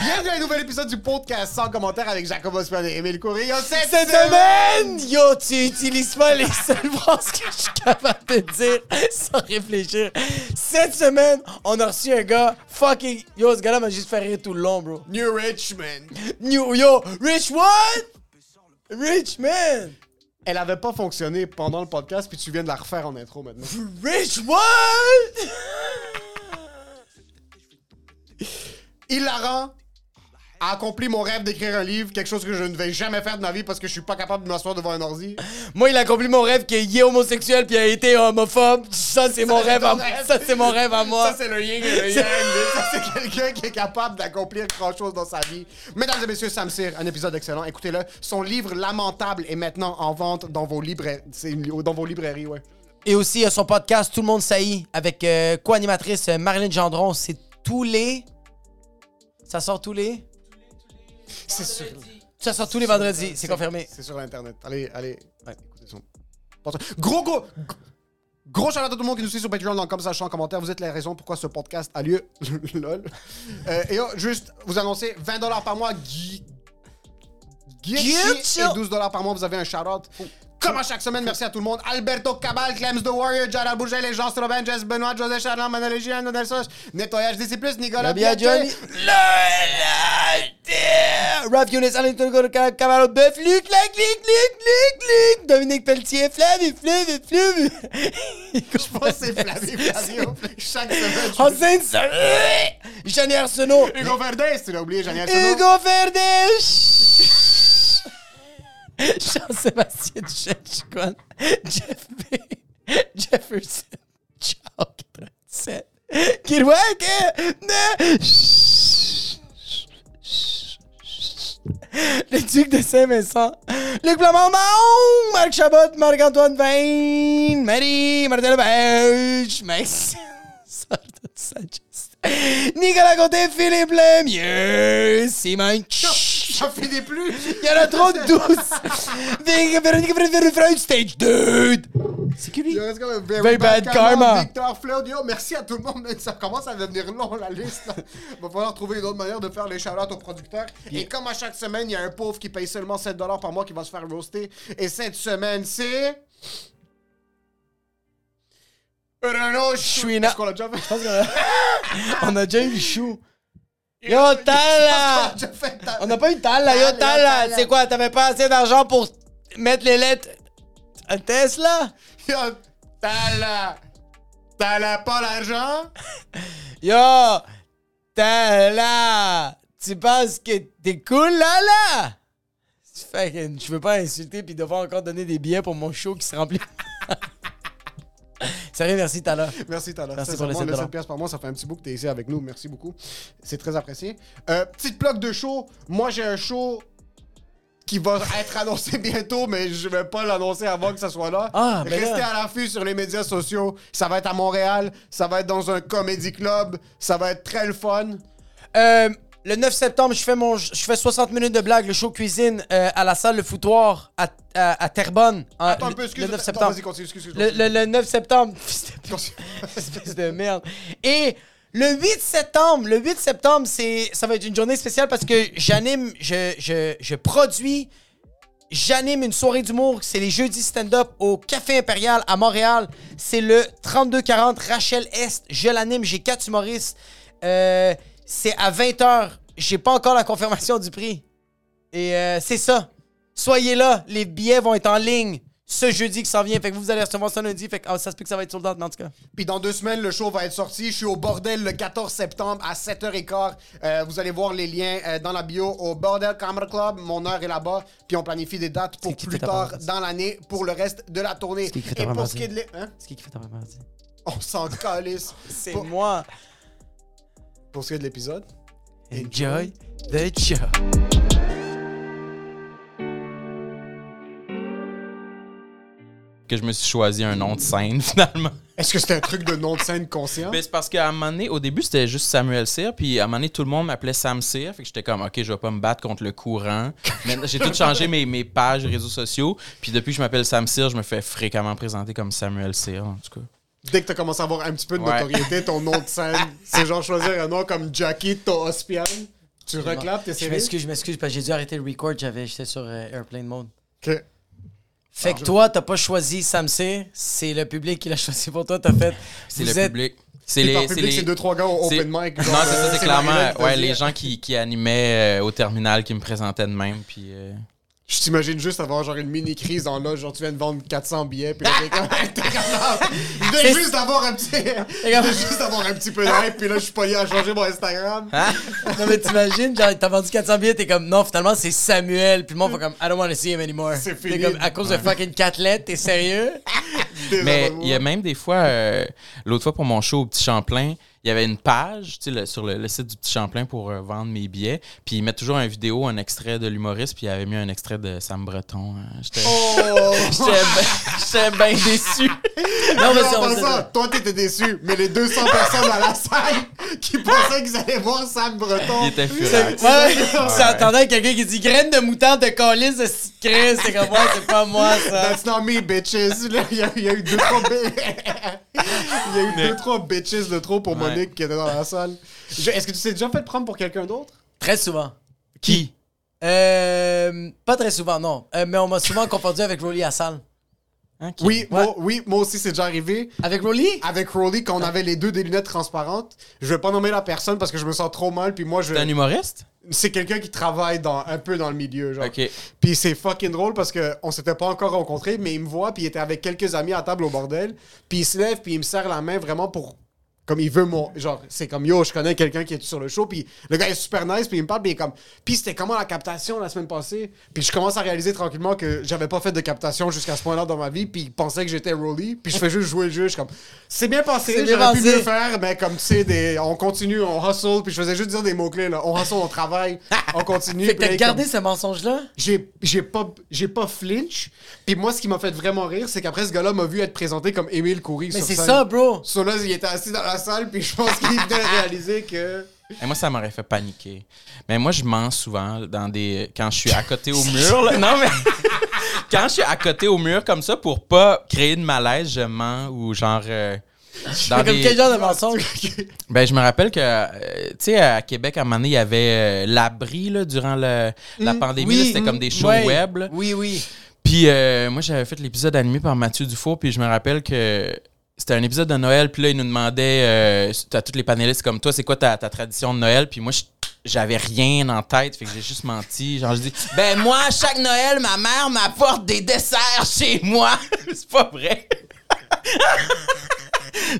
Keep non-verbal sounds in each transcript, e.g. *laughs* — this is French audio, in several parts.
Bienvenue à un nouvel épisode du podcast sans commentaire avec Jacob Osman et Emile Coury. Cette, Cette semaine! Yo, tu utilises pas les *laughs* seules phrases que je suis capable de dire sans réfléchir. Cette semaine, on a reçu un gars fucking. Yo, ce gars-là m'a juste fait rire tout le long, bro. New Richmond. New, yo, Rich One! Rich Man! Elle avait pas fonctionné pendant le podcast, puis tu viens de la refaire en intro maintenant. Rich One! *laughs* Il la rend a accompli mon rêve d'écrire un livre, quelque chose que je ne vais jamais faire de ma vie parce que je suis pas capable de m'asseoir devant un ordi. Moi, il a accompli mon rêve qu'il est homosexuel puis a été homophobe. Ça, c'est mon rêve à moi. Ça, c'est mon rêve à moi. Ça, c'est le yin et le yang. Ça, c'est quelqu'un qui est capable d'accomplir grand-chose dans sa vie. Mesdames et messieurs, Sam Cyr, un épisode excellent. Écoutez-le. Son livre Lamentable est maintenant en vente dans vos, libra- c'est une- dans vos librairies, ouais. Et aussi, il y a son podcast Tout le monde saillit avec euh, co-animatrice euh, Marilyn Gendron. C'est tous les. Ça sort tous les. C'est sûr. Ça sort tous les vendredis, c'est confirmé. C'est sur Internet. Allez, allez. Écoutez son- Pense- Gros, gros. Gros shout à tout le monde qui nous suit sur patreon.com, sachant en commentaire, vous êtes la raison pourquoi ce podcast a lieu. *laughs* Lol. Euh, et oh, juste, vous annoncez 20$ par mois. Gui... Gucci. Gucci. Et 12$ par mois, vous avez un shout-out. Oh. Comme à chaque semaine, merci à tout le monde. Alberto Cabal, Clems The Warrior, Jaral Bourget, les gens Robin, Jess Benoît, José Charland, Manuel Gian, Nelson, Nettoyage DC+, Nicolas Rabia Johnny. Eh, Biaggioni. *laughs* Le Raph Younes, Alain Togo, Cavalot Bœuf, Luc, Luc, Luc, Luc, Luc, Luc, Dominique Pelletier, Flavie, Flavie, Flavie. Je pense que c'est Flavie *laughs* Flavio. Chaque semaine, je Hossein Saoui, Jeanne Arsenault, Hugo Verdes, tu l'as oublié, Jean-Yves Hugo Verdes, Jean-Sébastien Duchesne, Jeff B, Jefferson, Ciao 87, é Kirouac, Ne- le duc de Saint-Vincent, Luc Blamont, Mahon, Marc Chabot, Marc-Antoine Vain, Marie, Martin Lebeuge, Max, *laughs* Sartre Sanchez, Nicolas Côté, Philippe Lemieux, Simon Ch- J'en finis plus. Il y en a trop de douces. Véronique Véronique, Véronique, Stage Dude. C'est qui lui? Il reste quand même Very, Very bad, Bad karma. Karma. Victor Flaud, yo, merci à tout le monde. mais Ça commence à devenir long la liste. Il va falloir trouver une autre manière de faire les shout aux producteurs. Et comme à chaque semaine, il y a un pauvre qui paye seulement 7$ par mois qui va se faire roaster. Et cette semaine, c'est. Renaud Chouinard. Est-ce qu'on l'a déjà fait? On a déjà eu le chou. Yo, Tala! Je pense qu'on l'a déjà fait. On n'a pas eu Tala, yo Tala, Tala. Tala. Ah, C'est quoi, t'avais pas assez d'argent pour mettre les lettres à Tesla? Yo, T'as la. T'as la pas l'argent? Yo, Tala. Tu penses que t'es cool, là, là? Fait que je veux pas insulter puis devoir encore donner des billets pour mon show qui se remplit. *laughs* Sérieux, merci, Tala. Merci, Tala. Merci Merci pour les pour 7 7 piastres par mois. Ça fait un petit bout que tu es ici avec nous. Merci beaucoup. C'est très apprécié. Euh, petite plug de show. Moi, j'ai un show qui va être annoncé bientôt, mais je vais pas l'annoncer avant que ça soit là. Ah, ben Restez là. à l'affût sur les médias sociaux. Ça va être à Montréal. Ça va être dans un comédie club. Ça va être très le fun. Euh, le 9 septembre, je fais mon, je fais 60 minutes de blague, le show cuisine euh, à la salle Le Foutoir à, à, à Terrebonne. en- Attends un peu, excuse. le 9 attends, septembre. Vas-y, continue, excuse. excuse, Le, continue. le- le 9 septembre. *laughs* Fils de pute, Continue. *laughs* espèce de merde. Et le 8 septembre, le 8 septembre, c'est, ça va être une journée spéciale parce que j'anime, je, je, je produis, j'anime une soirée d'humour. C'est les jeudis stand-up au Café Impérial à Montréal. C'est le 3240 Rachel Est. Je l'anime, j'ai quatre humoristes. Euh, c'est à 20h. J'ai pas encore la confirmation du prix. Et euh, c'est ça. Soyez là. Les billets vont être en ligne ce jeudi qui s'en vient. Fait que vous, vous allez recevoir ça lundi. Fait que ah, ça se peut que ça va être sur le mais en tout cas. Puis dans deux semaines, le show va être sorti. Je suis au bordel le 14 septembre à 7h15. Euh, vous allez voir les liens euh, dans la bio au Bordel Camera Club. Mon heure est là-bas. Puis on planifie des dates pour C'est qui plus fait ta tard bande? dans l'année pour le reste de la tournée. qui fait ta Et pour bande? ce qui est de l'é- hein? C'est qui qui fait ta mère *laughs* On s'en calisse. C'est pour, moi. pour ce qui est de l'épisode. Enjoy the show. que je me suis choisi un nom de scène, *laughs* finalement. Est-ce que c'était un truc de nom de scène conscient? Mais c'est parce qu'à un moment donné, au début, c'était juste Samuel Cyr, puis à un moment donné, tout le monde m'appelait Sam Cyr, fait que j'étais comme, OK, je vais pas me battre contre le courant. Maintenant, J'ai tout changé mes, mes pages, réseaux sociaux, puis depuis que je m'appelle Sam Cyr, je me fais fréquemment présenter comme Samuel Cyr, en tout cas. Dès que t'as commencé à avoir un petit peu de Ouais. notoriété, ton nom de *laughs* scène, c'est genre choisir un nom comme Jackie Toospian. Tu reclames tes Je séries? m'excuse, je m'excuse, parce que j'ai dû arrêter le record, j'avais, j'étais sur euh, airplane mode. Ok. Fait Ah. que toi, t'as pas choisi Sam C, c'est le public qui l'a *laughs* choisi pour toi, t'as fait. C'est vous le êtes- public. C'est Puis par les, c'est public, les- c'est deux, trois gars au c'est- open mic, Non, c'est genre, euh, ça, c'est c'est Marie-Hélène qui clairement te ouais, dit- les gens qui, qui animaient euh, au terminal, qui me présentaient de même, puis... euh, *laughs* Je t'imagine juste avoir genre une mini crise dans l'âge, genre tu viens de vendre 400 billets, puis là t'es comme, *laughs* Hey, t'es capable! Je C'est- viens juste avoir un petit, je viens juste avoir un petit peu d'hype, puis là je suis pogné à changer mon Instagram. Ah, Non, mais t'imagines, genre, t'as vendu 400 billets, t'es comme, non, finalement, c'est Samuel. Puis le monde fait comme, I don't want to see him anymore. C'est T'es fini. comme, à cause de fucking quatre lettres, t'es sérieux? Mais Désabonne-moi. il y a même des fois, euh, l'autre fois pour mon show au Petit Champlain, il y avait une page tu sais, le- sur le, le site du Petit Champlain pour euh, vendre mes billets. Puis ils mettent toujours un vidéo, un extrait de l'humoriste, puis il avait mis un extrait de Sam Breton. hein. J'étais Oh! *laughs* j'étais ben *laughs* *laughs* bien déçu. Non, mais Non, c'est- pas c'est- ça. Toi, t'étais déçu, mais les 200 personnes à la salle qui pensaient qu'ils allaient voir Sam Breton. Il était c'est- furieux. Ouais, ouais. S'entendait à quelqu'un qui dit graine de moutarde de colis de petite crise, c'est comme, ouais, c'est pas moi, ça. That's not me, bitches. Là, il, y a, il y a eu deux, trois, bi- *laughs* il y a eu deux, trois bitches de trop pour Ouais. Monique qui était dans la salle. Je- Est-ce que tu t'es déjà fait prendre pour quelqu'un d'autre? Très souvent. Qui? Euh, pas très souvent, non. Euh, mais on m'a souvent *laughs* confondu avec Rolly Assal. Hein, qui? Oui, Ouais. moi, oui, moi aussi, c'est déjà arrivé. Avec Rolly? Avec Crowley, quand on avait les deux des lunettes transparentes, je vais pas nommer la personne parce que je me sens trop mal. Puis moi, je... T'es un humoriste? c'est quelqu'un qui travaille dans, un peu dans le milieu. Genre. OK. Puis c'est fucking drôle parce que on s'était pas encore rencontrés, mais il me voit, puis il était avec quelques amis à table au bordel. Puis il se lève, puis il me serre la main vraiment pour. Comme il veut mon. Genre, c'est comme yo, je connais quelqu'un qui est sur le show, puis le gars est super nice, puis il me parle, puis il est comme. Puis c'était comment la captation la semaine passée? Puis je commence à réaliser tranquillement que j'avais pas fait de captation jusqu'à ce point-là dans ma vie, puis il pensait que j'étais Rolly, puis je fais juste jouer le jeu, je suis comme. C'est bien C'est passé, bien j'aurais pu passé. mieux faire, mais comme tu sais, des- on continue, on hustle, puis je faisais juste dire des mots-clés, là. On hustle, on travaille, on *laughs* continue. Fait que puis là, il t'as est gardé comme- ce mensonge-là? j'ai j'ai pas j'ai pas flinch puis moi ce qui m'a fait vraiment rire c'est qu'après ce gars-là m'a vu être présenté comme Émile Coury Mais sur c'est scène. ça, bro. So là, il était assis dans la salle puis je pense qu'il venait de réaliser *laughs* que Et moi, ça m'aurait fait paniquer. Mais moi, je mens souvent dans des... quand je suis à côté au mur. là. Non, mais *laughs* quand je suis à côté au mur comme ça, pour pas créer de malaise, je mens ou genre... euh, dans Fait comme des- quel genre de *laughs* *laughs* mensonge? Ben, je me rappelle que, euh, tu sais, à Québec, à un moment donné, il y avait euh, l'abri, là, durant le- la pandémie. là, C'était mm, comme des shows ouais. web, là. Oui, oui. Puis, euh, moi, j'avais fait l'épisode animé par Mathieu Dufour, puis je me rappelle que c'était un épisode de Noël, puis là, il nous demandait euh, à tous les panélistes comme toi, c'est quoi ta, ta tradition de Noël? Puis moi, je- J'avais rien en tête, fait que j'ai juste menti. Genre, je dis, ben moi, chaque Noël, ma mère m'apporte des desserts chez moi. *laughs* c'est pas vrai. *laughs*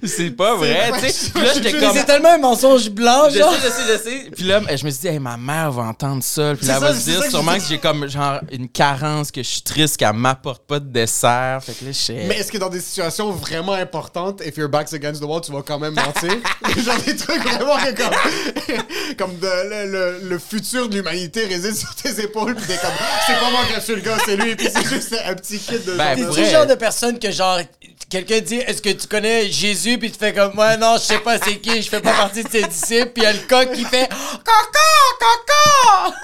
c'est pas vrai, tu sais. Puis là, j'étais Mais *laughs* comme. C'est tellement un mensonge blanc, Je genre. sais, je sais, je sais. Puis là, je me suis dit, Hey, ma mère va entendre ça. Puis C'est là, elle va ça, se c'est dire ça que sûrement je que j'ai comme genre une carence, que je suis triste, qu'elle m'apporte pas de dessert. Fait que là, je sais. mais est-ce que dans des situations vraiment importantes if your back's against the wall tu vas quand *laughs* même mentir *laughs* genre des trucs vraiment que comme *laughs* comme de- le, le- le futur de l'humanité réside sur tes épaules puis t'es comme c'est pas moi qui a tué le gars c'est lui puis c'est juste un petit kid de genre Ben, de- pour T'es-tu le vrai. genre de personne que, genre, quelqu'un dit Est-ce que tu connais Jésus Puis tu fais comme Ouais, non, je sais pas c'est qui, je fais pas partie de ses disciples. Puis il y a le coq qui fait Coco, coco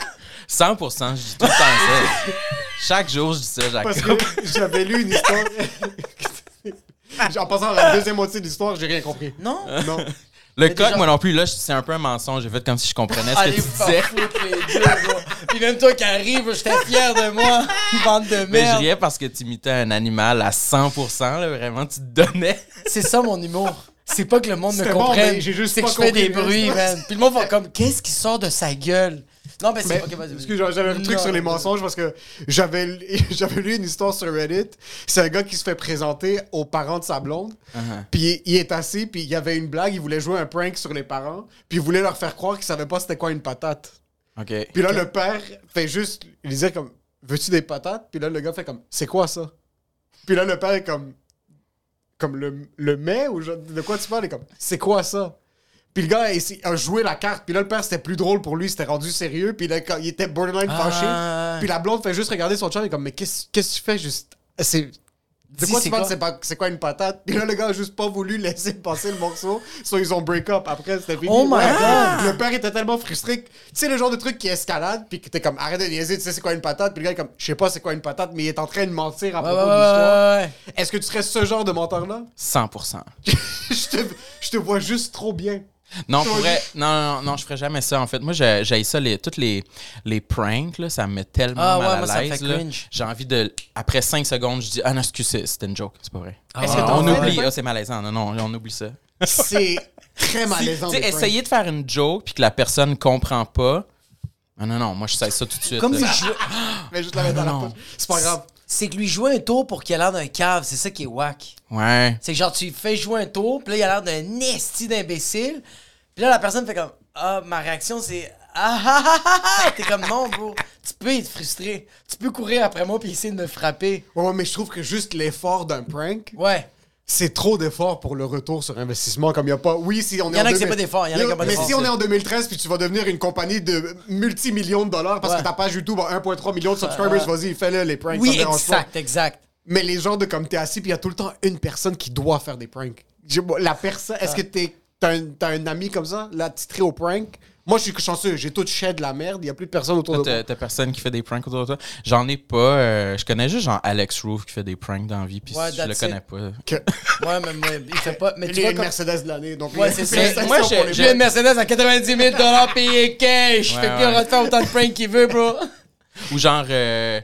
100 je dis tout le temps ça. *laughs* Chaque jour, je dis ça, Parce Jacob. que j'avais lu une *laughs* histoire. en passant à la deuxième moitié de l'histoire, j'ai rien compris. Non Hein? *laughs* Non. Le des coq, gens- moi non plus, là, je- c'est un peu un mensonge. J'ai fait comme si je comprenais ce que Allez, tu vous faire disais. foutre les deux, gros. Puis même toi qui arrives, j'étais fier de moi. *laughs* Bande de Mais je euh, merde. riais parce que tu imitais un animal à 100 là, vraiment, tu te donnais. C'est ça mon humour. C'est pas que le monde me C'était bon, comprenne. mais j'ai juste c'est que pas je fais des compris, bruits, mais- man. Puis le monde va comme Qu'est-ce qui sort de sa gueule Non, mais c'est. Mais, ok, vas-y, vas-y. excuse, j'avais j'avais un truc Non, sur les non. mensonges parce que j'avais j'avais lu *laughs* une histoire sur Reddit. C'est un gars qui se fait présenter aux parents de sa blonde. Uh-huh. Puis il est assis, puis il y avait une blague, il voulait jouer un prank sur les parents, puis il voulait leur faire croire qu'il savait pas c'était quoi une patate. OK. Puis là, le père fait juste il disait comme Veux-tu des patates Puis là, le gars fait comme C'est quoi ça Puis là, le père est comme Comme le, le mais ou je- de quoi tu parles Il est comme C'est quoi ça Puis le gars a, essayé- a joué la carte. Puis là, le père, c'était plus drôle pour lui, c'était rendu sérieux. Puis là, quand il était borderline Ah. fâché. Puis la blonde fait juste regarder son chum et comme Mais qu'est-ce qu'est-ce que tu fais juste C'est. C'est Dis, quoi, c'est tu penses, quoi? c'est pas- c'est quoi une patate? Et là, le gars a juste pas voulu laisser passer le morceau. So, ils ont break up après, c'était fini. Oh my God! Le père était tellement frustré. que- Tu sais, le genre de truc qui escalade, puis que t'es comme, arrête de niaiser, tu sais, c'est quoi une patate? Puis le gars est comme, je sais pas c'est quoi une patate, mais il est en train de mentir à Ouais, propos ouais, de l'histoire. ouais, ouais, ouais. Est-ce que tu serais ce genre de menteur-là? *laughs* 100%. je, te, je te vois juste trop bien. Non, Tu pour vas vrai, non, non, non, non, je ferais jamais ça. En fait, moi, j'ai j'ai ça, les, toutes les, les pranks, là, ça me met tellement Ah ouais, mal moi, ça à me l'aise. fait là. cringe. J'ai envie de. Après 5 secondes, je dis Ah non, excusez, c'était une joke, c'est pas vrai. Est-ce que Ah, t'en on fais, oublie, des ah, c'est malaisant. Non, non, on oublie ça. C'est *laughs* très Si- malaisant. tu sais, des pranks. essayer de faire une joke puis que la personne comprend pas. Ah non, non, moi, je sais ça tout de suite. Comme là. si je jouais- Mais juste la mettre dans Non. la poche. C'est pas grave. C'est que lui jouer un tour pour qu'il a l'air d'un cave, c'est ça qui est whack. Ouais. C'est que genre, tu fais jouer un tour, puis là, il a l'air d'un esti d'imbécile. Puis là, la personne fait comme Ah, ma réaction, c'est Ah ah ah ah ah. T'es comme non, bro. Tu peux être frustré. Tu peux courir après moi, puis essayer de me frapper. Ouais, ouais, mais je trouve que juste l'effort d'un prank, Ouais. c'est trop d'efforts pour le retour sur investissement. Comme il n'y a pas. Oui, si on est Y en a en qui c'est 2000 pas d'efforts, y en a qui ont pas Mais d'efforts, si on c'est- est en 2013 puis tu vas devenir une compagnie de multimillions de dollars parce Ouais. que ta page YouTube a 1,3 million de subscribers, vas-y, fais-le les pranks. ça me Oui, dérange pas. exact, exact. Mais les gens de comme t'es assis puis il y a tout le temps une personne qui doit faire des pranks. J'ai- moi, La personne. Est-ce que t'es t'as un, t'as un ami comme ça, là, titré au prank? Moi, je suis chanceux, j'ai tout shed de la merde, il n'y a plus de personne autour Oh. de Toi, moi. T'as t'as personne qui fait des pranks autour de toi. J'en ai pas. euh, je connais juste genre Alex Roof qui fait des pranks dans la vie, puis Ouais, je le that's connais it. pas. Que- Ouais, mais, mais il fait pas. Mais Il tu y a vois, une comme- Mercedes de l'année, donc Ouais, c'est ça. félicitations Moi, pour les j'ai- J'ai gens. une Mercedes à 90 000 payé cash. Ouais, fait que lui, on va ouais. te faire autant de pranks qu'il veut, bro. Ou genre, euh,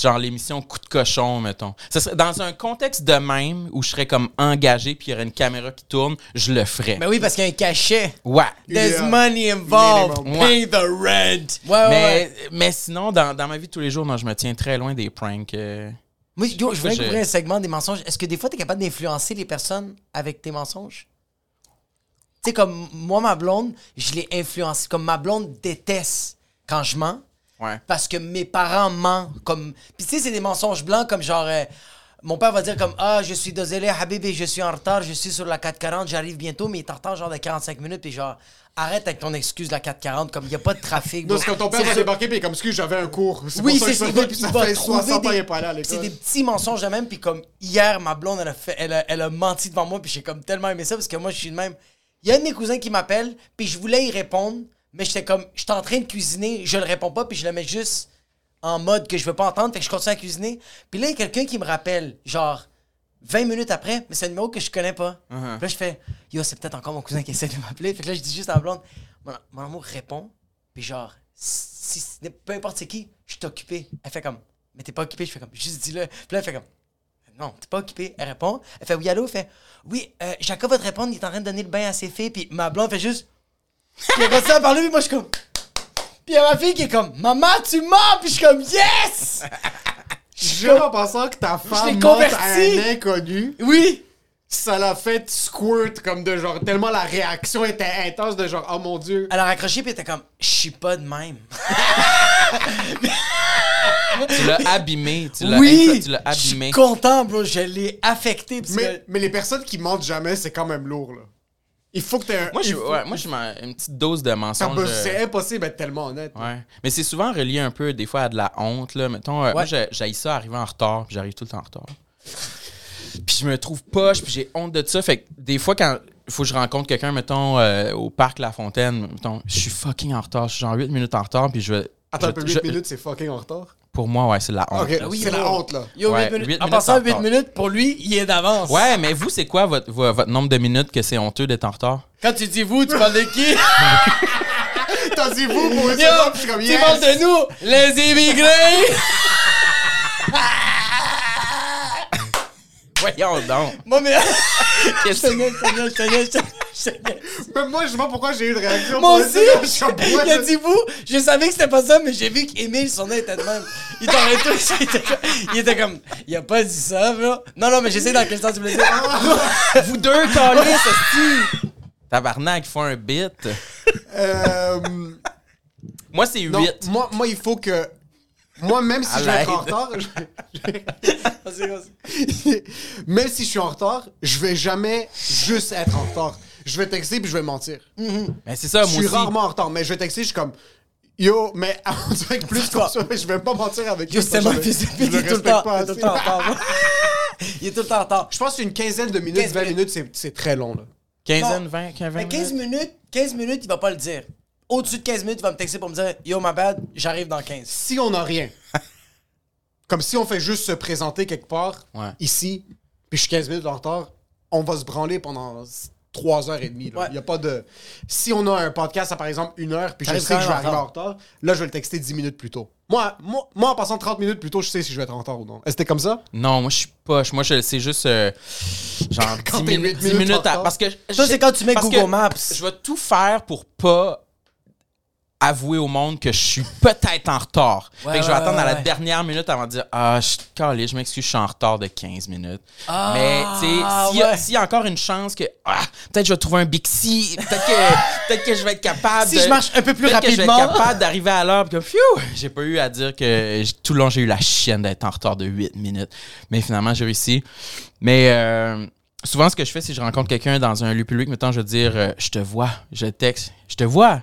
genre l'émission Coup de cochon, mettons. Ça serait dans un contexte de même où je serais comme engagé puis il y aurait une caméra qui tourne, je le ferais. Mais Ben oui, parce qu'il y a un cachet. Ouais. There's Yeah. money involved. Minimum. Pay the rent. Ouais, ouais, ouais. Mais, mais sinon, dans, dans ma vie de tous les jours, non, je me tiens très loin des pranks. euh. Moi, yo, je voulais J'ai- couvrir un segment des mensonges. Est-ce que des fois, t'es capable d'influencer les personnes avec tes mensonges? Tu sais, comme moi, ma blonde, je l'ai influencée. Comme ma blonde déteste quand je mens. Ouais. parce que mes parents mentent. Comme... Puis tu sais, c'est des mensonges blancs comme genre... euh, mon père va dire comme Ah, je suis désolé, Habibi, je suis en retard, je suis sur la 440, j'arrive bientôt, mais il est en retard genre de 45 minutes, puis genre, arrête avec ton excuse de la 440, comme il n'y a pas de trafic. Non, bro. c'est comme ton père C'est- va débarquer, puis comme excuse, j'avais un cours. oui, pour ça c'est que ça. ça. Il va, puis ça il va fait trouver 60 ans, des- il est pas allé à C'est l'école. des petits mensonges de même. Puis comme hier, ma blonde, elle a, fait- elle a, elle a menti devant moi. Puis j'ai comme tellement aimé ça parce que moi, je suis le même. Il y a un de mes cousins qui m'appelle. Puis je voulais y répondre. Mais j'étais comme, j'étais en train de cuisiner. Je le réponds pas. Puis je le mets juste en mode que je veux pas entendre. Fait que je continue à cuisiner. Puis là, il y a quelqu'un qui me rappelle, genre 20 minutes après. Mais c'est un numéro que je connais pas. Uh-huh. Puis là, je fais, yo, c'est peut-être encore mon cousin qui essaie de m'appeler. Fait que là, je dis juste à ma blonde, mon, mon amour répond. Puis genre, si, si- peu importe c'est qui, je suis occupé. Elle fait comme, mais t'es pas occupé. Je fais comme, juste dis-le. Puis là, elle fait comme, non, t'es pas occupé. Elle répond. Elle fait, oui, allô? Elle fait, oui, euh, Jacob va te répondre, il est en train de donner le bain à ses filles. Puis ma blonde fait juste, puis elle continue à parler, puis moi, je suis comme, puis il y a ma fille qui est comme, maman, tu mens! Puis je suis comme, yes! Juste en pensant que ta l'ai femme mente converti. à un inconnu, Oui! ça l'a fait squirt, comme de genre, tellement la réaction était intense, de genre, oh mon Dieu. Elle a raccroché, puis elle était comme, je suis pas de même. Tu *laughs* l'as abîmé. Tu l'as oui! inclus- tu l'as Je suis abîmé. content, bro. Je l'ai affecté. Parce Mais, que... mais les personnes qui mentent jamais, c'est quand même lourd, là. Il faut que t'aies un... Moi, il je, faut- ouais, moi, je mets une petite dose de ça mensonge. peut- euh, C'est impossible d'être tellement honnête. là. Ouais. Mais c'est souvent relié un peu, des fois, à de la honte. Là. Mettons, euh, moi, Ouais. j'ai- j'haïs ça arriver en retard, puis j'arrive tout le temps en retard. puis je me trouve poche, puis j'ai honte de ça. Fait que des fois, quand il faut que je rencontre quelqu'un, mettons, euh, au parc La Fontaine, mettons, je suis fucking en retard, je suis genre 8 minutes en retard, puis je vais. Attends, un je- peu, je- Ah, 8 minutes, c'est fucking en retard. Pour moi, ouais, c'est de la honte. Ok, là. c'est la honte, là. Yo, Ouais, huit minutes. huit en minutes passant en 8 retard. minutes, pour lui, il est d'avance. Ouais, mais vous, c'est quoi votre, vo- votre nombre de minutes que c'est honteux d'être en retard? Quand tu dis vous, tu parles de *laughs* qui? T'as dit vous pour une Yo, seconde, je suis comme, tu yes! parles de nous, les immigrés! *laughs* Voyons donc! Moi, mais. Je *laughs* Qu'est-ce te que niaise, je te niaise, je te niaise, je te niaise. Même moi, je sais pas pourquoi j'ai eu de *laughs* réaction. Moi pour aussi! le dire, je suis comme, ouais, Il a dit vous, je savais que c'était pas ça, mais j'ai vu qu'Émile, son nez était de même. Il t'a arrêté, il était comme- il était comme, il a pas dit ça, bro. Non, non, mais j'essaie dans quel sens tu voulais dire. *laughs* c'est- vous deux, câlisse, hostie! Tabarnak, il faut un bit. Euh, Moi, c'est 8. non, moi, moi, il faut que. Moi, même si À je vais être l'aide. en retard, je- Vas-y, vas-y. même si je *laughs* suis en retard, je vais jamais juste être en retard. Je vais texter puis je vais mentir. Ah, Mais Ben, c'est ça, je moi suis aussi. rarement en retard, mais je vais texter, je suis comme. Yo, mais *laughs* on dirait que plus qu'on Quoi? soit, mais je vais pas mentir avec Yo, eux, c'est ça, tellement je- fils de je pute, il est tout le respecte temps. pas tout le assez. temps en retard, moi. Il est tout le temps en retard. Je pense qu'une quinzaine de minutes, 15 20 minutes. minutes, c'est- c'est très long. Là. Quinzaine, Non. 20, 15, 20 Mais Ben, 15 minutes. minutes, 15 minutes, il va pas le dire. Au-dessus de 15 minutes, il va me texter pour me dire Yo, ma bad, j'arrive dans 15. Si on n'a *laughs* rien, comme si on fait juste se présenter quelque part, Ouais. ici, puis je suis 15 minutes en retard, on va se branler pendant 3 heures et demie. là. Ouais. Il y a pas de... Si on a un podcast à, par exemple, une heure, puis je T'arrives sais que quand je vais même en arriver en retard, là, je vais le texter 10 minutes plus tôt. Moi, moi, moi, en passant 30 minutes plus tôt, je sais si je vais être en retard ou non. Est-ce que c'était comme ça? Non, moi, je suis poche. Moi, je- c'est juste. euh, *laughs* genre, Quand 10, t'es minutes- huit 10 minutes en minutes. à- retard. parce que. Ça, c'est quand tu mets parce Google que Maps. Je vais tout faire pour pas avouer au monde que je suis peut-être en retard. Ouais, fait que je vais ouais, attendre à la ouais. dernière minute avant de dire Ah, je suis calé, je m'excuse, je suis en retard de 15 minutes. Ah, Mais, tu sais, s'il y, a- ouais. s'il y a encore une chance que. Ah, peut-être je vais trouver un Bixi, peut-être que, *laughs* peut-être que je vais être capable. Si je marche un peu plus Ah, ben, peut-être que je vais rapidement. être capable d'arriver à l'heure, puis que, pfiou, j'ai pas eu à dire que j- tout le long j'ai eu la chienne d'être en retard de 8 minutes. Mais finalement, j'ai réussi. Mais euh, souvent, ce que je fais, si je rencontre quelqu'un dans un lieu public, mettons, je vais dire euh, Je te vois, je texte, je te vois.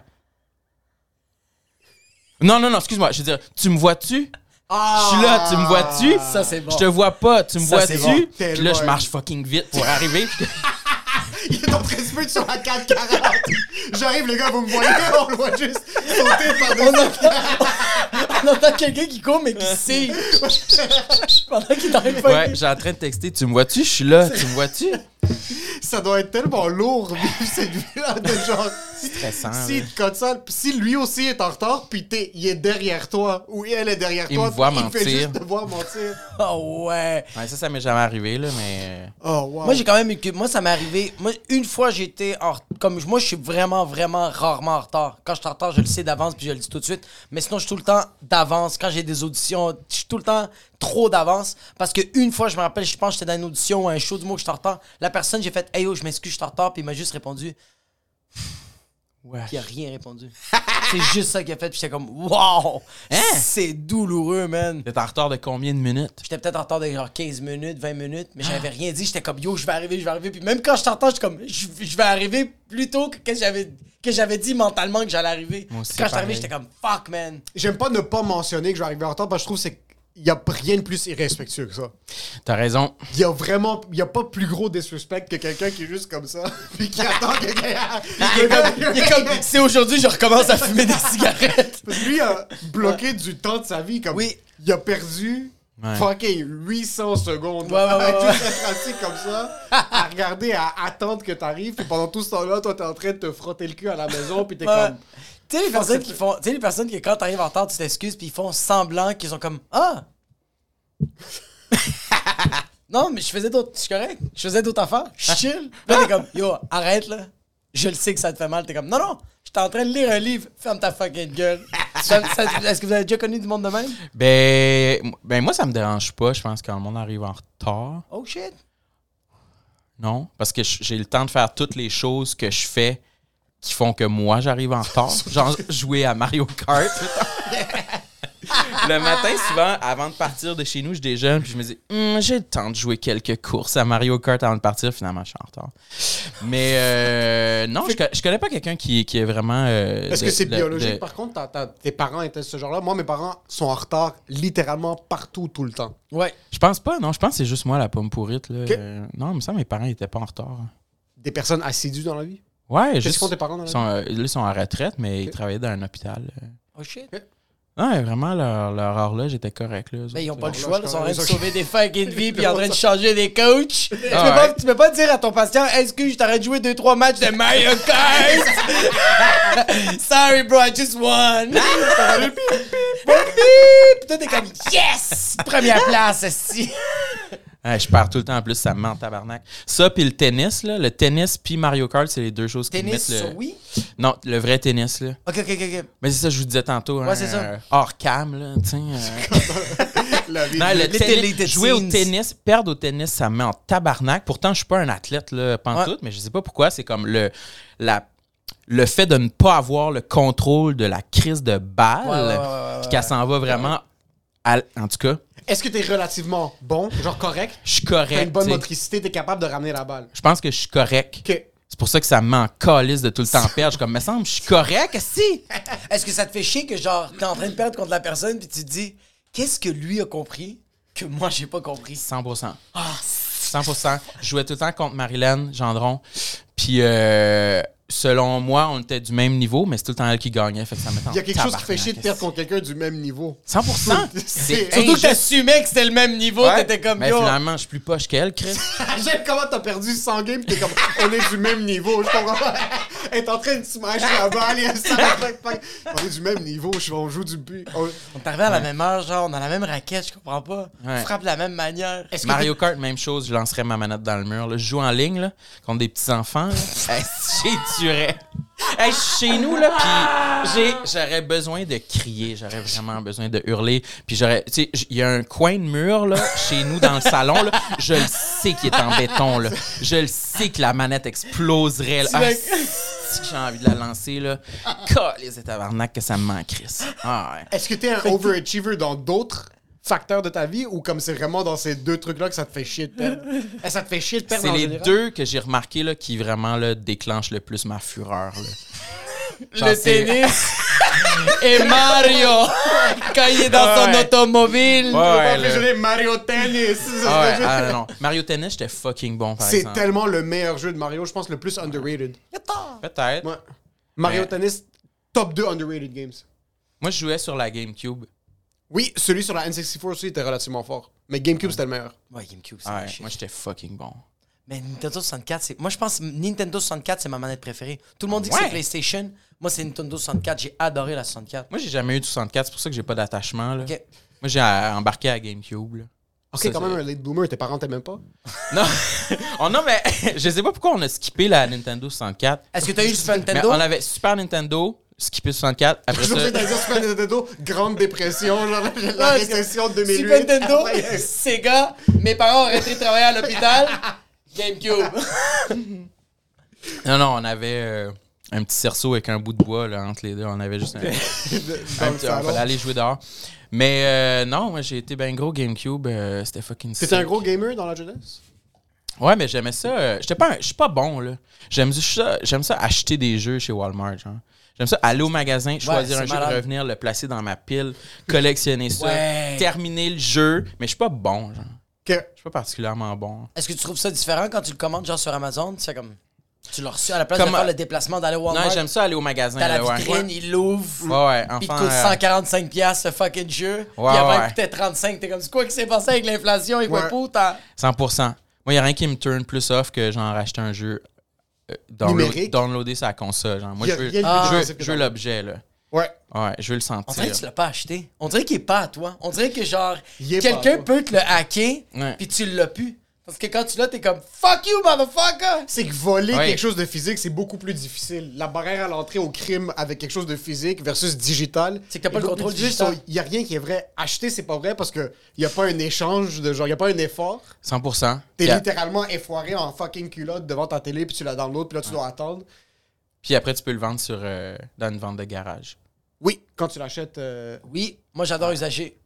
Non, non, non, excuse-moi, je veux dire Tu me vois-tu ah. *laughs* je suis là, tu me vois-tu? Ça, c'est bon. Je te vois pas, tu me Ça, vois-tu? c'est bon. Puis là, je marche fucking vite *laughs* pour arriver. *laughs* Il est en train de se mettre sur la 440. *laughs* J'arrive, les gars, vous me voyez, *laughs* on le voit juste sauter par-dessus. On entend quelqu'un qui court, *laughs* mais qui sait. *laughs* Pendant qu'il t'arrive pas. ouais, j'ai en train de texter, tu me vois-tu? Je suis là, tu me *laughs* vois-tu? Ça doit être tellement lourd, *laughs* vivre cette vie-là, de genre. Stressant. Si, il là. te cote ça, pis si lui aussi est en retard, puis t'es- il est derrière toi, ou elle est derrière Il toi, me voit puis il fait mentir. juste te voir mentir. Ah ouais. Ouais, ça, ça m'est jamais arrivé, là, mais. euh, Oh, wow. Moi, j'ai quand même eu que. Moi, ça m'est arrivé. Moi, une fois, j'étais en. ret- Comme moi, je suis vraiment, vraiment rarement en retard. Quand je suis en retard, je le sais d'avance puis je le dis tout de suite. Mais sinon, je suis tout le temps d'avance. Quand j'ai des auditions, je suis tout le temps trop d'avance. Parce que une fois, je me rappelle, je pense que j'étais dans une audition ou un show du mot que je suis en retard. La personne, j'ai fait Hey yo, je m'excuse, je suis en retard. Puis il m'a juste répondu. Ouais. Puis il a rien répondu. C'est juste ça qu'il a fait. Puis j'étais comme Wow! C'est douloureux, man. T'es en retard de combien de minutes? J'étais peut-être en retard de genre 15 minutes, 20 minutes, mais Ah. j'avais rien dit. J'étais comme yo, je vais arriver, je vais arriver. Puis même quand je t'entends, j'étais comme je je vais arriver plus tôt que que j'avais que j'avais dit mentalement que j'allais arriver. Moi aussi, Puis quand je suis arrivé, pareil. j'étais comme fuck man. J'aime pas ne pas mentionner que je vais arriver en retard, parce que je trouve que c'est. Il y a rien de plus irrespectueux que ça. T'as raison. Il y a vraiment. Il y a pas plus gros disrespect que quelqu'un qui est juste comme ça, *laughs* puis qui attend que quelqu'un. Il est comme- il est comme c'est aujourd'hui, je recommence à fumer des *laughs* cigarettes. Parce que lui a bloqué du temps de sa vie. Comme, Oui. Il a perdu Ouais. fucking 800 secondes Ouais, ouais, ouais, à ouais. juste être assis comme ça, à regarder, à attendre que t'arrives. Puis pendant tout ce temps-là, toi, t'es en train de te frotter le cul à la maison. Puis t'es Ouais. comme. Tu sais, les personnes qui font. Tu sais, les personnes qui, quand t'arrives en retard, tu t'excuses, puis ils font semblant qu'ils sont comme *laughs* Ah! non, mais je faisais d'autres. Je suis correct. Je faisais d'autres affaires. Je suis *laughs* chill. Puis là, t'es comme Yo, arrête là. Je le sais que ça te fait mal. T'es comme Non, non, j'étais en train de lire un livre. Ferme ta fucking *laughs* gueule. Ça- ça- Est-ce que vous avez déjà connu du monde de même? Ben, ben, moi, ça me dérange pas, je pense, quand le monde arrive en retard. Oh shit. Non? Parce que j- j'ai le temps de faire toutes les choses que je fais qui font que moi, j'arrive *laughs* en retard. Genre, jouer à Mario Kart. le matin, souvent, avant de partir de chez nous, je déjeune, puis je me dis, Hmm, j'ai le temps de jouer quelques courses à Mario Kart avant de partir. Finalement, je suis en retard. Mais euh, non, je, co- je connais pas quelqu'un qui, qui est vraiment. euh, Est-ce de- que c'est de- biologique? de- Par contre, t'as- t'as- tes parents étaient ce genre-là. Moi, mes parents sont en retard littéralement partout, tout le temps. Ouais. Je pense pas, non. Je pense que c'est juste moi, la pomme pourrite. Là. Ok. Euh, non, mais ça, mes parents étaient pas en retard. Des personnes assidues dans la vie. Ouais, Qu'est-ce juste. qu'ils font tes parents dans Ils la vie? sont, euh, ils sont en retraite, mais ils Ok. travaillaient dans un hôpital. euh. Oh shit. Ouais, vraiment, leur, leur horloge était correcte. là, eux Ben, ils ont autres, pas là. le choix, là, ils sont en train de Ok. sauver des fucking vies puis en train *laughs* de changer des coachs. tu, peux Ah pas, ouais. tu peux pas dire à ton patient, est-ce que je t'arrête de jouer 2-3 matchs de Mario Kart? *laughs* Sorry bro, I just *laughs* won. Puis toi t'es comme, yes! Première place, esti. Ouais, je perds tout le temps en plus, ça me ment, tabarnak. Ça, puis le tennis, là. Le tennis, puis Mario Kart, c'est les deux choses qui Tennis, mettent le. oui? Non, le vrai tennis, là. Ok, ok, ok. ok. Mais c'est ça, je vous disais tantôt. hein, euh, Ouais, c'est ça. Hors cam, là. tu sais, euh. La vie. Non, le Les tennis, télé- jouer au teens. tennis, perdre au tennis, ça me met en tabarnak. Pourtant, je suis pas un athlète là, pantoute, Ouais. mais je sais pas pourquoi. C'est comme le, la, le fait de ne pas avoir le contrôle de la crise de balle, Ouais, ouais, ouais, ouais, ouais, puis qu'elle s'en va vraiment. à l- en tout cas, Est-ce que t'es relativement bon, genre correct? je suis T'as correct. une bonne tu sais. motricité, t'es capable de ramener la balle. Je pense que je suis correct. Ok. C'est pour ça que ça me met en calisse de tout le *laughs* temps perdre. Je suis comme, me semble, je suis correct, si. Est-ce que ça te fait chier que genre t'es en train de perdre contre la personne puis tu te dis, qu'est-ce que lui a compris? que moi, j'ai pas compris. 100 Ah, 100 Je jouais tout le temps contre Marilyn Gendron. Puis, euh, selon moi, on était du même niveau, mais c'est tout le temps elle qui gagnait. Fait que ça me Il y a quelque chose qui fait chier de perdre contre quelqu'un du même niveau. 100 *laughs* C'est- C'est Surtout que injuste. t'assumais que c'était le même niveau, Ouais. t'étais comme Mais yo. finalement, je suis plus poche qu'elle, Chris. *laughs* J'aime comment t'as perdu 100 games, t'es comme, on est du même niveau, je comprends pas. Elle est en train de se mâcher la balle, et elle se pack, pack. On est du même niveau, je on joue du but. On- On est arrivé à la même heure, genre, on a la même raquette, je comprends pas. On Ouais. frappe de la même manière. Est-ce Mario Kart, même chose, je lancerais ma manette dans le mur. là. Je joue en ligne là, contre des petits enfants. là. Hey, J'ai duré. Hey, je suis chez nous, là, puis j'ai- j'aurais besoin de crier, j'aurais vraiment besoin de hurler. Puis j'aurais. Tu sais, j- il y a un coin de mur, là, chez nous, dans le salon, là. Je le sais qu'il est en béton, là. Je le sais que la manette exploserait, là. Tu Ah, l'as- si que j'ai envie de la lancer, là. les tabarnak que ça me manque, Chris. Ah, ouais. Est-ce que t'es un overachiever dans d'autres facteurs de ta vie ou comme c'est vraiment dans ces deux trucs-là que ça te fait chier de perdre? Eh, ça te fait chier de perdre C'est en les général? deux que j'ai remarqué là, qui vraiment là, déclenchent le plus ma fureur. là. Genre, le c'est- tennis et *laughs* Mario *laughs* quand il est dans son Ouais. automobile. Ouais, ouais, là. Je l'ai Mario Tennis! Ah ouais, ah non. Mario Tennis, j'étais fucking bon, par C'est exemple. tellement le meilleur jeu de Mario, je pense le plus underrated. Peut-être. Ouais. Mario Mais- Tennis, top 2 underrated games. Moi, je jouais sur la GameCube. Oui, celui sur la N64 aussi était relativement fort. Mais GameCube, c'était le meilleur. Ouais, GameCube, c'est Ouais, un Ah, shit. moi, j'étais fucking bon. Mais Nintendo 64, c'est. Moi, je pense que Nintendo 64, c'est ma manette préférée. Tout le monde dit que Ouais. c'est PlayStation. Moi, c'est Nintendo 64. J'ai adoré la 64. Moi, j'ai jamais eu de 64, c'est pour ça que j'ai pas d'attachement. là. Ok. Moi, j'ai euh, embarqué à GameCube. là. Ok, Ça, quand c'est- même, un late bloomer, tes parents t'aimaient pas. Non, *laughs* oh, non mais *laughs* je sais pas pourquoi on a skippé la Nintendo 64. Est-ce que t'as eu le Super Mais Ah, Nintendo? *laughs* on avait Super Nintendo, skippé 64. Après Je pensais ça, d'aller dire Super Nintendo, grande dépression, genre la- la Ouais, récession de 2008. Super *laughs* Nintendo, Après, Sega, mes parents auraient été travailler à l'hôpital. GameCube. *laughs* non, non, on avait euh, un petit cerceau avec un bout de bois là, entre les deux. On avait juste *laughs* un. dans Un le petit- on salon. fallait aller jouer dehors. Mais euh, non, moi j'ai été ben gros GameCube, euh, c'était fucking T'étais un sick. gros gamer dans la jeunesse? Ouais, mais j'aimais ça. euh, J'étais pas un- je suis pas bon là. J'aime ça, j'aime ça acheter des jeux chez Walmart genre. J'aime ça aller au magasin, choisir c'est un jeu, malade. revenir, le placer dans ma pile, collectionner ça, Ouais. terminer le jeu, mais je suis pas bon genre. Que Je suis pas particulièrement bon. Est-ce que tu trouves ça différent quand tu le commandes genre sur Amazon? Tu fais comme. Tu l'as reçu à la place de Comme- euh, faire le déplacement d'aller au Walmart. Non, j'aime ça aller au magasin T'as la là, ouais. vitrine, il l'ouvre. Mm. Ouais, ouais, Pis il te enfin, coûte euh, 145$ piastres, ce fucking jeu. Ouais, puis avant, il ouais. coûtait 35$. T'es comme, c'est quoi qui s'est passé avec l'inflation? Et Ouais. quoi pour t'as. 100%. Moi, il n'y a rien qui me turn plus off que genre racheter un jeu euh, download- Numérique? downloader sa console. Genre. Moi, Y a je veux, rien de plus je veux- offensif que je veux download. l'objet. là. Ouais. Ouais, je veux le On sentir. dirait que tu l'as pas acheté. On dirait qu'il est pas à toi. On dirait que genre, Il est pas à quelqu'un toi. peut te le hacker, Ouais. puis tu l'as pu. Parce que quand tu l'as, t'es comme, fuck you, motherfucker! C'est que voler Ouais. quelque chose de physique, c'est beaucoup plus difficile. La barrière à l'entrée au crime avec quelque chose de physique versus digital. C'est que t'as pas le contrôle digital. Il y a rien qui est vrai. Acheter, c'est pas vrai parce que y a pas un échange de genre, y a pas un effort. 100%. T'es Puis, a- littéralement effoiré en fucking culotte devant ta télé, puis tu la download, puis là, tu dois attendre. puis après, tu peux le vendre sur, euh, dans une vente de garage. Oui, quand tu l'achètes. euh, Oui, moi j'adore usager.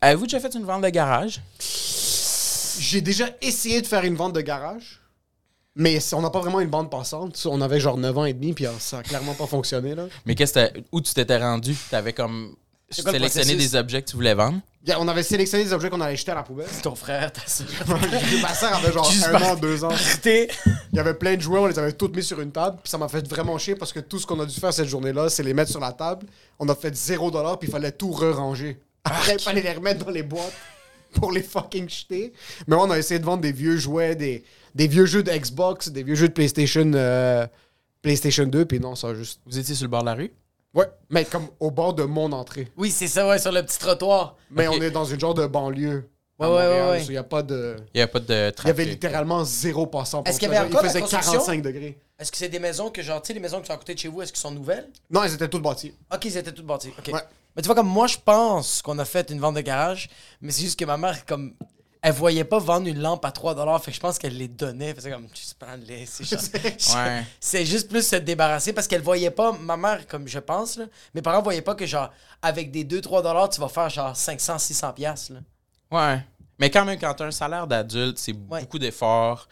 Avez-vous déjà fait une vente de garage? J'ai déjà essayé de faire une vente de garage, mais on n'a pas vraiment une bande passante. On avait genre 9 ans et demi, puis euh, ça a clairement pas fonctionné. Là. Mais qu'est-ce que t'as- où tu t'étais rendu? Tu avais comme quoi le sélectionné processus? des objets que tu voulais vendre? Y a- On avait sélectionné des objets qu'on allait jeter à la poubelle. *laughs* Ton frère, ta *laughs* soeur. Ma sœur avait genre Juste un par- an, deux ans. Il y avait plein de jouets, on les avait toutes mis sur une table, puis ça m'a fait vraiment chier parce que tout ce qu'on a dû faire cette journée-là, c'est les mettre sur la table. On a fait 0 dollar, puis il fallait tout re-ranger. *laughs* Après, il fallait les remettre dans les boîtes *laughs* pour les fucking jeter. Mais on a essayé de vendre des vieux jouets, des, des vieux jeux de Xbox, des vieux jeux de PlayStation, euh, PlayStation 2, puis non, ça a juste. Vous étiez sur le bord de la rue? Ouais, mais comme au bord de mon entrée. Oui, c'est ça, ouais, sur le petit trottoir. Mais Ok. on est dans une genre de banlieue. à Ouais, ouais, Montréal, ouais, ouais. so Il y a pas de. Il n'y avait pas de trafic. Il y avait littéralement zéro passant. pour Est-ce qu'il y ça, avait genre, encore Il la faisait construction? 45 degrés. Est-ce que c'est des maisons que genre, tu sais, les maisons qui sont à côté de chez vous, est-ce qu'elles sont nouvelles? Non, ils étaient tous bâtis. Ok, ils étaient toutes bâties. Ok. Ouais. Mais tu vois, comme moi, je pense qu'on a fait une vente de garage, mais c'est juste que ma mère, comme, elle voyait pas vendre une lampe à 3$, fait que je pense qu'elle les donnait. Faisait comme, tu sais, prends-les, c'est juste- Ouais. C'est juste plus se débarrasser parce qu'elle voyait pas, ma mère, comme je pense, là, mes parents voyaient pas que, genre, avec des 2-3$, tu vas faire genre 500, 600$. piastres, Là. Ouais. Mais quand même, quand tu as un salaire d'adulte, c'est beaucoup d'efforts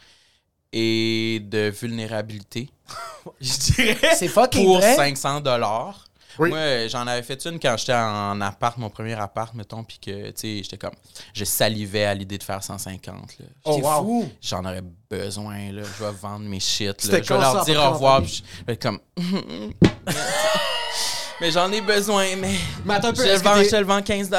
et de vulnérabilité. *laughs* Je dirais. C'est fucking Pour vrai. 500 dollars. Oui. Moi, euh, j'en avais fait une quand j'étais en appart, mon premier appart, mettons, puis que, tu sais, j'étais comme, je salivais à l'idée de faire 150. là. Oh, C'est wow. fou. J'en aurais besoin, là. Je vais vendre mes shit, là. C'était Je vais quand leur ça, dire après, au revoir, en puis je vais être comme... *laughs* mais j'en ai besoin, mais... Mais attends un Je peu, le est-ce vends, que je t'es- le vends 15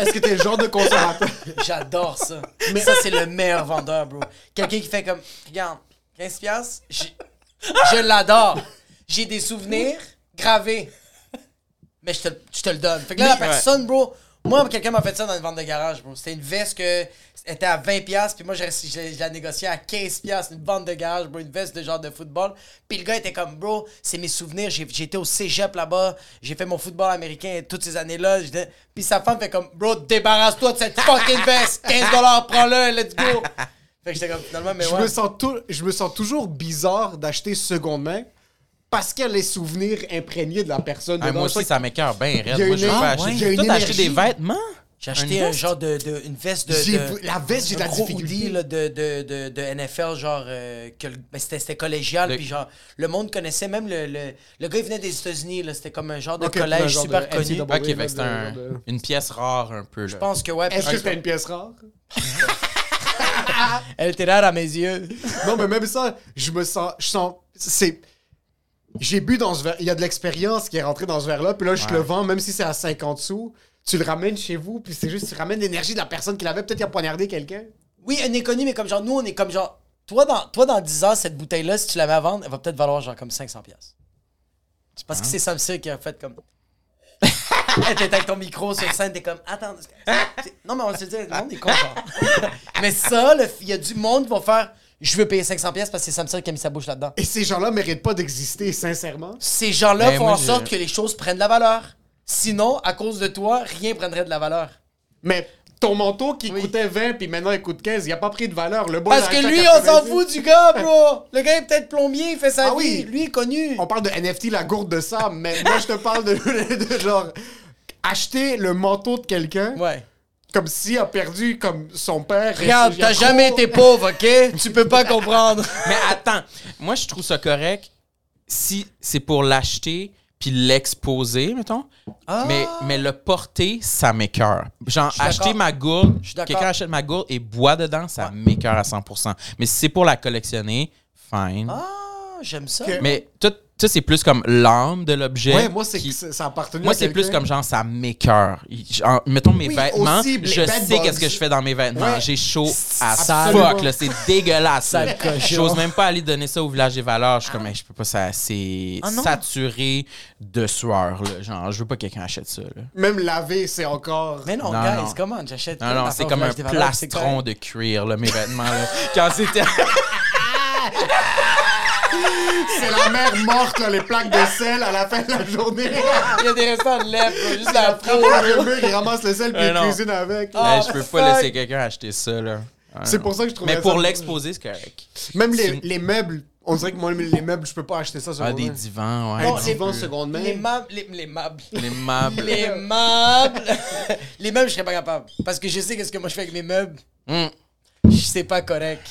est-ce que t'es le genre de consommateur? J'adore ça. Mais ça, c'est le meilleur vendeur, bro. Quelqu'un qui fait comme, regarde, 15 piastres, j'ai- je l'adore. J'ai des souvenirs gravés. Mais je te, je te le donne. Fait que là, la Mais- personne, bro, moi, quelqu'un m'a fait ça dans une vente de garage, bro. C'était une veste que était à 20 piastres, puis moi, je, je- je la négociais à 15 piastres, une vente de garage, bro, une veste de genre de football. Puis le gars était comme, bro, c'est mes souvenirs. J'ai- J'étais au cégep là-bas, j'ai fait mon football américain toutes ces années-là. J'étais- Puis sa femme fait comme, bro, débarrasse-toi de cette fucking veste, 15 dollars, prends-le, let's go. Fait que j'étais comme, finalement, mais je, ouais. me sens tou- je me sens toujours bizarre d'acheter seconde main parce qu'il y a les souvenirs imprégnés de la personne. dedans. Ah, moi aussi, C'est- ça m'écœure bien Il y a raide. Moi, je une- veux pas Ah, acheter. ouais. Il y a une Toi, t'as acheté énergie. des vêtements? J'ai acheté Une un veste? genre de, de- une veste de, j'ai- de- La veste, j'ai de un la gros difficulté. hoodie là, de, de, de, de NFL, genre, euh, que le- ben, c'était c'était collégial, Le- puis genre, le monde connaissait même le, le, le gars, il venait des États-Unis, là, c'était comme un genre de Ok, un collège genre super de connu. NCAA. Je Bon, Ok, oui, fait là, que c'est de- un- de- une pièce rare un peu. Je pense que ouais, Est-ce que puis- c'était une pièce rare? elle était rare à mes yeux. non, mais même ça, je me sens. Je sens. C'est. J'ai bu dans ce verre. Il y a de l'expérience qui est rentrée dans ce verre-là, puis là, je te le Ouais. vends, même si c'est à 50 sous. Tu le ramènes chez vous, puis c'est juste, tu ramènes l'énergie de la personne qu'il avait. Peut-être qu'il a poignardé quelqu'un. Oui, un inconnu, mais comme genre, nous, on est comme genre, toi, dans, toi, dans 10 ans, cette bouteille-là, si tu la mets à vendre, elle va peut-être valoir genre comme 500$. piastres. Parce Hein? que c'est Samsung qui a fait comme. *laughs* T'es avec ton micro sur scène, t'es comme, attends. c'est- Non, mais on va se le dire, le monde est *laughs* content. mais ça, le- il y a du monde qui va faire, je veux payer 500$ piastres parce que c'est Samsung qui a mis sa bouche là-dedans. Et ces gens-là méritent pas d'exister, sincèrement. Ces gens-là Ben, font moi, en j'ai- sorte que les choses prennent de la valeur. Sinon, à cause de toi, rien prendrait de la valeur. Mais ton manteau qui Oui. coûtait 20 puis maintenant il coûte 15, il a pas pris de valeur. Le boy Parce l'a que acheté à lui, on s'en 90. fout du gars, bro. Le gars est peut-être plombier, il fait sa Ah vie. oui. Lui, il est connu. On parle de NFT, la gourde de ça, mais moi je te parle de, de genre acheter le manteau de quelqu'un Ouais. comme s'il a perdu comme son père. Regarde, Il y a t'as trop- jamais été pauvre, *laughs* ok? Tu peux pas comprendre. Mais attends, moi je trouve ça correct si c'est pour l'acheter puis l'exposer, mettons. Mais, mais le porter, ça m'écœure. Genre, suis acheter d'accord. ma gourde, suis d'accord. quelqu'un achète ma gourde et boit dedans, ça m'écœure à 100%. Mais si c'est pour la collectionner, fine. Ah, j'aime ça. Que- Mais tout, tout, c'est plus comme l'âme de l'objet. Ouais, moi c'est qui- que ça ça appartenait Moi, à c'est plus quelqu'un. comme genre, ça m'écœure. Il- genre, Mettons mes Oui, vêtements, aussi, les je bad sais bugs. qu'est-ce que je fais dans mes vêtements. Ouais. J'ai chaud à Absolument. fuck, là. C'est dégueulasse. là. Sale cochon. J'ose même pas aller donner ça au village des valeurs. Je suis comme, Hey, je peux pas, ça, c'est Ah non. saturé de sueur, là. Genre, je veux pas que quelqu'un achète ça, là. Même laver, c'est encore. Mais non, Non, guys, non. comment? J'achète. Non, non, c'est comme un plastron de cuir, là, mes vêtements, là. Quand c'était. C'est la mère morte, là, les plaques de sel à la fin de la journée. Il y a des restants de lèvres, bro, juste la peau. le mur, il ramasse le sel puis Ouais, il Euh, non. Ah. cuisine avec. Hey, je peux pas fuck. laisser quelqu'un acheter ça, là. Ah, C'est non. pour ça que je trouvais Mais pour ça- l'exposer, c'est correct. Même les, C'est- les meubles, on dirait que moi les meubles, je peux pas acheter ça. Ah, seconde des main. divans, ouais. Un Non, les- divan seconde main. Les meubles. Les, les meubles. Les meubles. *laughs* Les meubles. *laughs* les meubles, je serais pas capable. Parce que je sais qu'est-ce que moi je fais avec mes meubles. Hum. Je sais pas correct.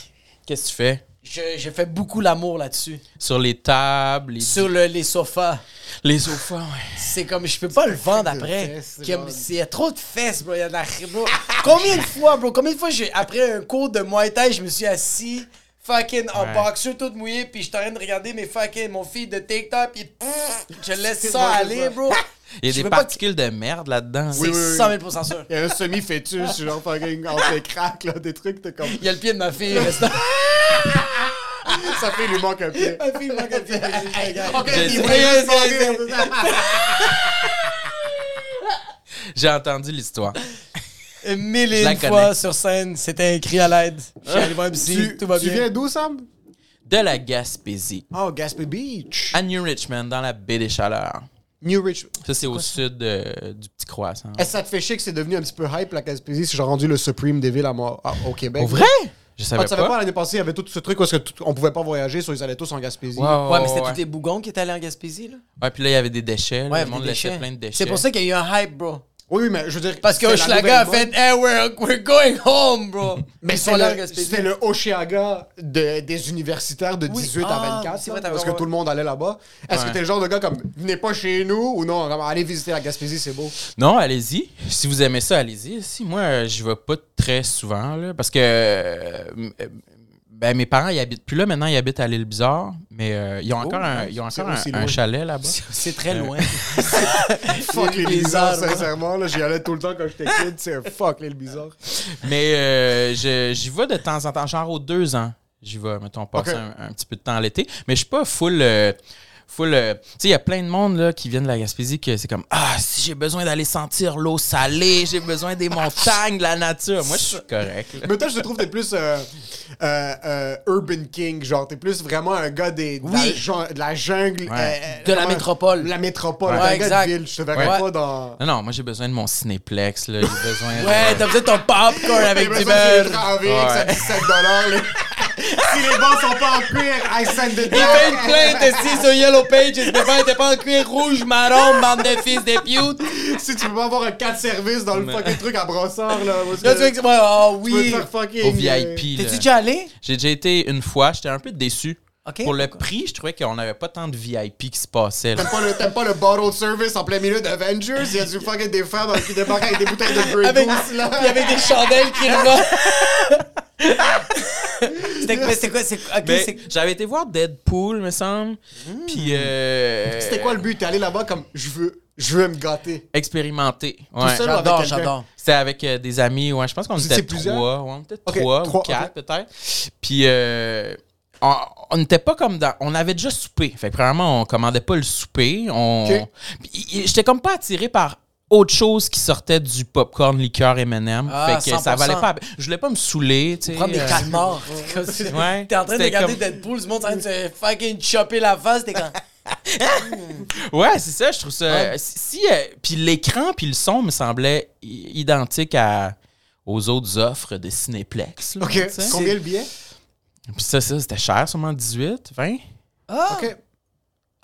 Qu'est-ce que tu fais? Je, je fais beaucoup l'amour là-dessus. Sur les tables, les, Sur le- les sofas. les sofas, ouais. C'est comme, je peux pas le vendre de après. fesses, Qu'il y a- genre. Il y a trop de fesses, bro. Il y a de la... bro. Combien de fois, bro? Combien de fois, j'ai- après un cours de Muay Thai, je me suis assis, fucking en Ouais. boxeur, tout mouillé, puis je suis en train de regarder mes fucking, mon fils de TikTok, puis pff, je laisse ça vrai, c'est aller, ça. bro. Il y a Je des veux pas particules de merde là-dedans. C'est Oui, oui, oui. 100 000 sûr. Il y a un semi-fœtus, genre fucking entre les craques, là, des trucs, t'es comme. Il y a le pied de ma fille, *laughs* restant. Ça fait, il lui manque un pied. ma fille, ma fille, ma fille, regarde. Ok, Je il sais. voulait *laughs* Yes, juste yes, sortir. J'ai entendu l'histoire. Euh, Mille Je et la une connais. fois sur scène, c'était un cri à l'aide. Je suis allé voir un psy, Tu, tout va tu bien. viens d'où, Sam? De la Gaspésie Oh, Gaspé Beach. à New Richmond, dans la baie des Chaleurs. New Rich. Ça, c'est au sud euh, du Petit Croissant. Est-ce que ça te fait chier que c'est devenu un petit peu hype, la Gaspésie, si j'ai rendu le Supreme des villes à moi, à- au Québec? Au vrai? Je Ah, savais tu savais pas. pas, l'année passée, il y avait tout ce truc où est-ce que tout- on pouvait pas voyager, soit ils allaient tous en Gaspésie. Ouais, Oh, Ouais, mais c'était ouais. tous tes bougons qui étaient allés en Gaspésie, là. Ouais, puis là, il y avait des déchets. là. Ouais, le monde des laissait déchets. plein de déchets. C'est pour ça qu'il y a eu un hype, bro. Oui, oui, mais je veux dire. Parce que c'était la Hochelaga a nouvelle fait mode. Hey, we're, we're going home, *laughs* bro. Mais Ils c'est sont là, le, Gaspésie. c'était le Hochelaga de- des universitaires de 18 Ah, à 24. c'est vrai, là, t'avais parce que raison, tout le monde allait là-bas. Est-ce que Ouais. t'es le genre de gars comme venez pas chez nous ou non, vraiment, allez visiter la Gaspésie, *laughs* c'est beau. Non, allez-y. Si vous aimez ça, allez-y. Si moi, euh, j'y vais pas très souvent, là, parce que euh, m- euh, ben, mes parents, ils habitent plus là. Maintenant, ils habitent à l'île Bizarre, mais euh, ils ont encore un, ils ont Oh, c'est encore un, aussi un loin. chalet là-bas. C'est très loin. Fuck les les bizarres, bizarres, sincèrement. là, J'y allais tout le temps quand j'étais kid. C'est un *laughs* fuck les bizarres. mais euh, je- j'y vais de temps en temps, genre aux deux ans. J'y vais, mettons, passer Ok. un, un petit peu de temps l'été. Mais je suis pas full. euh, full euh, tu sais, il y a plein de monde là, qui viennent de la Gaspésie que c'est comme Ah, si j'ai besoin d'aller sentir l'eau salée, j'ai besoin des montagnes, de la nature. Moi, je suis correct. là. Mais toi, je te trouve, t'es plus euh, euh, euh, Urban King. Genre, t'es plus vraiment un gars des, de, la, Oui. jun- de la jungle. Ouais. euh, De la comment- métropole. La métropole. Ouais, t'es un gars exact. de ville. Je te verrais Ouais. pas dans. Non, non, moi j'ai besoin de mon cinéplex, là. J'ai besoin de- Ouais, t'as besoin de ton popcorn *laughs* avec J'ai du besoin que beurre. j'ai le travail, que ça Ouais. 17 dollars. là. si les bancs sont pas en cuir, I send it Il fait une back. plainte ici sur Yellow Pages. Le vin était pas en cuir rouge, marron, bande de fils de pute. Si tu peux pas avoir un 4 services dans le fucking truc à brossard, là. parce Là, que tu veux que- ouais, oh tu peux te oui. faire fucking. Au euh, VIP. là. T'es-tu déjà allé? J'ai déjà été une fois, j'étais un peu déçu. Ok. Pour le prix, je trouvais qu'on n'avait pas tant de VIP qui se passait. là. T'aimes pas, le, t'aimes pas le bottle service en plein milieu d'Avengers? Il y a du fucking des femmes qui débarquent avec des bouteilles de Grey Avec, Goose, là. il y avait des chandelles qui remontent. *laughs* C'était quoi? C'est quoi? C'est ok, Mais c'est- j'avais été voir Deadpool, me semble. Puis. euh, Hmm. C'était quoi le but? T'es allé là-bas comme je veux, je veux me gâter. Expérimenter. Tout Ouais. seul ou avec J'adore, quelqu'un? j'adore. C'était avec euh, des amis, ouais. Je pense qu'on Vous était étiez plusieurs? trois. ouais, on était Ok, trois trois, ou ok. quatre, peut-être. Puis, euh, on on n'était pas comme dans. On avait déjà soupé. Fait que, premièrement, on commandait pas le souper. On... Ok. Puis, y- y- j'étais comme pas attiré par autre chose qui sortait du popcorn, liqueur, M&M. Ah, fait que ça 100%. valait pas. Je voulais pas me saouler, tu sais. Prendre des euh, quatre morts. T'es comme- Ouais. T'es en train de C'était regarder comme- Deadpool, du monde en train de se fucking choper la face. T'es comme. Ouais, c'est ça, je trouve ça. Si, si, euh, puis l'écran, puis le son me semblait i- identique à aux autres offres de Cinéplex. là, Ok. tu sais. Combien le billet? Puis ça, ça c'était cher, sûrement 18, 20. Ah! Ok.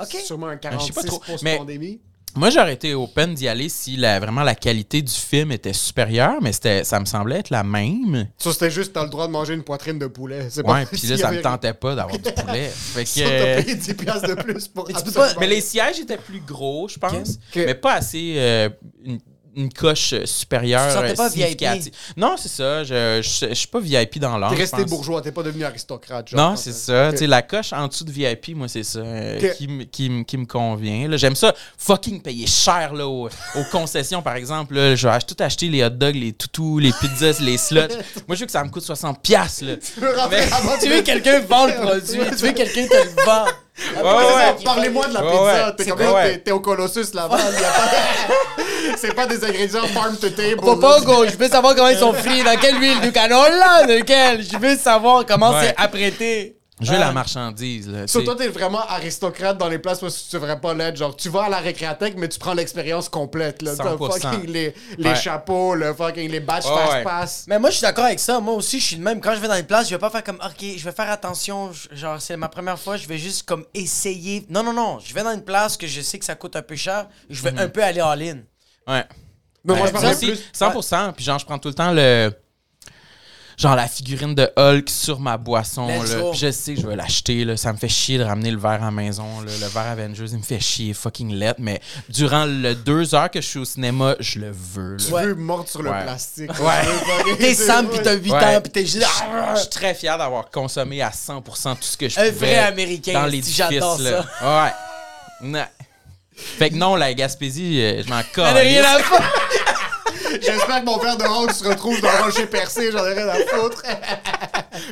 Ok. Sûrement un je sais pas trop, 46 mais- pandémie. Moi, j'aurais été open d'y aller si la, vraiment la qualité du film était supérieure, mais c'était, ça me semblait être la même. Ça, c'était juste t'as le droit de manger une poitrine de poulet. C'est Ouais, *laughs* pas- puis s'il là, y ça avait- me tentait pas d'avoir du poulet. *laughs* Fait que, Ça, t'as euh, payé 10 piastres de plus pour Mais tu peux absolument pas- mais les sièges étaient plus gros, je pense, Ok. mais pas assez euh, une, une coche euh, supérieure. Tu te sentais euh, pas VIP? significative. Non, c'est ça. Je, je, je suis pas VIP dans l'âme. T'es je resté pense. bourgeois, t'es pas devenu aristocrate. genre. Non, c'est ça. Ok. Tu sais, la coche en dessous de VIP, moi, c'est ça euh, Ok. qui, me- qui, me- qui me convient. là. J'aime ça fucking payer cher là, aux, aux concessions, par exemple. Là, je vais ach- tout acheter les hot dogs, les toutous, les pizzas, les slots. *laughs* Moi, je veux que ça me coûte 60$. piastres, Là. Tu veux rentrer Mais- là-bas, Tu veux que quelqu'un vend le produit. Tu veux que quelqu'un te le vend. ouais, ouais. Parlez-moi de la Ouais, pizza. ouais. T'es C'est comme vrai, là, ouais. t'es- t'es au Colossus là-bas. y a pas- *laughs* c'est pas des ingrédients farm to table. Faut là. pas go, je veux savoir comment ils sont frits, dans quelle huile du canola, de quelle. Je veux savoir comment Ouais. c'est apprêté. Je veux Ah. la marchandise. Là, tu Sur sais. toi, t'es vraiment aristocrate dans les places où tu devrais pas l'être. Genre, tu vas à la récréathèque, mais tu prends l'expérience complète. Là. T'as 100%. fucking les, les Ouais. chapeaux, le fucking les badges Ouais, ouais. passe-passe. Mais moi, je suis d'accord avec ça. Moi aussi, je suis le même. Quand je vais dans les places, je vais pas faire comme, OK, je vais faire attention. Je- Genre, c'est ma première fois, je vais juste comme essayer. Non, non, non. Je vais dans une place que je sais que ça coûte un peu cher. Je Mhm. vais un peu aller en ligne. Ouais. Mais moi, Ouais, je parlais ça, plus. c'est 100%. Puis genre, je prends tout le temps le. Genre la figurine de Hulk sur ma boisson. Let's là. go. Puis je sais que je vais l'acheter. là. Ça me fait chier de ramener le verre à la maison. là. Le verre Avengers, il me fait chier. Fucking let. Mais durant le deux heures que je suis au cinéma, je le veux. là. Tu Ouais. veux mordre sur le Ouais. plastique. *laughs* T'es Sam, pis t'as 8 Ouais. ans, pis t'es juste. Je suis très fier d'avoir consommé à 100% tout ce que je Un pouvais. vrai Américain, Dans esti, l'édifice. j'adore là. Ouais. Ouais. Fait que non, la Gaspésie, euh, je m'en T'en as rien calisse. à faire. J'espère que mon verre de rose se retrouve dans Rocher Percé. J'en ai rien à foutre.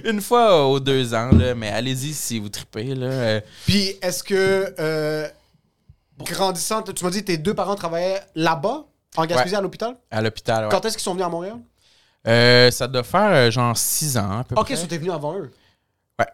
Une fois aux deux ans, là, mais allez-y si vous tripez. Là. Euh, Puis, est-ce que. euh, grandissant, tu m'as dit tes deux parents travaillaient là-bas, en Gaspésie, à l'hôpital. à l'hôpital, ouais. Quand est-ce qu'ils sont venus à Montréal Euh, ça doit faire euh, genre 6 ans à peu Ok, près. ils sont venus avant eux. Ouais.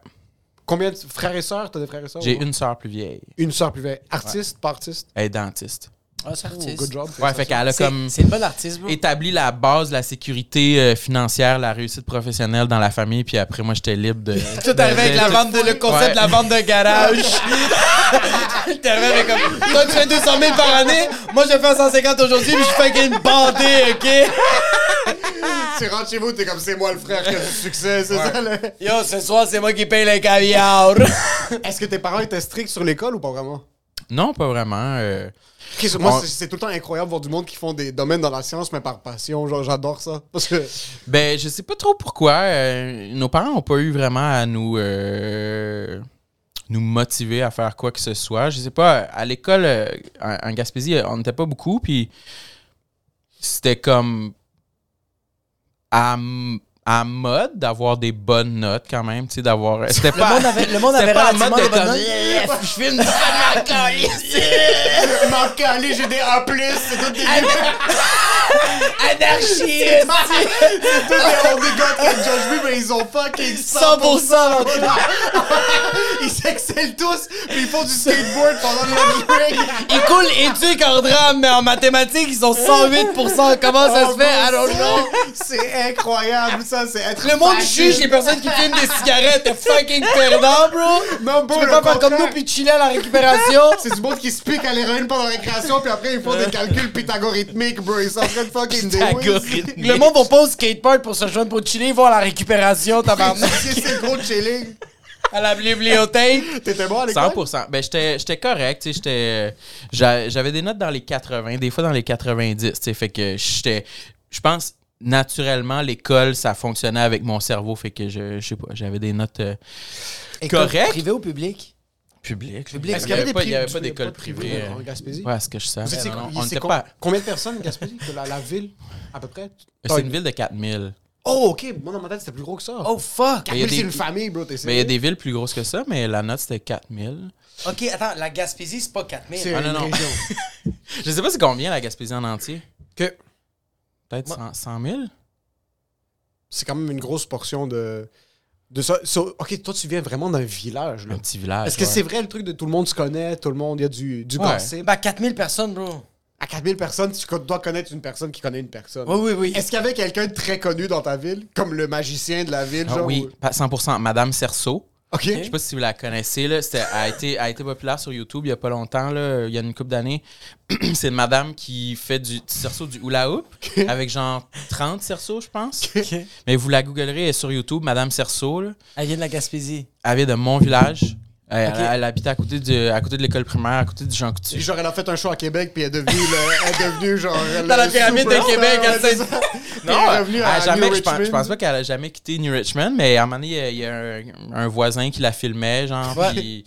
Combien de frères et sœurs T'as des frères et sœurs J'ai ou- une sœur plus vieille. Une sœur plus vieille. Artiste, pas artiste. Elle est dentiste. Ah, c'est Oh, artiste. good job. Ouais, fait qu'elle a C'est- comme C'est une bonne artiste, bro. établi la base, la sécurité euh, financière, la réussite professionnelle dans la famille, puis après, moi, j'étais libre de. *laughs* Tout arrivé avec la vente de, le concept Ouais. de la vente de garage. T'es arrivé avec comme, toi tu fais 200 000 par année, moi je fais 150 aujourd'hui, mais je fais qu'une bandée, ok? Tu rentres chez vous, t'es comme c'est moi le frère qui a du succès, c'est ça le... Yo, ce soir c'est moi qui paye le caviar. Est-ce que tes parents étaient stricts sur l'école ou pas vraiment? *laughs* Non, pas vraiment. euh, Qu'est-ce- Moi, On- c'est- c'est tout le temps incroyable voir du monde qui font des domaines dans la science, mais par passion. Genre, j'adore ça. Parce que. Ben, je sais pas trop pourquoi. euh, nos parents ont pas eu vraiment à nous, euh, nous motiver à faire quoi que ce soit. Je sais pas, à l'école, euh, en en Gaspésie, euh, on n'était pas beaucoup, puis c'était comme à, m- à mode d'avoir des bonnes notes quand même, tu sais, d'avoir... C'était Le pas... monde avait, le monde c'était avait pas en relativement mode des de bonnes comme, notes. Yeah, je filme M'en caler, j'ai des A, c'est tout Ah des. *laughs* Anarchiste! C'est tout des. Oh On dégote avec Josh B, mais ils ont fucking 100%. 100%! *laughs* Ils excellent tous, mais ils font du skateboard pendant le break. *laughs* Ils coulent éduque en drame, mais en mathématiques, ils ont 108%. Comment ça se fait? I don't know. C'est incroyable, ça, c'est être. Le monde fasciste. juge les personnes qui fument des cigarettes. T'es fucking perdant, bro! Non, bon, Tu peux le pas faire comme contraire. nous puis chiller à la récupération. C'est du monde qui se pique à l'héroïne pendant la récréation, puis après ils font des calculs pythagorithmiques, bro. Ils sont en train de *laughs* fucking des *laughs* Le monde va pas au skatepark pour se joindre pour chiller, ils vont à la récupération, tabarnak. *laughs* C'est gros chilling. à la bibliothèque. T'étais bon à l'école? 100%. Ben, j'étais j'étais correct, tu sais, j'étais... j'a- J'avais des notes dans les 80, des fois dans les 90, tu sais, fait que j'étais... Je pense, naturellement, l'école, ça fonctionnait avec mon cerveau, fait que je, je sais pas, j'avais des notes euh, Correct. Privé ou public? publiques. Publiques. Parce qu'il y avait Ben, pas- il y avait pas d'école privée. en Gaspésie? euh, Ouais, à ce que je sais. Vous étiez- Non, non, il- on c'est était com- pas... Combien de personnes, Gaspésie? Que La, la ville, à peu près? C'est une ville de 4000. Oh, OK. Moi, dans ma tête, c'était plus gros que ça. Oh fuck! Mais il y a Mais c'est des- une famille, bro. T'es Mais Ben, il y a sérieux? des villes plus grosses que ça, mais la note, c'était 4000. Ok, attends, la Gaspésie, c'est pas 4000. C'est Ah, une non, non. région. Je sais pas c'est combien, la Gaspésie en entier. Que- Peut-être 100, 000? C'est quand même une grosse portion de... De ça. So, OK, toi, tu viens vraiment d'un village, là. Un petit village. Est-ce que ouais. c'est vrai le truc de tout le monde se connaît, tout le monde, il y a du, du Ouais. gossip? Bah, 4000 personnes, bro. À 4000 personnes, tu co- dois connaître une personne qui connaît une personne. Oh, Oui, oui, oui. Est-ce qu'il y avait quelqu'un de très connu dans ta ville, comme le magicien de la ville, Ah genre? oui, ou- pas 100%. Madame Cerceau. OK. Je sais pas si vous la connaissez, là. C'était, elle, a été, elle a été populaire sur YouTube il y a pas longtemps, là, il y a une couple d'années. *clears throat* C'est une madame qui fait du petit cerceau du hula hoop avec genre 30 cerceaux, je pense. Ok. Mais vous la googlerez elle est sur YouTube, Madame Cerceau. Là. Elle vient de la Gaspésie. Elle vient de mon village. Elle, Ok. elle- elle habitait à côté, de, à côté de l'école primaire, à côté du Jean Puis Coutu. genre, elle a fait un show à Québec, puis elle est devenue, le- elle est devenue genre... Dans la pyramide de Québec, elle s'est- *laughs* Non, elle est revenue elle à, a jamais, New je, pense, je Richmond. pense pas qu'elle a jamais quitté New Richmond, mais à un moment donné, il y a- il y, a un, un voisin qui la filmait, genre, Ouais. puis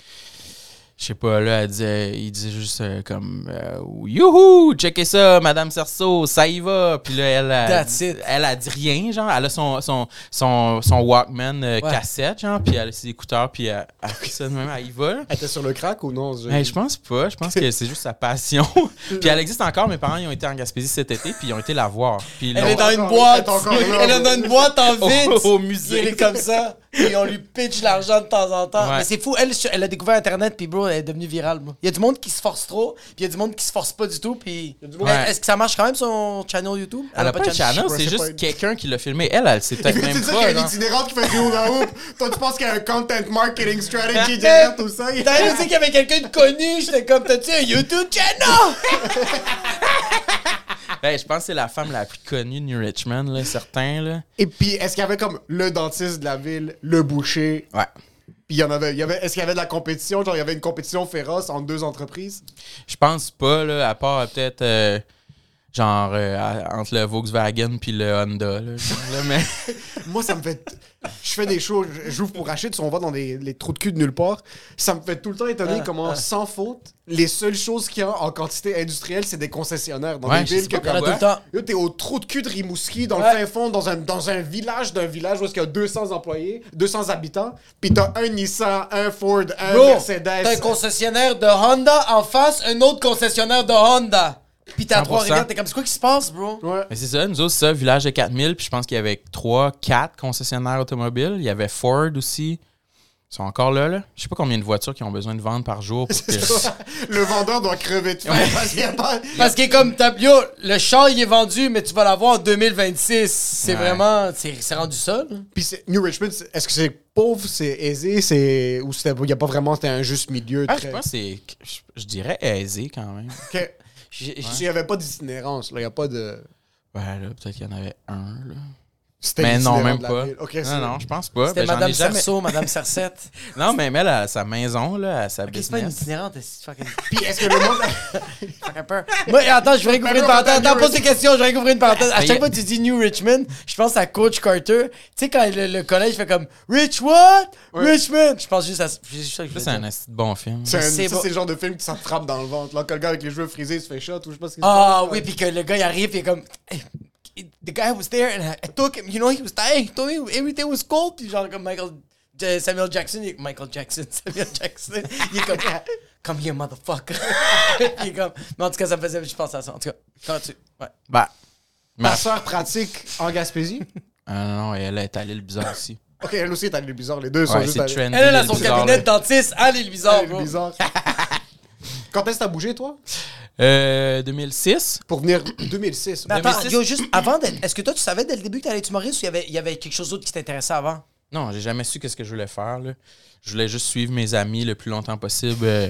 je sais pas, là, elle disait, il disait juste euh, comme euh, Youhou, checkez ça, Madame Cerceau, ça y va. Puis là, elle a, That's it. elle a dit rien, genre, elle a son, son, son, son Walkman euh, Ouais. cassette, genre, puis elle a ses écouteurs, puis elle, elle fait ça de même, elle y va. là. Elle était sur le crack ou non? Hey, je pense pas, je pense que c'est juste *laughs* sa passion. puis elle existe encore, mes parents ils ont été en Gaspésie cet été, puis ils ont été la voir. Puis ils Elle l'ont- est dans Elle est une boîte. boîte. encore là. *laughs* Elle est dans une boîte en Au- vide. au musée. musée. Elle est comme ça. Et on lui pitch l'argent de temps en temps. Ouais. Mais c'est fou. Elle, elle a découvert Internet, puis bro, elle est devenue virale. bro. Il y a du monde qui se force trop, puis il y a du monde qui se force pas du tout. Puis y a du monde- Est-ce que ça marche quand même son channel YouTube? Elle a pas de channel, sais pas, c'est c'est pas juste une- quelqu'un qui l'a filmé. Elle, elle *laughs* sait peut-être Tu même dis qu'il y a pas. une genre. itinérante qui fait du hula hoop. Toi, tu penses qu'il y a un content marketing *laughs* strategy derrière tout ça? Il- T'as dit qu'il y avait quelqu'un de connu. J'étais comme, t'as-tu un YouTube channel? Hey, Ben, je pense que c'est la femme la plus connue de New Richmond, là, certain. Là. Et puis, est-ce qu'il y avait comme le dentiste de la ville, le boucher? Ouais. Puis, il y en avait, il y avait est-ce qu'il y avait de la compétition? Genre, il y avait une compétition féroce entre deux entreprises? Je pense pas, là, à part euh, peut-être euh, genre euh, à- entre le Volkswagen puis le Honda. Là, genre, là, *laughs* mais Moi, ça me fait. Je fais des shows, je- j'ouvre pour Rachid, si on va dans des, les trous de cul de nulle part. Ça me fait tout le temps Ah. étonner comment, sans faute, les seules choses qu'il y a en quantité industrielle, c'est des concessionnaires dans Ouais, des je villes sais que pas comme. pourquoi. temps. Là, t'es au trou de cul de Rimouski, dans Ouais. le fin fond, dans un, dans un village d'un village où est-ce qu'il y a 200 employés, 200 habitants, pis t'as un Nissan, un Ford, un Bro, T'as un Mercedes. concessionnaire de Honda en face, un autre concessionnaire de Honda. Puis t'es à 100%. Trois-Rivières, t'es comme, c'est quoi qui se passe, bro? Ouais. mais c'est ça, nous autres, c'est ça, village de 4000, puis je pense qu'il y avait 3, 4 concessionnaires automobiles. Il y avait Ford aussi. Ils sont encore là, là. Je sais pas combien de voitures qui ont besoin de vendre par jour *laughs* pour que- *laughs* Le vendeur doit crever de faim parce qu'il n'y a pas. Parce qu'il est comme Tabio, le char il est vendu, mais tu vas l'avoir en 2026. C'est Ouais. vraiment. C'est c'est rendu ça, là. Puis c'est- New Richmond, c'est- est-ce que c'est pauvre, c'est aisé, c'est. Ou c'était- il n'y a pas vraiment, c'était un juste milieu. Ah, je très... pense que c'est. Je, je dirais aisé quand même. Ok. J'ai- Il n'y avait pas d'itinérance, là. Il n'y a pas de. Ouais, là, peut-être qu'il y en avait un, là. C'était Mais non, l'itinérant même de la pas. ville. Ok, c'est- non, non, je pense pas. C'était Ben, j'en ai Madame jamais- Sarceau, Madame *laughs* Sarcette. Non, mais elle à sa maison, là, à sa Ok, c'est pas une business. itinérante, c'est fucking Puis est-ce que le monde. fucking peur. *laughs* Moi, attends, je vais récouvrir une Mais non, parenthèse. attends, Attends, New pose des questions, je vais récouvrir une parenthèse. À Mais chaque y a- fois que tu dis New Richmond, je pense à Coach Carter. Tu sais, quand le, le collège fait comme Rich what? Richmond. Je pense juste à. C'est juste ça que je Ça, voulais c'est un dire. asti de bon film. C'est un- c'est ça, bon. c'est le genre de film qui s'attrape dans le ventre. Là, que le gars avec les cheveux frisés il se fait shot ou je sais pas ce qu'il Ah oui, puis que le gars il arrive, puis il est comme. The guy was there and I- I took him, you know, he was dying, told me everything was cold, puis genre comme Michael J- Samuel Jackson, il- Michael Jackson, *laughs* Samuel Jackson, il est comme. Come here, motherfucker. *laughs* Puis il est comme. Mais en tout cas, ça me faisait. Je pense à ça. En tout cas, quand tu. Ouais. Bah. Ma... Ma soeur pratique en Gaspésie. Ah, non, non, elle est allée le bizarre aussi. *laughs* ok, elle aussi est allée bizarre. Les deux sont Ouais, juste c'est allés. trendy. Elle, elle a le son bizarre, cabinet de là. dentiste à l'île bizarre, allés bro. bizarre. Quand est-ce que t'as bougé, toi Euh, 2006. Pour venir 2006. Mais attends, 2006. yo, juste avant d'être. Est-ce que toi, tu savais dès le début que t'allais être humoriste ou il y avait, il y avait quelque chose d'autre qui t'intéressait avant? Non, j'ai jamais su qu'est-ce que je voulais faire. là. Je voulais juste suivre mes amis le plus longtemps possible euh,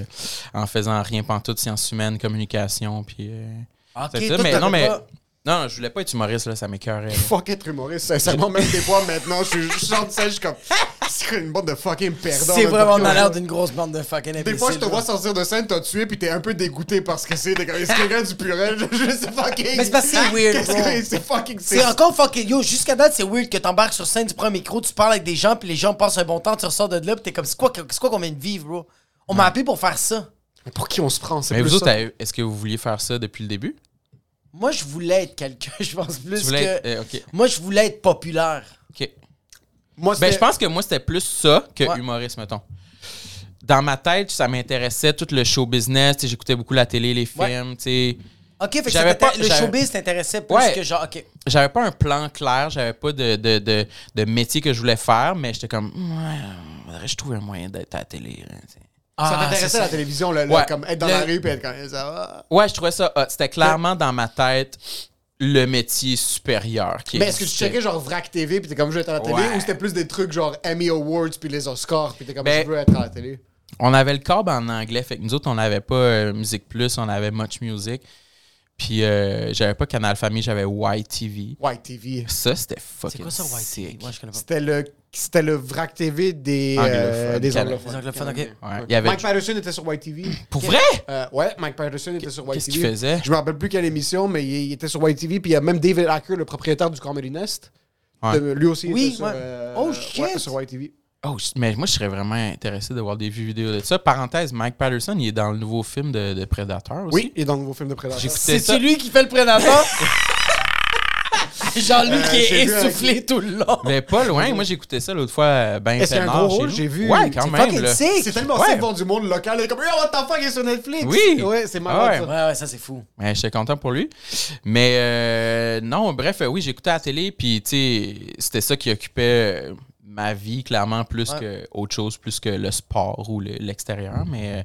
en faisant rien pantoute, sciences humaines, communication, puis... euh, Ok, c'est ça. toi, mais t'avais non, mais... pas- Non, je voulais pas être humoriste, là, ça m'écœurait. là. Fuck être humoriste, sincèrement, même des fois maintenant, je suis- je sors de ça, je suis comme. ah, C'est une bande de fucking perdants. C'est là, vraiment on de- a l'air d'une grosse bande de fucking imbéciles. Des fois, je te là. vois sortir de scène, t'as tué, puis t'es un peu dégoûté parce que c'est. t'es comme, Est-ce que quelqu'un du purel Je sais fucking. Mais c'est parce que c'est weird, Qu'est-ce bro. que- C'est fucking. C'est encore fucking. Yo, jusqu'à date, c'est weird que t'embarques sur scène, tu prends un micro, tu parles avec des gens, puis les gens passent un bon temps, tu ressors de là, puis t'es comme, c'est quoi que- c'est quoi qu'on vient de vivre, bro? On m'a appelé pour faire ça. Mais Pour qui on se prend C'est Mais plus vous autres, ça. avez- est-ce que vous vouliez faire ça depuis le début? Moi, je voulais être quelqu'un, *laughs* je pense plus Tu voulais que. être- euh, OK. Moi, je voulais être populaire. OK. Moi, Ben, c'était- je pense que moi, c'était plus ça que Ouais. humoriste, mettons. Dans ma tête, ça m'intéressait tout le show business. tu sais, J'écoutais beaucoup la télé, les Ouais. films. tu sais. Ok, fait que J'avais ça t'inté- pas- le j'avais- showbiz t'intéressait plus Ouais. que genre, ok. J'avais pas un plan clair, j'avais pas de, de, de, de métier que je voulais faire, mais j'étais comme, ouais, faudrait que je trouve un moyen d'être à la télé. là, tu sais. Ça Ah, t'intéressait c'est la télévision, là, là, Ouais. comme être dans Le- la rue, puis être comme. Ça va. Ouais, je trouvais ça hot. C'était clairement dans ma tête le métier supérieur. Qui Mais Ben, est-ce que tu existait. checkais genre Vrac TV puis t'es comme je veux être à la télé Ouais. ou c'était plus des trucs genre Emmy Awards puis les Oscars puis t'es comme Ben- je veux être à la télé? On avait le câble en anglais, fait que nous autres, on n'avait pas euh, Musique Plus, on avait Much Music. Puis euh, j'avais pas Canal Famille, j'avais YTV. White TV. Ça, c'était fucking C'est quoi ça, sick. YT? Moi, je connais pas. C'était le c'était le Vrac TV des Anglophones, euh, des Canada. anglophones. Les anglophones, ok. Ouais, il y avait Mike Patterson était sur White TV. Pour vrai? Euh, ouais, Mike Patterson était sur White Qu'est-ce TV. qu'il faisait? Je me rappelle plus quelle émission, mais il, il était sur White TV. Puis il y a même David Acker, le propriétaire du Comedy Nest. Ouais. de- lui aussi Oui, était sur, ouais. euh, Oh, ouais, shit! sur White TV. Oh, je- mais moi, je serais vraiment intéressé de voir des vues vidéo de ça. Parenthèse, Mike Patterson, il est dans le nouveau film de, de Predator aussi. Oui, il est dans le nouveau film de Predator. J'écoutais C'est ça. celui qui fait le *laughs* prédateur? Jean-Luc Euh, qui est j'ai vu avec- essoufflé tout le long. Mais pas loin. Moi, j'écoutais ça l'autre fois, euh, ben Est-ce qu'il y a un peinard gros chez rôle? nous. J'ai vu. Ouais, quand C'est même. fucking là. sick. C'est tellement Ouais. safe vendre du monde local. Il est comme, yo, what the fuck, il est sur Netflix. Oui. Ouais, c'est marrant. Ouais. ça. Ouais, ouais, ça c'est fou. Mais j'étais content pour lui. Mais euh, non, bref, euh, oui, j'écoutais la télé, puis tu sais, c'était ça qui occupait euh, ma vie, clairement, plus que autre chose, plus que le sport ou le- l'extérieur. Mais euh,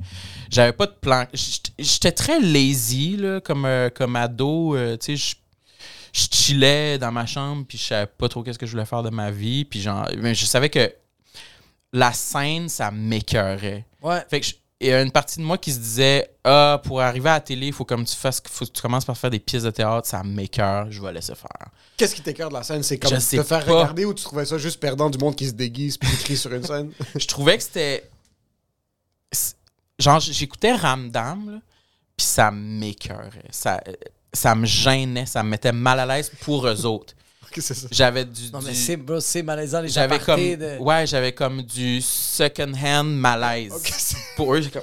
j'avais pas de plan. J'étais- J'étais très lazy, là, comme, euh, comme ado. euh, tu sais, je je chillais dans ma chambre, puis je savais pas trop qu'est-ce que je voulais faire de ma vie. Puis genre, mais je savais que la scène, ça m'écœurait. Ouais. Fait que je- il y a une partie de moi qui se disait Ah, pour arriver à la télé, il faut comme tu fasses faut que tu commences par faire des pièces de théâtre, ça m'écœure, je vais laisser faire. Qu'est-ce qui t'écœure de la scène? C'est comme Je te sais faire pas. regarder ou tu trouvais ça juste perdant du monde qui se déguise puis qui crie sur une scène? *laughs* Je trouvais que c'était. c'est- Genre, j'écoutais Ramdam, là, puis ça m'écœurait. Ça, ça me gênait, ça me mettait mal à l'aise pour eux autres. Ok, c'est ça. J'avais du. Non, mais du- c'est, bro, c'est malaisant, les J'avais comme, apartés de- ouais, j'avais comme du second hand malaise. c'est- Pour eux, j'ai comme,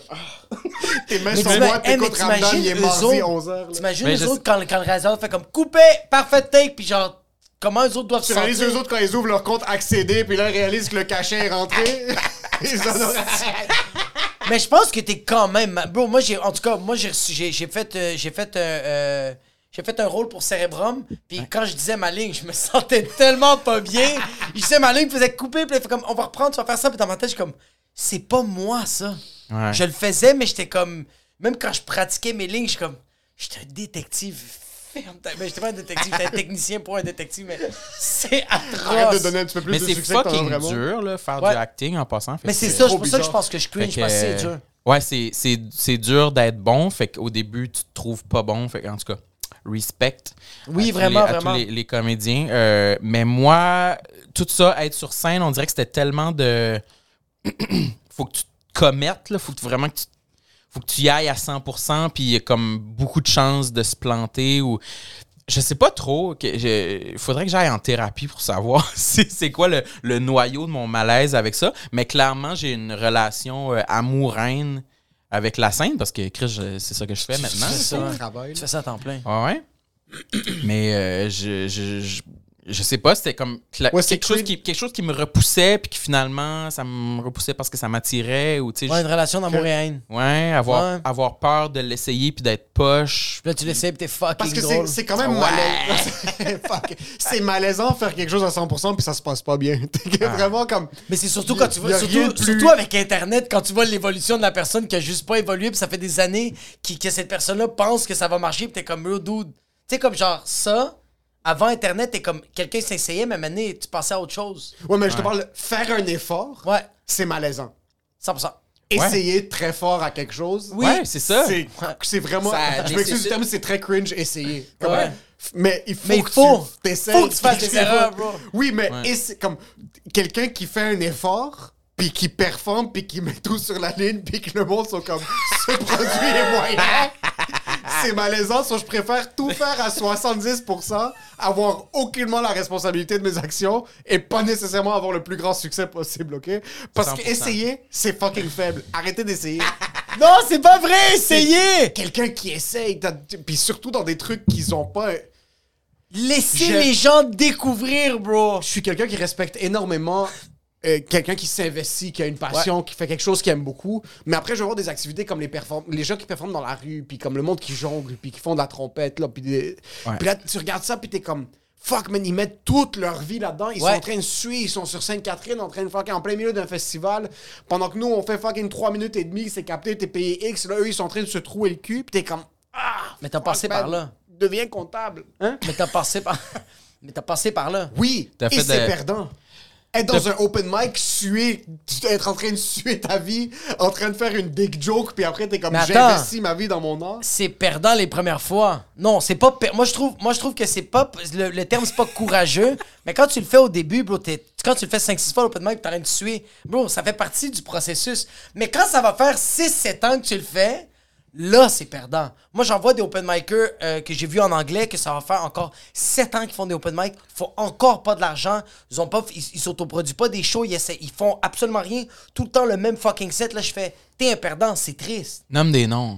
Tes mains Mais sont tu moi, vois, hey, t'écoutes mais Ramdan, il est t'imagines mardi eux autres- 11h. T'imagines Mais les je sais- autres quand, quand le réalisateur fait comme couper, parfait take, puis genre, comment eux autres doivent se Tu réalises sentir? eux autres quand ils ouvrent leur compte accédé, puis là, ils réalisent que le cachet est rentré. Ah, *laughs* ils en ont- Mais je pense que t'es quand même. Bro, moi, j'ai. En tout cas, moi, j'ai reçu- j'ai j'ai fait. euh, j'ai fait un. euh, j'ai fait un rôle pour Cérébrum, puis quand je disais ma ligne, je me *laughs* sentais tellement pas bien. je disais ma ligne, me faisait couper, puis il fait comme, on va reprendre, tu vas faire ça, puis dans ma tête, je suis comme, c'est pas moi, ça. Ouais. Je le faisais, mais j'étais comme. Même quand je pratiquais mes lignes, je suis comme. J'étais un détective. Ferme ta- Ben, j'étais pas un détective, j'étais un technicien pour un détective, mais c'est Arrête de atroce. donner un petit peu plus Mais de c'est succès que t'en as fucking vraiment. dur, là, faire Ouais. du acting en passant. Fait Mais que- c'est ça, c'est pour ça que bizarre. je pense que je cringe, Fait parce que c'est que, euh, dur. Ouais, c'est, c'est, c'est dur d'être bon. Fait qu'au début, tu te trouves pas bon. Fait qu'en tout cas, respect. Oui, à tous vraiment, les- à vraiment. tous les, les comédiens. Euh, mais moi, tout ça, être sur scène, on dirait que c'était tellement de. *clears throat* faut que tu te commettes, là. Faut que tu- vraiment que tu. Faut que tu y ailles à 100%, puis il y a comme beaucoup de chances de se planter ou. Je sais pas trop. que- je- Il faudrait que j'aille en thérapie pour savoir *laughs* si- c'est quoi le, le noyau de mon malaise avec ça. Mais clairement, j'ai une relation euh, amoureuse avec la scène parce que Chris, je- c'est ça que je fais maintenant. fais ça, tu sais. hein? Travail, Tu fais ça à temps plein. Ouais, ouais. *clears throat* Mais euh, je, je, je, je sais pas, c'était comme cla- Ouais, c'est quelque, chose Creed. qui, quelque chose qui me repoussait, puis qui finalement, ça me repoussait parce que ça m'attirait, ou tu sais, Ouais, je- une relation d'amour et haine. ouais, avoir, Ouais. avoir peur de l'essayer puis d'être poche. Puis là, tu l'essayes, puis t'es fucking Parce que c'est- drôle. c'est quand même malaisant. *laughs* Fuck. c'est malaisant faire quelque chose à 100% puis ça se passe pas bien. *laughs* T'es Ah. que vraiment comme. Mais c'est surtout Y a- quand tu y a vois, rien surtout, de plus- surtout avec Internet, quand tu vois l'évolution de la personne qui a juste pas évolué, puis ça fait des années qui- que cette personne-là pense que ça va marcher, puis t'es comme, real dude. Tu sais, comme genre ça, avant Internet, t'es comme, quelqu'un s'essayait, mais maintenant, tu passais à autre chose. Ouais, mais je te parle, faire un effort, Ouais, c'est malaisant. 100%. Essayer très fort à quelque chose. Oui. Ouais, c'est ça. C'est c'est vraiment. *laughs* Ça je m'excuse nécessite- du terme, c'est très cringe essayer. Comme, Ouais. f- Mais il faut Mais il que faut. tu t'essayes. Faut que tu fasses *laughs* des erreurs, bro. Oui, mais Ouais. essa- comme quelqu'un qui fait un effort, puis qui performe, puis qui met tout sur la ligne, puis que le monde sont comme *laughs* ce produit *laughs* est moyen. C'est malaisant, so je préfère tout faire à 70%, avoir aucunement la responsabilité de mes actions et pas nécessairement avoir le plus grand succès possible, ok? Parce 100%. que essayer, c'est fucking faible. Arrêtez d'essayer. Non, c'est pas vrai, essayez! quelqu'un qui essaye, t'as- t- puis surtout dans des trucs qu'ils ont pas. Laissez Je- les gens découvrir, bro. Je suis quelqu'un qui respecte énormément. euh, quelqu'un qui s'investit, qui a une passion, qui fait quelque chose qu'il aime beaucoup. Mais après, je vais voir des activités comme les, perform les gens qui performent dans la rue, puis comme le monde qui jongle, puis qui font de la trompette, là, puis, des- Ouais. puis là, tu regardes ça, puis t'es comme... Fuck, man, ils mettent toute leur vie là-dedans. Ils Ouais. sont en train de suer, ils sont sur Sainte-Catherine, en train de fucking en plein milieu d'un festival. Pendant que nous, on fait fucking 3 minutes et demie, c'est capté, t'es payé X. Là, eux, ils sont en train de se trouer le cul, puis t'es comme... Ah! Mais t'as fuck, passé par man, là. Deviens comptable. Hein? Mais t'as passé par... *laughs* Mais t'as passé par là. Oui, T'as et fait c'est de- perdant. Être dans un open mic, suer, tu- être en train de suer ta vie, en train de faire une dick joke, puis après t'es comme Mais attends. j'investis ma vie dans mon art. c'est perdant les premières fois. Non, c'est pas. per- Moi, je trouve, moi, je trouve que c'est pas. Le, le terme, c'est pas courageux. mais quand tu le fais au début, bro, t'es- quand tu le fais 5-6 fois, l'open mic, t'as rien de suer. Bro, ça fait partie du processus. Mais quand ça va faire 6-7 ans que tu le fais, là, c'est perdant. Moi, j'en vois des open micers euh, que j'ai vus en anglais que ça va faire encore 7 ans qu'ils font des open mic. Ils font encore pas de l'argent. Ils ont pas, ils ils s'autoproduisent pas des shows. Ils, essaient- ils font absolument rien. Tout le temps le même fucking set. Là, je fais, t'es un perdant, c'est triste. Nomme des noms.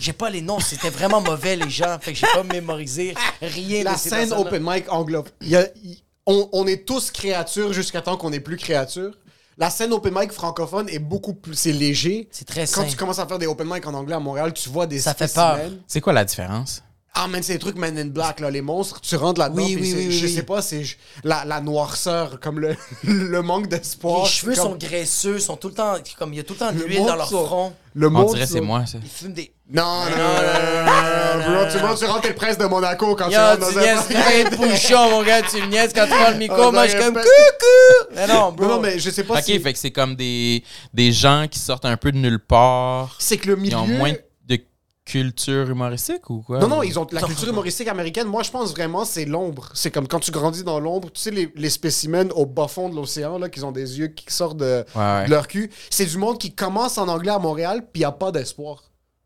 J'ai pas les noms, c'était vraiment mauvais les gens, fait que j'ai pas mémorisé rien La de ces scène personnes-là. open mic anglophone, il y a- il- on, on est tous créatures jusqu'à temps qu'on n'est plus créatures. La scène open mic francophone est beaucoup plus, c'est léger. C'est très Quand sain. tu commences à faire des open mic en anglais à Montréal, tu vois des Ça fait peur. spécimens. C'est quoi la différence? Ah, man, c'est des trucs Men in Black, là, les monstres. Tu rentres là-dedans, Oui, puis oui, c'est- oui, oui, je oui. sais pas, c'est j- la, la noirceur, comme le, le manque d'espoir. Les c'est cheveux comme- sont graisseux, sont tout le temps comme il y a tout le temps de Le l'huile dans monde leur sont- front. Le On monde dirait c'est sont- moi, ça. Ils fument des Non, non, non, non, non, non, non, bro, tu vois, tu rentres le prince de Monaco quand tu Yo, rentres tu dans niaises un... plein de *laughs* bouchons, mon gars, tu me niaises quand tu prends le micro, Ah, moi non, je y suis a comme pas- coucou! Mais non, bro. Non, non, mais je sais pas Ok, si... fait que c'est comme des, des gens qui sortent un peu de nulle part. C'est que le Ils milieu... ont moins de culture humoristique ou quoi? Non, non, Ou- ils ont la culture humoristique américaine. Moi, je pense vraiment c'est l'ombre. C'est comme quand tu grandis dans l'ombre. Tu sais, les, les spécimens au bas fond de l'océan, là, qui ont des yeux qui sortent de, Ouais, ouais. de leur cul. C'est du monde qui commence en anglais à Montréal, puis il a pas d'espoir.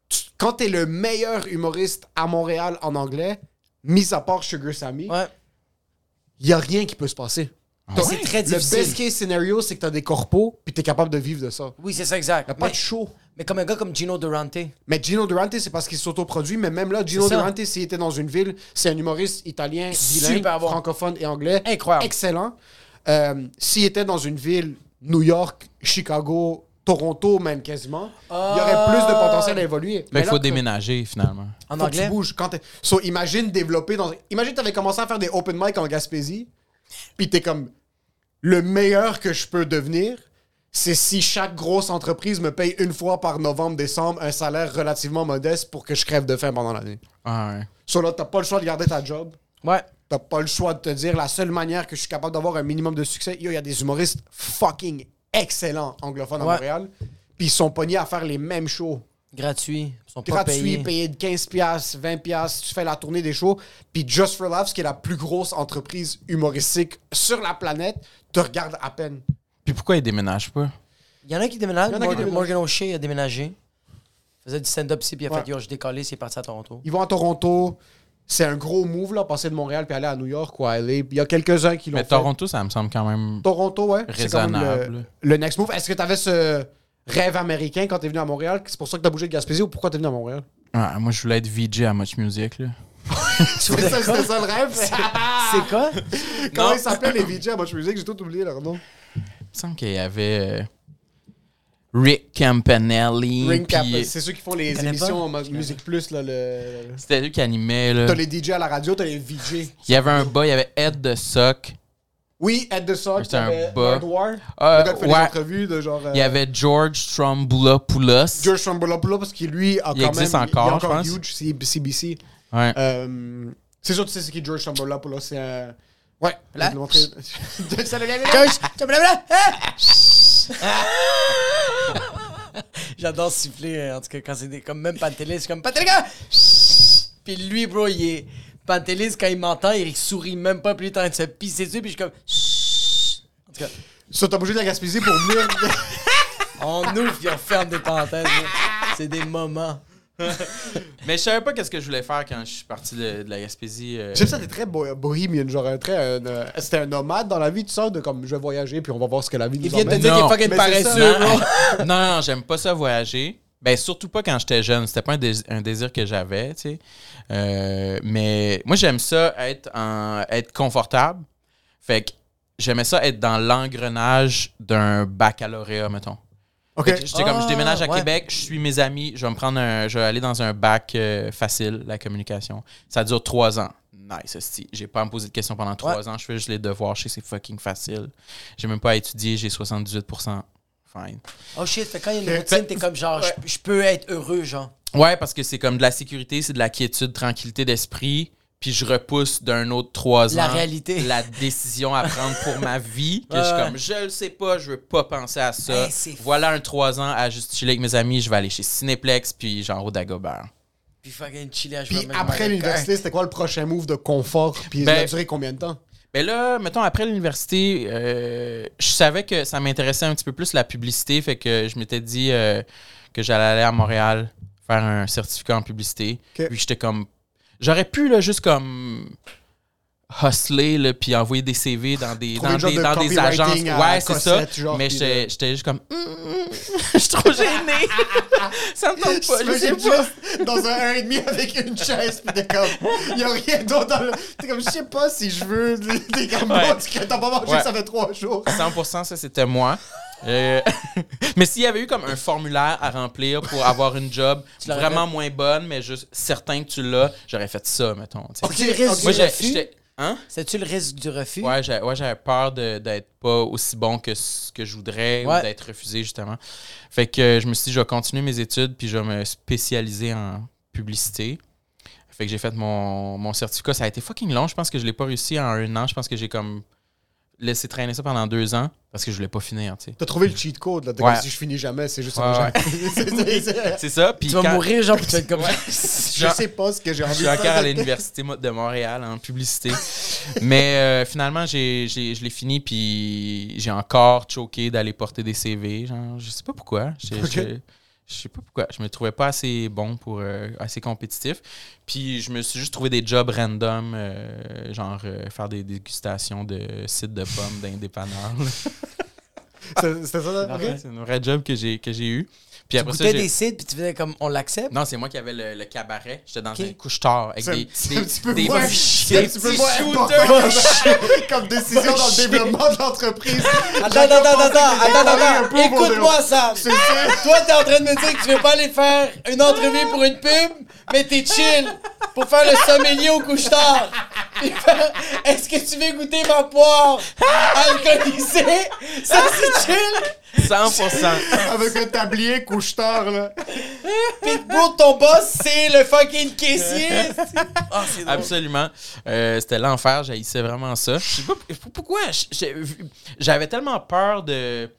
Tu- Quand t'es le meilleur humoriste à Montréal en anglais, mis à part Sugar Sammy, il Ouais. y a rien qui peut se passer. Mais T'as- C'est très Ah Le best difficile. case scenario, c'est que t'as des corpos, puis t'es capable de vivre de ça. Oui, c'est ça exact. T'as pas Mais, de show. mais comme un gars comme Gino Durante. Mais Gino Durante, c'est parce qu'il s'autoproduit, mais même là, Gino C'est ça. Durante, s'il était dans une ville, c'est un humoriste italien, Super bilingue, bon. francophone et anglais. Incroyable. Excellent. Euh, s'il était dans une ville, New York, Chicago, Toronto, même quasiment, il y aurait plus de potentiel à évoluer. Fait qu'il faut là, déménager finalement. En faut que anglais. tu bouges. Quand t'es- so, imagine développer dans. Imagine t'avais commencé à faire des open mic en Gaspésie, puis t'es comme le meilleur que je peux devenir, c'est si chaque grosse entreprise me paye une fois par novembre-décembre un salaire relativement modeste pour que je crève de faim pendant l'année. Ah, ouais. Sur là, t'as pas le choix de garder ta job. Ouais. T'as pas le choix de te dire la seule manière que je suis capable d'avoir un minimum de succès. Yo, il y a des humoristes fucking excellents anglophones à Ouais. Montréal. Puis ils sont pognés à faire les mêmes shows. Gratuit. Ils sont pas Gratuit, payés. payé de 15$, piastres, 20$, piastres, tu fais la tournée des shows. Puis Just for Laughs, qui est la plus grosse entreprise humoristique sur la planète, te regarde à peine. Puis pourquoi ils déménagent pas? Il y en a qui déménagent. Il y en a qui Morgan, déménagent. Morgan O'Shea a déménagé. faisait du stand-up ici, puis il a Ouais. fait Yo, je décollais, c'est parti à *laughs* Toronto. Ils vont à Toronto. C'est un gros move, là, passer de Montréal puis aller à New York ou à LA. Il y a quelques-uns qui l'ont Mais fait. Toronto, ça me semble quand même. Toronto, ouais. c'est quand même Raisonnable. le, le next move. Est-ce que tu avais ce rêve américain quand t'es venu à Montréal? C'est pour ça que t'as bougé de Gaspésie ou pourquoi t'es venu à Montréal? Ah, moi, je voulais être VJ à Much Music. Là. C'était *laughs* ça, c'était ça le rêve? C'est quoi? Comment Non. ils s'appelaient les VJ à Much Music? J'ai tout oublié leur nom. Il me semble qu'il y avait euh, Rick Campanelli. Ring Cap, puis- c'est ceux qui font les connais émissions pas? en mu- Musique Plus. Là, le... le- C'était lui qui animait. Là. T'as les DJ à la radio, t'as les VJ. Il y avait un bas, il y avait Ed de Sock. Oui, Ed the Sock, C'était un t'avais bas. Hardware, Ah, le gars qui fait des ouais. entrevues de genre... euh, Il y avait George Tromboulopoulos. George Shambolopoulos, parce qu'il lui a quand Il existe même, encore, il est je encore pense. huge, c'est CBC. Ouais. Euh, c'est sûr, tu sais ce qui George Shambolopoulos, c'est un... Ouais, Là. je vais te le montrer. *laughs* Ça devient- Joyce, tu me l'as- Ah! J'adore siffler, euh, en tout cas, quand c'est des- comme même Pantelis, c'est comme Pantelis, gars! Puis lui, bro, il est. Pantelis, quand il m'entend, il sourit même pas, plus il est en train de se pisser dessus, puis je suis comme. En tout cas, Ça, t'as bougé de la Gaspésie pour venir... on ouvre puis on ferme des parenthèses. là. C'est des moments. Mais je savais pas qu'est-ce que je voulais faire quand je suis parti de, de la Gaspésie. euh. *laughs* J'aime ça, t'es très bo- bohémien, genre un très... un, euh, C'était un nomade dans la vie, tu sors de comme, je vais voyager, puis on va voir ce que la vie nous Il vient de te emmène. dire qu'il est Non, fucking mais c'est ça. paresseux, bro. *laughs* non, non, non, j'aime pas ça voyager. Ben, surtout pas quand j'étais jeune. C'était pas un, dés- un désir que j'avais, tu sais. Euh, mais moi, j'aime ça être, en, être confortable. Fait que j'aimais ça être dans l'engrenage d'un baccalauréat, mettons. Ok. Fait que J'étais comme, je déménage à Ah, ouais. Québec, je suis mes amis, je vais me prendre un- je vais aller dans un bac euh, facile, la communication. Ça dure trois ans. Nice, hostie. J'ai pas à me poser de questions pendant trois ans. Je fais juste les devoirs. Je sais que c'est fucking facile. J'ai même pas à étudier. J'ai 78%. Fine. Oh shit, fait quand il y a une routine, t'es comme genre, je- je peux être heureux, genre. Ouais, parce que c'est comme de la sécurité, c'est de la quiétude, tranquillité d'esprit. Puis je repousse d'un autre trois La ans réalité. la décision à prendre pour ma vie. Que je suis Ouais. comme, je le sais pas, je veux pas penser à ça. Hey, c'est voilà un trois ans à juste chiller avec mes amis. Je vais aller chez Cinéplex, puis genre au Dagobert. Puis fucking chiller à jouer Puis même après avec- l'université, c'était quoi le prochain move de confort? Puis Ben- il a duré combien de temps? Mais Ben là, mettons, après l'université, euh, je savais que ça m'intéressait un petit peu plus la publicité. Fait que je m'étais dit euh, que j'allais aller à Montréal faire un certificat en publicité. Ok. Puis j'étais comme. J'aurais pu, là, juste comme. Hustler, là, puis envoyer des CV dans des, Trouver dans un job des, de dans des copywriting agences. à Ouais, c'est ça. Cossette, genre, mais puis j'étais de- j'étais juste comme. *laughs* Hum, hum, je suis trop gênée. *laughs* *laughs* ça me tente pas. Je sais J'imagine pas. juste dans un 1,5 avec une chaise, pis t'es comme, y a rien d'autre dans le. T'es comme, je sais pas si je veux. T'es comme, Ouais. bon, tu- t'as pas mangé, Ouais. ça fait trois jours. 100%, ça c'était moi. Euh, *laughs* mais s'il y avait eu comme un formulaire à remplir pour avoir une job l'aurais vraiment moins bonne, mais juste certain que tu l'as, j'aurais fait ça, mettons. tu sais. C'est-tu le risque Moi, du j'ai- refus? j'étais. Hein? C'est-tu le risque du refus? Ouais, j'ai- ouais, j'avais peur de- d'être pas aussi bon que ce que je voudrais ou Ouais. d'être refusé, justement. Fait que euh, je me suis dit, je vais continuer mes études puis je vais me spécialiser en publicité. Fait que j'ai fait mon, mon certificat. Ça a été fucking long. Je pense que je l'ai pas réussi en un an. Je pense que j'ai comme laissé traîner ça pendant deux ans parce que je voulais pas finir, tu sais. T'as trouvé le cheat code, là. T'es Ouais. comme, si je finis jamais, c'est juste Ouais, un ouais. *laughs* c'est- c'est- c'est- C'est ça. Puis Tu vas quand- mourir, genre, puis tu vas être comme Ouais. *laughs* *laughs* Je sais pas ce que j'ai Je envie suis de encore à faire. l'université mo- de Montréal en publicité. Mais euh, finalement, j'ai, j'ai- je l'ai fini, puis j'ai encore choqué d'aller porter des CV. Genre, je sais pas pourquoi. Je, je- Ok. je sais pas pourquoi. Je me trouvais pas assez bon pour. euh, assez compétitif. Puis je me suis juste trouvé des jobs random, euh, genre euh, faire des dégustations de sites de pommes d'indépendants. C'est- C'était ça, là? ok? C'est un vrai job que j'ai, que j'ai eu. Puis Tu après goûtais ça, j'ai- des cides, puis tu faisais comme on l'accepte. Non, c'est moi qui avais le, le cabaret. J'étais dans Ok. un couche-tard avec C'est un- des, c'est un des, petit peu des- moins- des c'est un petit peu petits moins shooters. Comme décision dans le développement de l'entreprise. Attends, attends, attends, attends, attends, Un attends, peu pour Écoute-moi, Sam. C'est ça. Toi, t'es en train de me dire que tu veux pas aller faire une entrevue pour une pub, mais t'es chill pour faire le sommelier au couche-tard. *laughs* Il fait, Est-ce que tu veux goûter ma poire alcoolisée? Ça, c'est chill. 100%. Avec un tablier couche-tard, là. Pitbull, ton boss, c'est le fucking caissier. Ah, c'est drôle. Absolument. Euh, C'était l'enfer, j'haïssais vraiment ça. Je sais pas p- pourquoi. j- j'ai vu- J'avais tellement peur de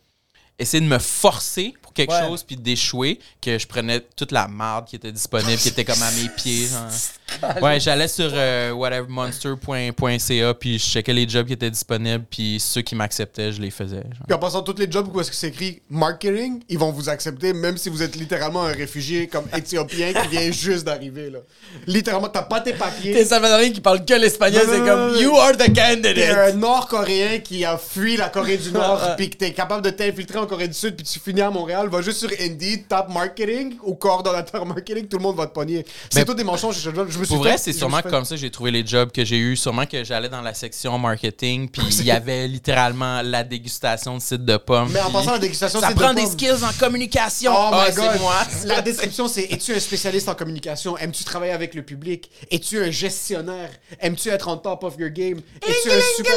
essayer de me forcer pour quelque Ouais. chose puis d'échouer que je prenais toute la marde qui était disponible, qui était comme à mes *laughs* pieds. genre. Ouais, j'allais sur euh, whatevermonster.ca puis je checkais les jobs qui étaient disponibles puis ceux qui m'acceptaient, je les faisais. genre. Puis en passant tous les jobs où est-ce que c'est écrit marketing, ils vont vous accepter, même si vous êtes littéralement un réfugié comme éthiopien qui vient juste d'arriver, là. Littéralement, t'as pas tes T'es papiers. Salvadorien qui parle que l'espagnol, Non, c'est non, comme non, You are the T'es candidate. un Nord-Coréen qui a fui la Corée du Nord, puis que t'es capable de t'infiltrer en Corée du Sud, puis tu finis à Montréal. Va juste sur Indeed, tape marketing ou coordonnateur marketing, tout le monde va te pogner. C'est Mais- tout des mensonges. Je, je, je me suis Pour vrai, fait- c'est je me sûrement suis fait- comme ça que j'ai trouvé les jobs que j'ai eu. Sûrement que j'allais dans la section marketing, *laughs* puis il y avait littéralement la dégustation de site de pommes. Mais en puis- passant, la dégustation, ça c'est de prend des pommes. skills en communication. Oh Ah, my c'est god. moi. La description, c'est es-tu un spécialiste en communication? Aimes-tu travailler avec le public? Es-tu un gestionnaire? Aimes-tu être on top of your game? Es-tu un super.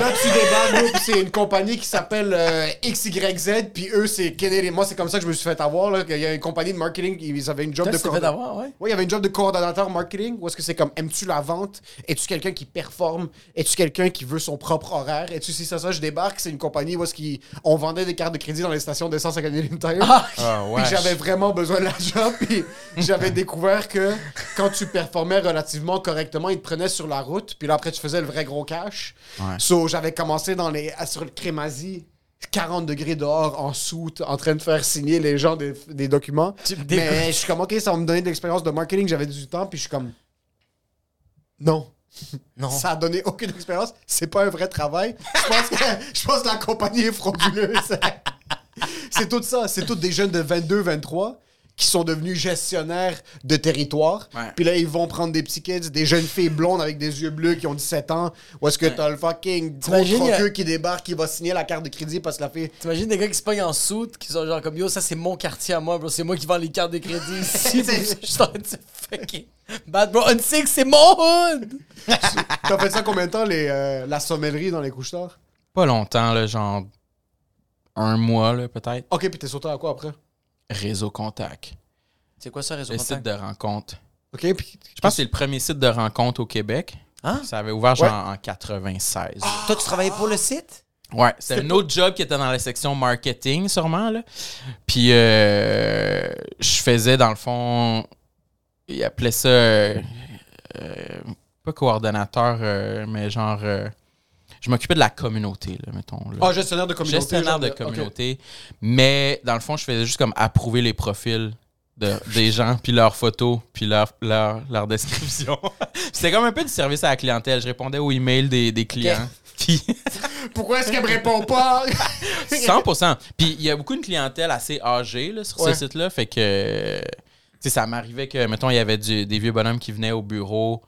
Là, tu débats, nous, puis c'est une compagnie qui s'appelle euh, XYZ, puis eux, c'est Kennedy. Moi, c'est comme ça que je me suis fait avoir. Là, qu'il y a une compagnie de marketing, ils avaient une job Toi, de tu t'es fait coordonnateur. avoir, ouais. Oui, il y avait une job de coordonnateur marketing. Où est-ce que c'est comme, aimes-tu la vente? Es-tu quelqu'un qui performe? Es-tu quelqu'un qui veut son propre horaire? Es-tu si ça, ça? Je débarque, c'est une compagnie où est-ce qu'on vendait des cartes de crédit dans les stations d'essence à Canadian Tire. Ah, Puis ouais. j'avais vraiment besoin de l'argent. Puis j'avais découvert que quand tu performais relativement correctement, ils te prenaient sur la route. Puis là, après, tu faisais le vrai gros cash. So, j'avais commencé dans les, à- sur le crémazie. 40 degrés dehors, en soute, en train de faire signer les gens des, des documents. Tu me dégoûtes. Mais je suis comme, OK, ça va me donner de l'expérience de marketing. J'avais du temps, puis je suis comme, non. Non. Ça a donné aucune expérience. C'est pas un vrai travail. Je pense que, je pense que la compagnie est frauduleuse. C'est tout ça. C'est tous des jeunes de 22, 23 qui sont devenus gestionnaires de territoire. Ouais. Puis là, ils vont prendre des petits kids, des jeunes filles blondes avec des yeux bleus qui ont 17 ans. Ou est-ce que t'as le fucking gros T'imagines, il y troqueux a- qui débarque, qui va signer la carte de crédit parce que la fille... T'imagines des gars qui se pognent en soute, qui sont genre comme yo, ça c'est mon quartier à moi, bro, c'est moi qui vends les cartes de *laughs* crédit ici, bro. je suis en train de se fucking bad, bro. On sait que c'est mon hood! T'as fait ça combien de temps, les, euh, la sommellerie dans les couches tard? Pas longtemps, là, genre un mois, là, peut-être. OK, puis t'es sauté à quoi après? Réseau Contact. C'est quoi ça, réseau Le site de rencontre. OK, puis... Je pense que c'est le premier site de rencontre au Québec. Hein? Ah! Ça avait ouvert genre en 96. Ah. Toi, tu travaillais pour le site? Ouais, c'est un autre job qui était dans la section marketing, sûrement. Là. Puis, euh, je faisais, dans le fond, il appelait ça, euh, euh, pas coordonnateur, euh, mais genre, euh, je m'occupais de la communauté, là, mettons. là. Ah, gestionnaire de communauté. gestionnaire genre de OK. communauté. Mais, dans le fond, je faisais juste comme approuver les profils. de- des gens, puis leurs photos, puis leur, leur, leur description. *laughs* C'était comme un peu du service à la clientèle. Je répondais aux emails des, des *laughs* clients. Puis, Pourquoi est-ce qu'elle me répond *laughs* pas? 100 Puis il y a beaucoup de clientèle assez âgée là, sur Ouais. ce site-là. Fait que euh, tu sais, ça m'arrivait que, mettons, il y avait du- des vieux bonhommes qui venaient au bureau.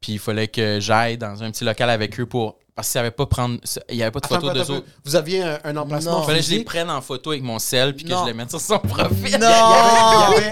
Puis il fallait que j'aille dans un petit local avec eux pour. Parce qu'ils savaient pas prendre. Il n'y avait pas de Attends, photos attends, d'eux attends. autres. Vous aviez un, un emplacement. Non. Il fallait que je les physique? prenne en photo avec mon sel puis que Non. je les mette sur son profil. Oh, Il *laughs* y avait-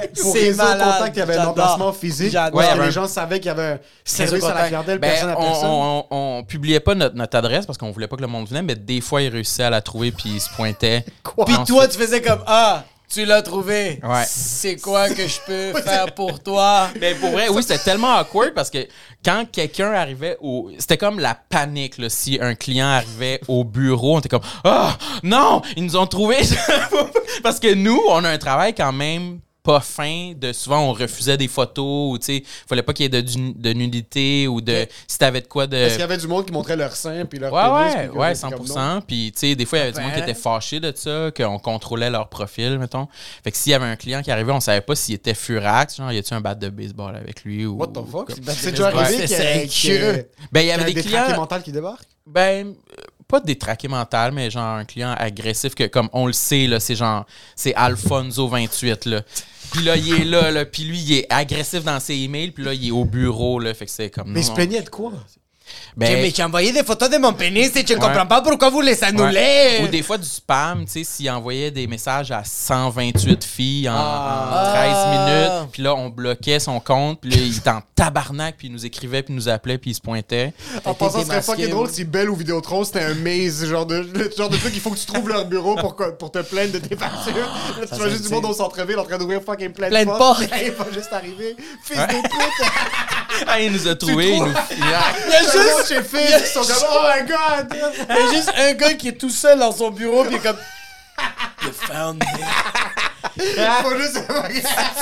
Non! Pour réseau contact, il y avait un emplacement physique. J'adore. parce que Ouais, les ouais. gens savaient qu'il y avait un service à la contact. clientèle, Ben, personne à on, personne. on- on- on publiait pas notre, notre adresse parce qu'on voulait pas que le monde venait, mais des fois, ils réussissaient à la trouver puis ils se pointaient. *laughs* Quoi? Puis Toi, tu faisais comme Ah, tu l'as trouvé. Ouais. C'est quoi que je *laughs* peux faire pour toi? Mais Ben, pour vrai, oui, c'était tellement awkward parce que quand quelqu'un arrivait au. C'était comme la panique, là. Si un client arrivait au bureau, on était comme Ah, non, ils nous ont trouvé. *laughs* parce que nous, on a un travail quand même pas fin. De, souvent, on refusait des photos ou, tu sais, fallait pas qu'il y ait de, du- de nudité ou de. Si t'avais de quoi de. Parce qu'il y avait du monde qui montrait leur sein puis leur euh, Ouais, pénis, puis ouais, que- ouais, puis comme 100%. Puis, tu sais, des fois, il y avait du monde qui ben. était fâché de ça, qu'on contrôlait leur profil, mettons. Fait que s'il y avait un client qui arrivait, on savait pas s'il était furax, genre, y a-tu un bat de baseball avec lui ou. non. What the fuck? comme- C'est déjà arrivé Ouais, qu'il y c'est ait- qu'il y ait- Ben, il qu'il y y avait ait des, des traqués clients. mentaux qui débarquent? Ben, euh, pas des traqués mentales, mais genre un client agressif que, comme on le sait, là, c'est genre. C'est Alfonso 28, là. Puis là, il est là, là. Puis lui, il est agressif dans ses emails. Puis là, il est au bureau, là. Fait que c'est comme. Mais ils non, se non. plaignaient de quoi? J'ai- Ben, mais j'ai envoyé des photos de mon pénis et je ne Ouais. comprends pas pourquoi vous les annulez. ouais. Ou des fois du spam, tu sais, s'ils envoyaient des messages à 128 filles en, en Ah. 13 minutes, puis là, on bloquait son compte, puis là, il était en tabarnak, puis il nous écrivait, puis il nous appelait, puis il se pointait. En été passant, ce serait démasqué, fucking ouais. drôle si Belle ou Vidéotron, c'était un maze, genre de, le genre de truc, il faut que tu trouves leur bureau pour, que- pour te plaindre de *laughs* tes factures. Là, tu vois juste du monde au centre-ville en train d'ouvrir fucking plein, Plein de portes. Là, *laughs* il va juste arriver. Fils de *laughs* pute! Ah, il nous a trouvés, il nous... Il y a Juste juste, chez Fils, ils sont comme, oh *laughs* my god! Oh, il y a juste un gars qui est tout seul dans son bureau puis il est *laughs* comme. You found me. Ah. Faut juste.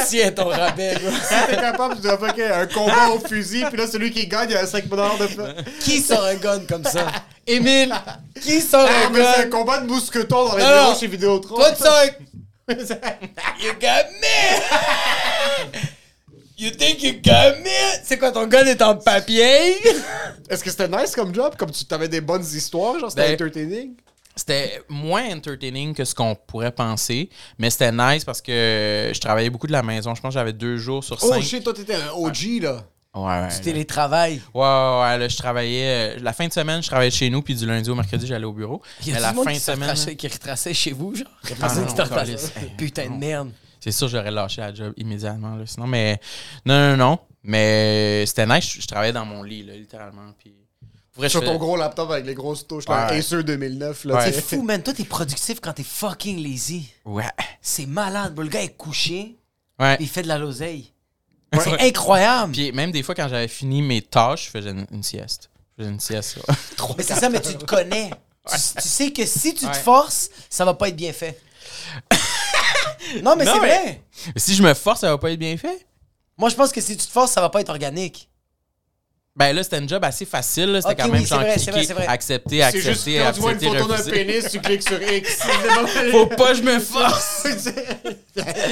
Tiens ton rabais. gros. T'es capable de faire un combat au fusil, puis là, celui qui gagne, il a 5 dollars de feu. Qui sort un gun comme ça? *laughs* Émile, qui sort Ah, un mais c'est un gun? combat de mousquetons dans les Oh Non, bureaux non. chez Vidéotron. Toi, tu sors un. T'es Ah, You got me! *laughs* You think you got me? C'est quoi, ton gun est en papier? *laughs* Est-ce que c'était nice comme job? Comme tu t'avais des bonnes histoires, genre c'était Ben- entertaining? C'était moins entertaining que ce qu'on pourrait penser, mais c'était nice parce que je travaillais beaucoup de la maison. Je pense que j'avais deux jours Oh, sur cinq. Oh, toi t'étais un OG là. Ouais, ouais, là. Télétravail. Ouais, ouais, ouais, là, je travaillais. euh, la fin de semaine, je travaillais chez nous, puis du lundi au mercredi, j'allais au bureau. Il y a Mais du la monde fin de qui se semaine. retraçait- qui retraçait chez vous, genre. Ah, Il y a non, personne qui te non, retraçait. calisse. Putain de merde. C'est sûr, j'aurais lâché la job immédiatement, là, sinon. Mais non, non, non. Mais c'était nice. Je, je travaillais dans mon lit, là, littéralement. Puis. Pour vrai, je Sur ton faisais- gros laptop avec les grosses touches, là, Ouais. Acer 2009 là. Ouais. tu C'est sais. fou, man. Toi, t'es productif quand t'es fucking lazy. Ouais. C'est malade. bro. Le gars est couché, Ouais. puis il fait de la loseille. Ouais. C'est incroyable. Puis même des fois, quand j'avais fini mes tâches, je faisais une, une sieste. Je faisais une sieste, là. *laughs* Mais c'est ça, mais tu te *laughs* connais. Tu, tu sais que si tu te Ouais. forces, ça va pas être bien *laughs* fait. non, mais Non, c'est mais- vrai. Mais si je me force, ça va pas être bien fait. Moi, je pense que si tu te forces, ça va pas être organique. Ben là, c'était un job assez facile. là. C'était Ok, quand oui, même c'est genre vrai, c'est vrai, cliquer, c'est vrai. accepter, C'est accepter, juste quand tu vois une accepter, photo d'un refuser. pénis, tu cliques sur X. *laughs* Faut pas que je *laughs* me force.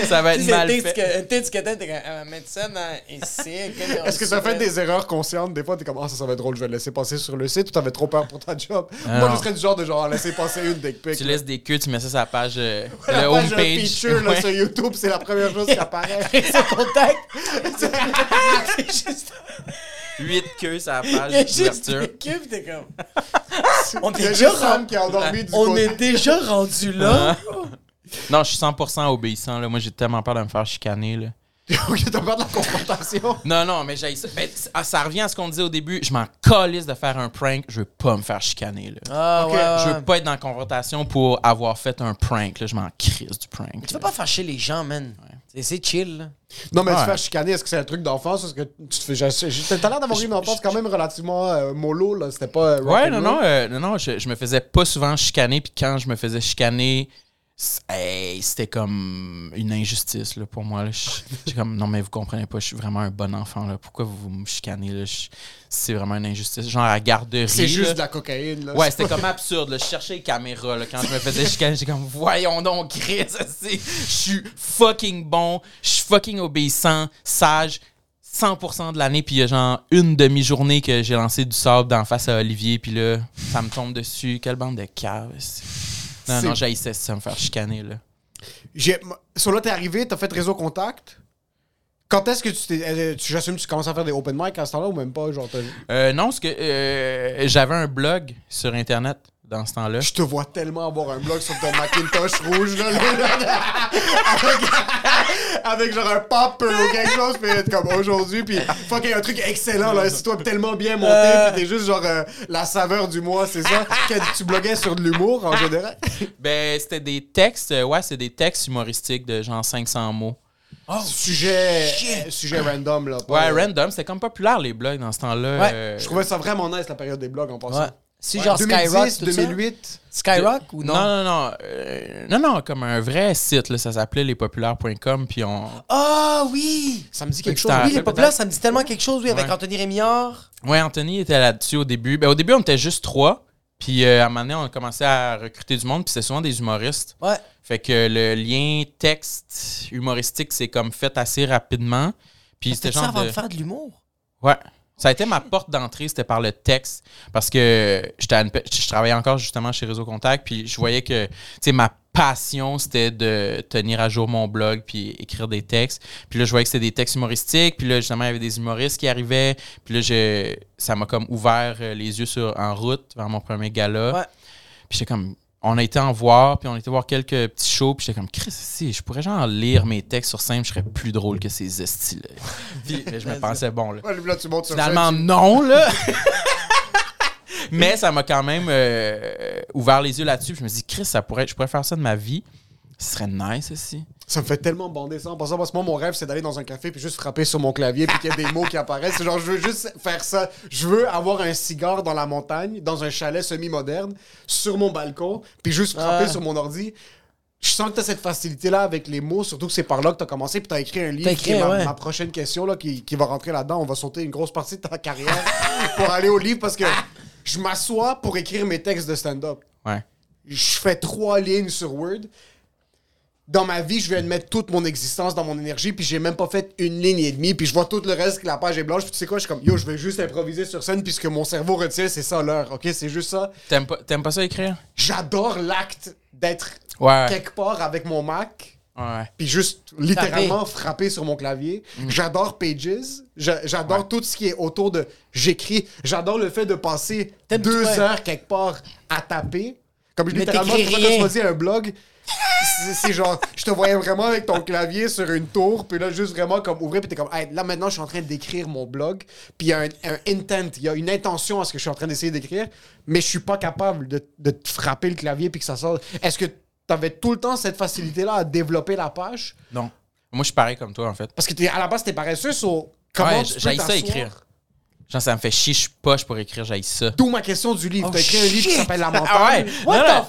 ça va Tu être sais, mal t'es fait. que- t'es ce que t'es, t'es comme, Ah, mais mettre ça dans ici. *laughs* *laughs* Est-ce que ça fait des erreurs conscientes? Des fois, t'es comme, ah, ça, ça va être drôle, je vais le laisser passer sur le site ou t'avais trop peur pour ta job? Moi, non. je serais du genre de genre, laisser passer une dick pic. Tu là. laisses des queues, tu mets ça sur la page, euh, *laughs* La le page, homepage. euh, feature là, Ouais. sur YouTube, c'est la première chose qui *laughs* apparaît. Ce contact. *laughs* C'est juste- Huit queues sur la *laughs* Il y a page juste d'ouverture. des cubes, t'es comme. On Il y est a déjà juste rendu, Sam qui a endormi du on côté. est déjà rendu là. Non, je suis 100% obéissant. Là. Moi, j'ai tellement peur de me faire chicaner. Là. *laughs* Ok, t'as peur de la confrontation. Non, non, mais j'ai ça. Ben, ah, ça revient à ce qu'on disait au début. Je m'en calisse de faire un prank. Je veux pas me faire chicaner. Là. Ah, Ok, ouais, ouais, Je ouais. veux pas être dans la confrontation pour avoir fait un prank. Là. Je m'en crisse du prank. Tu là. peux pas fâcher les gens, man. C'est- C'est chill. là. Non, mais tu Ouais. te fais chicaner, est-ce que c'est un truc d'enfance? Est-ce que tu te fais. j'ai- j'ai- T'as l'air d'avoir eu une enfance quand même relativement euh, mollo, là. C'était pas. euh, Ouais, rock'n'roll. non, non, euh, non, non, je, je me faisais pas souvent chicaner, puis quand je me faisais chicaner, c- hey, c'était comme une injustice là, pour moi. là. Je- J'ai comme, non, mais vous comprenez pas, je suis vraiment un bon enfant. Là. Pourquoi vous me chicanez? là? Je- C'est vraiment une injustice. Genre à la garderie. C'est juste là. de la cocaïne, là. euh, Ouais, c'était comme absurde. là. Je cherchais les caméras là, quand je me faisais chicaner. J'ai comme, voyons donc, Chris, *laughs* c'est- je suis fucking bon, je suis fucking obéissant, sage. 100% de l'année, puis il y a genre une demi-journée que j'ai lancé du sable d'en face à Olivier, puis là, ça me tombe dessus. Quelle bande de caves. c'est- Non, C'est- non, j'haïssais ça, me faire chicaner, là. *laughs* J'ai... Sur là, t'es arrivé, t'as fait réseau contact. Quand est-ce que tu t'es. euh, tu- J'assume que tu commences à faire des open mic à ce temps-là ou même pas? Genre, t'as- Euh, non, parce que euh, j'avais un blog sur Internet dans ce temps-là. je te vois tellement avoir un blog sur ton Macintosh rouge, là. là, là. avec, *laughs* avec genre un pop ou quelque chose, puis être comme aujourd'hui, puis fucking un truc excellent, là. C'est toi tellement bien monté, Euh. puis t'es juste genre euh, la saveur du mois, c'est ça? que tu bloguais sur de l'humour en général? Ben, c'était des textes, euh, ouais, c'est des textes humoristiques de genre 500 mots. sujet, euh, sujet random, là. Ouais, pas- random, c'était comme populaire les blogs dans ce temps-là. Oh. Ouais, Euh, Je trouvais ça vraiment nice, la période des blogs, en passant. Ouais. C'est genre Skyrock, tout 2008. ça? Skyrock ou non? Non, non, non. euh, non, non, comme un vrai site, là, ça s'appelait lespopulaires.com, puis on. Ah oui! Ça me dit quelque Fait chose. que Oui, t'as- Oui, les Peut-être. populaires, ça me dit tellement quelque chose, oui, avec Ouais. Anthony Rémillard. Ouais, Anthony était là-dessus au début. Ben, au début, on était juste trois, puis euh, à un moment donné, on a commencé à recruter du monde, puis c'était souvent des humoristes. Ouais. Fait que le lien texte humoristique, c'est comme fait assez rapidement. Puis c'était C'était ça genre. avant de... De... faire de l'humour. Ouais. Ça a été ma porte d'entrée, c'était par le texte. Parce que j'étais à une pe- je travaillais encore justement chez Réseau Contact, puis je voyais que tu sais, ma passion, c'était de tenir à jour mon blog, puis écrire des textes. Puis là, je voyais que c'était des textes humoristiques, puis là, justement, il y avait des humoristes qui arrivaient. Puis là, je, ça m'a comme ouvert euh, les yeux sur en route vers mon premier gala. Ouais. Puis j'étais comme, on a été en voir, puis on a été voir quelques petits shows, puis j'étais comme, Chris, si je pourrais genre lire mes textes sur scène, je serais plus drôle que ces estis-là. puis mais je me pensais, bon, là. Ouais, là, tu montes sur Finalement, scène, non, *laughs* là. Mais ça m'a quand même euh, ouvert les yeux là-dessus. puis Je me dis, Chris, ça pourrait, je pourrais faire ça de ma vie. Ce serait nice aussi. tu- Ça me fait tellement bander ça. En passant, parce que moi, mon rêve, c'est d'aller dans un café puis juste frapper sur mon clavier puis qu'il y a des mots qui apparaissent. C'est Genre, je veux juste faire ça. Je veux avoir un cigare dans la montagne, dans un chalet semi-moderne, sur mon balcon, puis juste frapper Ouais. sur mon ordi. Je sens que t'as cette facilité-là avec les mots, surtout que c'est par là que t'as commencé, puis t'as écrit un livre. T'as écrit, qui est ma, ouais. ma prochaine question là, qui, qui va rentrer là-dedans, on va sauter une grosse partie de ta carrière pour aller au livre parce que je m'assois pour écrire mes textes de stand-up. Ouais. je fais trois lignes sur Word. Dans ma vie, je viens de mettre toute mon existence dans mon énergie, puis j'ai même pas fait une ligne et demie, puis je vois tout le reste que la page est blanche, puis tu sais quoi, je suis comme yo, je vais juste improviser sur scène, puisque mon cerveau retient, c'est ça l'heure, ok, c'est juste ça. T'aimes pas, t'aimes pas ça écrire? J'adore l'acte d'être Ouais. quelque part avec mon Mac, Ouais. puis juste littéralement frapper sur mon clavier. J'adore Pages, J'a- j'adore tout ce qui est autour de j'écris, j'adore le fait de passer T'aimes- deux ouais. heures quelque part à taper. Comme Mais littéralement, tu t'écris vois, quand tu rien. m'as dit un blog, c'est- c'est genre, je te voyais vraiment avec ton clavier sur une tour, puis là, juste vraiment comme ouvrir, puis t'es comme, Hey, là maintenant, je suis en train d'écrire mon blog, puis il y a un, un intent, il y a une intention à ce que je suis en train d'essayer d'écrire, mais je suis pas capable de, de te frapper le clavier puis que ça sorte. Est-ce que t'avais tout le temps cette facilité-là à développer la page? Non. Moi, je suis pareil comme toi, en fait. Parce que t'es- à la base, t'es paresseux, sur comment Ouais, tu peux j'haïs ça t'asseoir? écrire. Genre, ça me fait chier, je suis poche pour écrire, j'aille ça. D'où ma question du livre. Oh, T'as écrit un livre qui shit! s'appelle La montagne. Ah ouais. What Non, the non.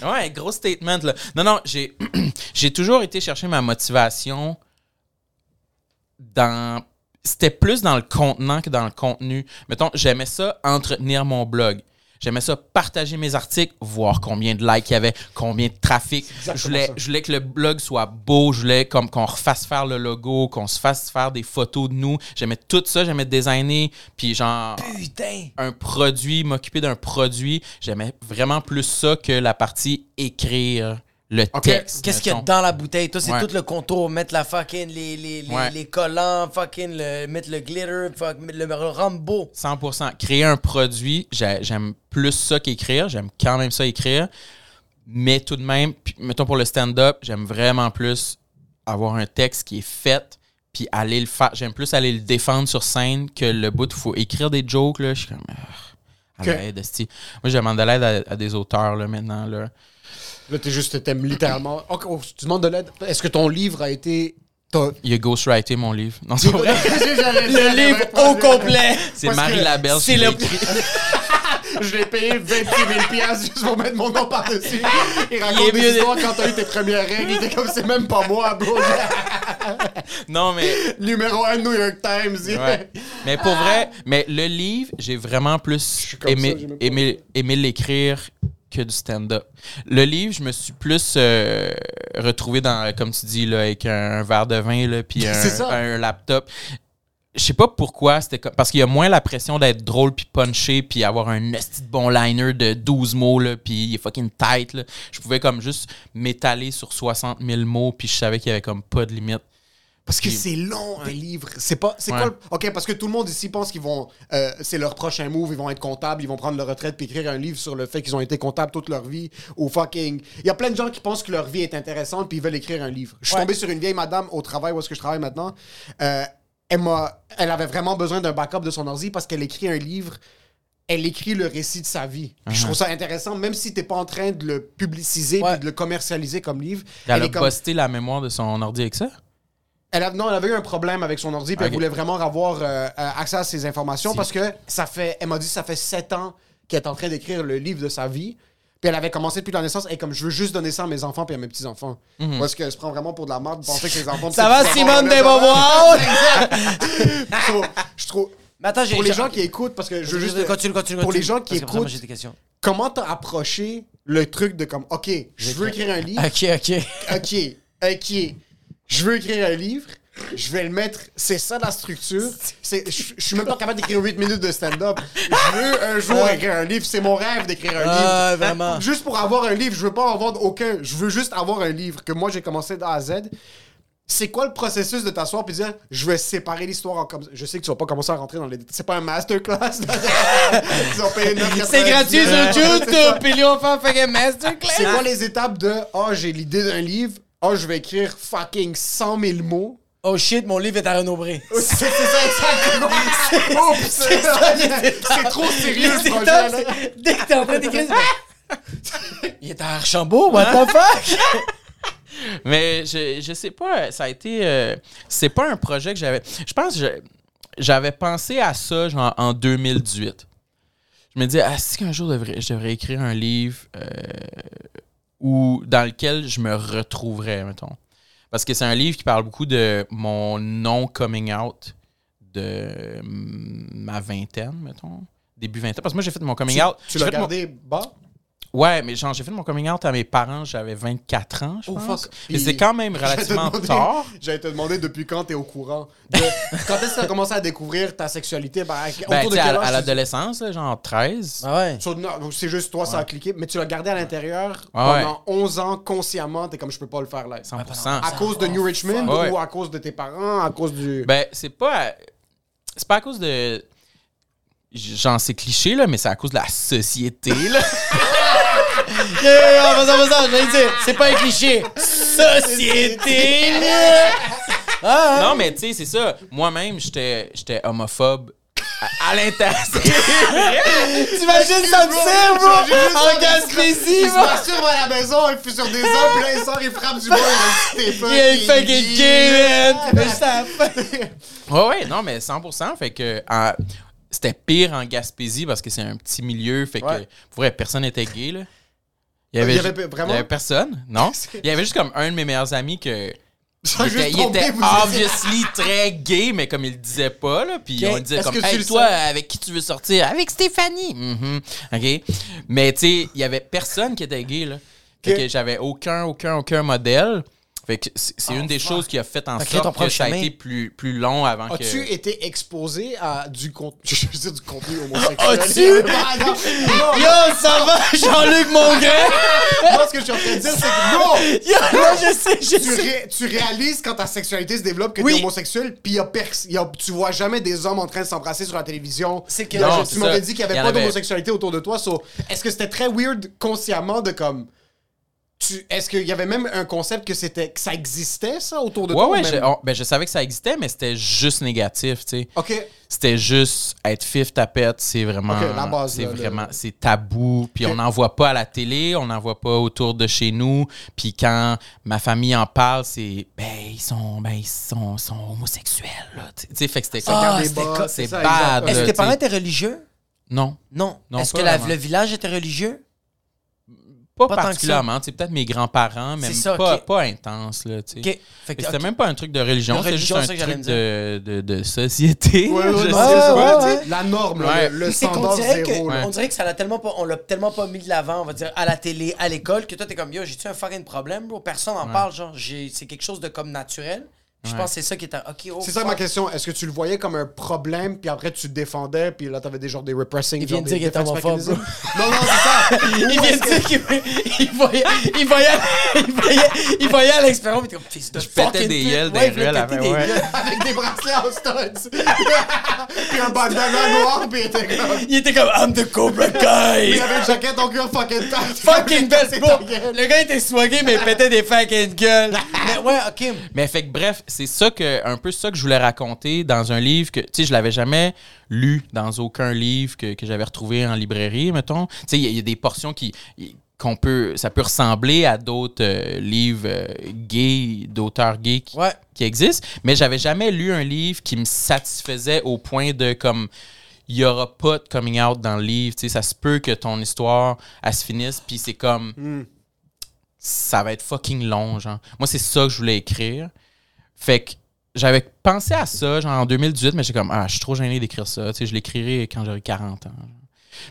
fuck? Ouais, gros statement, là. Non, non, j'ai, *clears throat* j'ai toujours été chercher ma motivation dans. C'était plus dans le contenant que dans le contenu. Mettons, j'aimais ça, entretenir mon blog. J'aimais ça, partager mes articles, voir combien de likes il y avait, combien de trafic. Je exactement voulais, ça. je voulais que le blog soit beau. Je voulais comme qu'on refasse faire le logo, qu'on se fasse faire des photos de nous. J'aimais tout ça. J'aimais designer. Puis genre Putain. un produit, m'occuper d'un produit, j'aimais vraiment plus ça que la partie écrire le texte. Qu'est-ce qu'il y a mettons. dans la bouteille? Toi, c'est Ouais. tout le contour. Mettre la fucking, les, les, les, Ouais. les collants, fucking, le, mettre le glitter, fuck, mettre le, le Rambo. 100%. Créer un produit, j'ai- j'aime plus ça qu'écrire. J'aime quand même ça écrire. Mais tout de même, puis, mettons pour le stand-up, j'aime vraiment plus avoir un texte qui est fait, puis aller le faire. J'aime plus aller le défendre sur scène que le bout où il faut écrire des jokes. Là. Je suis comme, Ah, à Que- l'aide, esti. Moi, je demande de l'aide à, à des auteurs là, maintenant. Là. Là, t'es juste, t'aimes littéralement. Ok, oh, tu demandes de l'aide. Est-ce que ton livre a été. t'as- Il a ghostwrité mon livre. *laughs* Non, c'est *laughs* pas vrai. le C'est Parce Marie que Laberge c'est qui l'a le- écrit. Je l'ai payé 28 000 piastres juste pour mettre mon nom *laughs* par-dessus. Il raconte est des mieux histoires quand t'as eu tes premières règles. Il était comme, c'est même pas moi, bro. Non, mais. Numéro 1 New York Times. ouais. Mais pour vrai, mais le livre, j'ai vraiment plus suis comme aimé, ça, j'ai même pas aimé, aimé l'écrire que du stand-up. Le livre, je me suis plus euh, retrouvé dans, euh, comme tu dis, là, avec un, verre de vin, *laughs* là, puis un, C'est ça. un laptop. Je sais pas pourquoi, c'était comme- parce qu'il y a moins la pression d'être drôle puis punché puis avoir un esti de bon liner de 12 mots là puis il est fucking tight là. Je pouvais comme juste m'étaler sur 60 000 mots puis je savais qu'il y avait comme pas de limite. Parce que Puis- c'est long, un livre. C'est pas. C'est Ouais. quoi le- Ok, parce que tout le monde ici pense qu'ils vont. euh, c'est leur prochain move, ils vont être comptables, ils vont prendre leur retraite puis écrire un livre sur le fait qu'ils ont été comptables toute leur vie. Ou fucking. Il y a plein de gens qui pensent que leur vie est intéressante puis ils veulent écrire un livre. Je suis Ouais. tombé sur une vieille madame au travail où est-ce que je travaille maintenant. Euh, elle m'a. Elle avait vraiment besoin d'un backup de son ordi parce qu'elle écrit un livre. Elle écrit le récit de sa vie. Puis Uh-huh. Je trouve ça intéressant, même si t'es pas en train de le publiciser Ouais. puis de le commercialiser comme livre. Elle, a est comme- posté la mémoire de son ordi avec ça? elle a- non, elle avait eu un problème avec son ordi, puis elle Ok. voulait vraiment avoir euh, euh, accès à ses informations Si. parce que ça fait, elle m'a dit, ça fait sept ans qu'elle est en train d'écrire le livre de sa vie. Puis elle avait commencé depuis la naissance, et comme je veux juste donner ça à mes enfants puis à mes petits-enfants. Parce qu'elle se prend vraiment pour de la merde de penser que les enfants. Ça va, Simone Desbois? *laughs* Desbois? Je trouve. Mais attends, j'ai. Pour les j'ai- gens qui écoutent, parce que je veux juste. Continue, continue, continue. Pour les gens Parce qui que après ça, moi, écoutent, j'ai des questions. comment t'as approché le truc de comme, Ah, *laughs* OK, je veux écrire un livre, *laughs* Ok, ok. OK, OK, je veux écrire un livre, je vais le mettre. C'est ça la structure. C'est, je, je suis même pas capable d'écrire 8 minutes de stand-up. Je veux un jour écrire un livre. C'est mon rêve d'écrire un Ah, livre. vraiment. Juste pour avoir un livre. Je veux pas en vendre aucun. Je veux juste avoir un livre que moi j'ai commencé d'A à Z. C'est quoi le processus de t'asseoir et dire je vais séparer l'histoire en comme je sais que tu vas pas commencer à rentrer dans les c'est pas un masterclass *laughs* Ils ont *laughs* payé 9,99. C'est gratuit Ouais. sur C'est ça. YouTube, puis lui, on fait un fucking masterclass. C'est quoi les étapes de « Ah, j'ai l'idée d'un livre. Ah, je vais écrire fucking 100 000 mots. Oh shit, mon livre est à renommer. » *laughs* C'est c'est ça, exactement. *laughs* Oups! C'est c'est trop sérieux, ce projet-là. Dès que t'es en train d'écrire, c'est- *laughs* il est à Archambault, what the fuck? *laughs* Mais je, je sais pas, ça a été. euh, c'est pas un projet que j'avais. Je pense que je- j'avais pensé à ça genre en 2018. Je me disais, ah, si qu'un jour je devrais, je devrais écrire un livre euh, où, dans lequel je me retrouverais, mettons. Parce que c'est un livre qui parle beaucoup de mon non-coming out de mm, ma vingtaine, mettons. Début vingtaine. Parce que moi, j'ai fait mon coming out. Tu j'ai l'as fait mon- gardé bas? Ouais, mais genre, j'ai fait mon coming out à mes parents, j'avais 24 ans, je Oh, pense. fuck. Mais Puis- c'est quand *laughs* même relativement tard. J'allais te demander depuis quand t'es au courant. de- *laughs* quand est-ce que t'as commencé à découvrir ta sexualité? Ben, à- Ben, autour de t'sais, quel à, à âge? tu- l'adolescence, là, genre 13. Ah ouais. sur- non, C'est juste toi, ça a cliqué. Mais tu l'as gardé à l'intérieur Ouais. pendant 11 ans, consciemment. T'es comme « Je peux pas le faire là. » 100%. À cause de New Richmond Ouais. ou à cause de tes parents, à cause du... Ben, c'est pas. à- C'est pas à cause de. Genre, c'est cliché, là, mais c'est à cause de la société, *laughs* là. *laughs* Yeah, yeah, vas-y, vas-y, j'allais dire, c'est pas un cliché. Société, là. hein? Ah, non, mais tu sais, c'est ça. Moi-même, j'étais j'étais homophobe à, à l'intérieur. *laughs* t'imagines ça me sert, J'imagine juste bro? ça, En il Gaspésie, Il se bro. masturbe à la maison, il fuse sur des hommes, puis là, il sort, il frappe du bois, il dit, t'es Il est fucking gay, man. *laughs* Mais je t'en fous. Ouais, ouais, non, mais 100%. Fait que en- c'était pire en Gaspésie parce que c'est un petit milieu. Fait que, Ouais. Ah, pour vrai, personne n'était gay, là. Il Il y avait pe- ju- vraiment? il y avait personne, *laughs* non? Il y avait juste comme un de mes meilleurs amis que. Ça Il juste était, il trompé, était vous étiez- obviously très gay, mais comme il le disait pas, là, puis Ok. on le disait Est-ce comme, que tu hey, le toi, sens? avec qui tu veux sortir? Avec Stéphanie! Mhm. OK? Mais, tu sais, il y avait personne qui était gay, là. Fait Ok. que j'avais aucun, aucun, aucun modèle. Fait que c'est c'est une des choses qui a fait en Fait que ton sorte que propre ça a chemin. été plus, plus long avant que... As-tu été exposé à du contenu... *laughs* Je veux dire du contenu homosexuel. *laughs* As-tu- Ah, non, non, Yo, ça va, Jean-Luc Mongrain? Moi, ce que je suis en train de dire, c'est que non! Yo, là, je sais, *laughs* je Tu, sais. ré- tu réalises quand ta sexualité se développe que Oui. t'es homosexuel, puis y a pers- y a- tu vois jamais des hommes en train de s'embrasser sur la télévision. C'est que- Y a- Non, tu c'est m'avais ça. dit qu'il n'y Y avait en pas avait. d'homosexualité autour de toi. so, Est-ce que c'était très weird consciemment de comme. tu- Est-ce qu'il y avait même un concept que c'était que ça existait, ça, autour de Ouais, toi? ouais, ou même- je, on- ben, je savais que ça existait, mais c'était juste négatif, tu sais. Ok. C'était juste être fif tapette, c'est vraiment Ok, la base, c'est là, le- vraiment c'est tabou, puis Ok. on n'en voit pas à la télé, on n'en voit pas autour de chez nous, puis quand ma famille en parle, c'est ben ils sont ben ils sont, sont homosexuels là, tu tu sais fait que c'était comme- Ah, Des c'était bas, co- c'est ça, bad, exact. Est-ce que tes t'sais. parents étaient religieux? non, Non. Non, Est-ce pas que la- vraiment. le village était religieux? pas, Pas tant que ça. particulièrement, c'est peut-être mes grands-parents mais C'est ça, pas ok. pas intense là, tu sais. Ok. Fait Fait que que, C'était ok. même pas un truc de religion, De c'était juste religion, un c'est ça que j'allais truc de, de, de société. Ouais, ouais, *laughs* *laughs* non, je sais c'est pas. ça, ouais, tu ouais. sais, La norme, là, Ouais. le, le C'est qu'on standard dirait que- zéro. là. on dirait que ça l'a tellement pas, on l'a tellement pas mis de l'avant, on va dire, à la télé, à l'école, que toi t'es comme yo, j'ai-tu un fucking problème, bro? Personne n'en parle, genre, j'ai- c'est quelque chose de comme naturel. Je pense que c'est ça qui est un. Ok, oh, C'est ça fuck. ma question. Est-ce que tu le voyais comme un problème, puis après tu te défendais, puis là t'avais des genres des repressing. Il vient genre de des dire qu'il est defense homophobe, mechanism. Non, non, *laughs* c'est ça. Il vient de dire qu'il il voyait, il voyait, il voyait, il voyait à l'expérience, il était comme fils de pétais fucking des pute. gueules Ouais, dans les il voulait ruelles péter avant, des ouais. gueules. *laughs* avec des bracelets en studs. *laughs* puis un bandana noir, puis il était comme. Il était comme I'm the Cobra Il Guy. avait une jaquette en cuir fucking tight. Fucking best, C'est bro. ta gueule. Le gars était swagué, mais il pétait des fucking gueules. Mais ouais, ok. Mais fait que bref, c'est ça que un peu ça que je voulais raconter dans un livre que tu sais je l'avais jamais lu dans aucun livre que, que j'avais retrouvé en librairie mettons. Tu sais il y a- il y, a des portions qui y- qu'on peut ça peut ressembler à d'autres euh, livres euh, gays d'auteurs gays qui, Ouais. qui existent, mais j'avais jamais lu un livre qui me satisfaisait au point de comme il y aura pas de coming out dans le livre, tu sais ça se peut que ton histoire elle se finisse puis c'est comme ça va être fucking long, genre. Moi, c'est ça que je voulais écrire. Fait que j'avais pensé à ça, genre en 2018, mais j'ai comme, ah, je suis trop gêné d'écrire ça. Tu sais, je l'écrirai quand j'aurai 40 ans.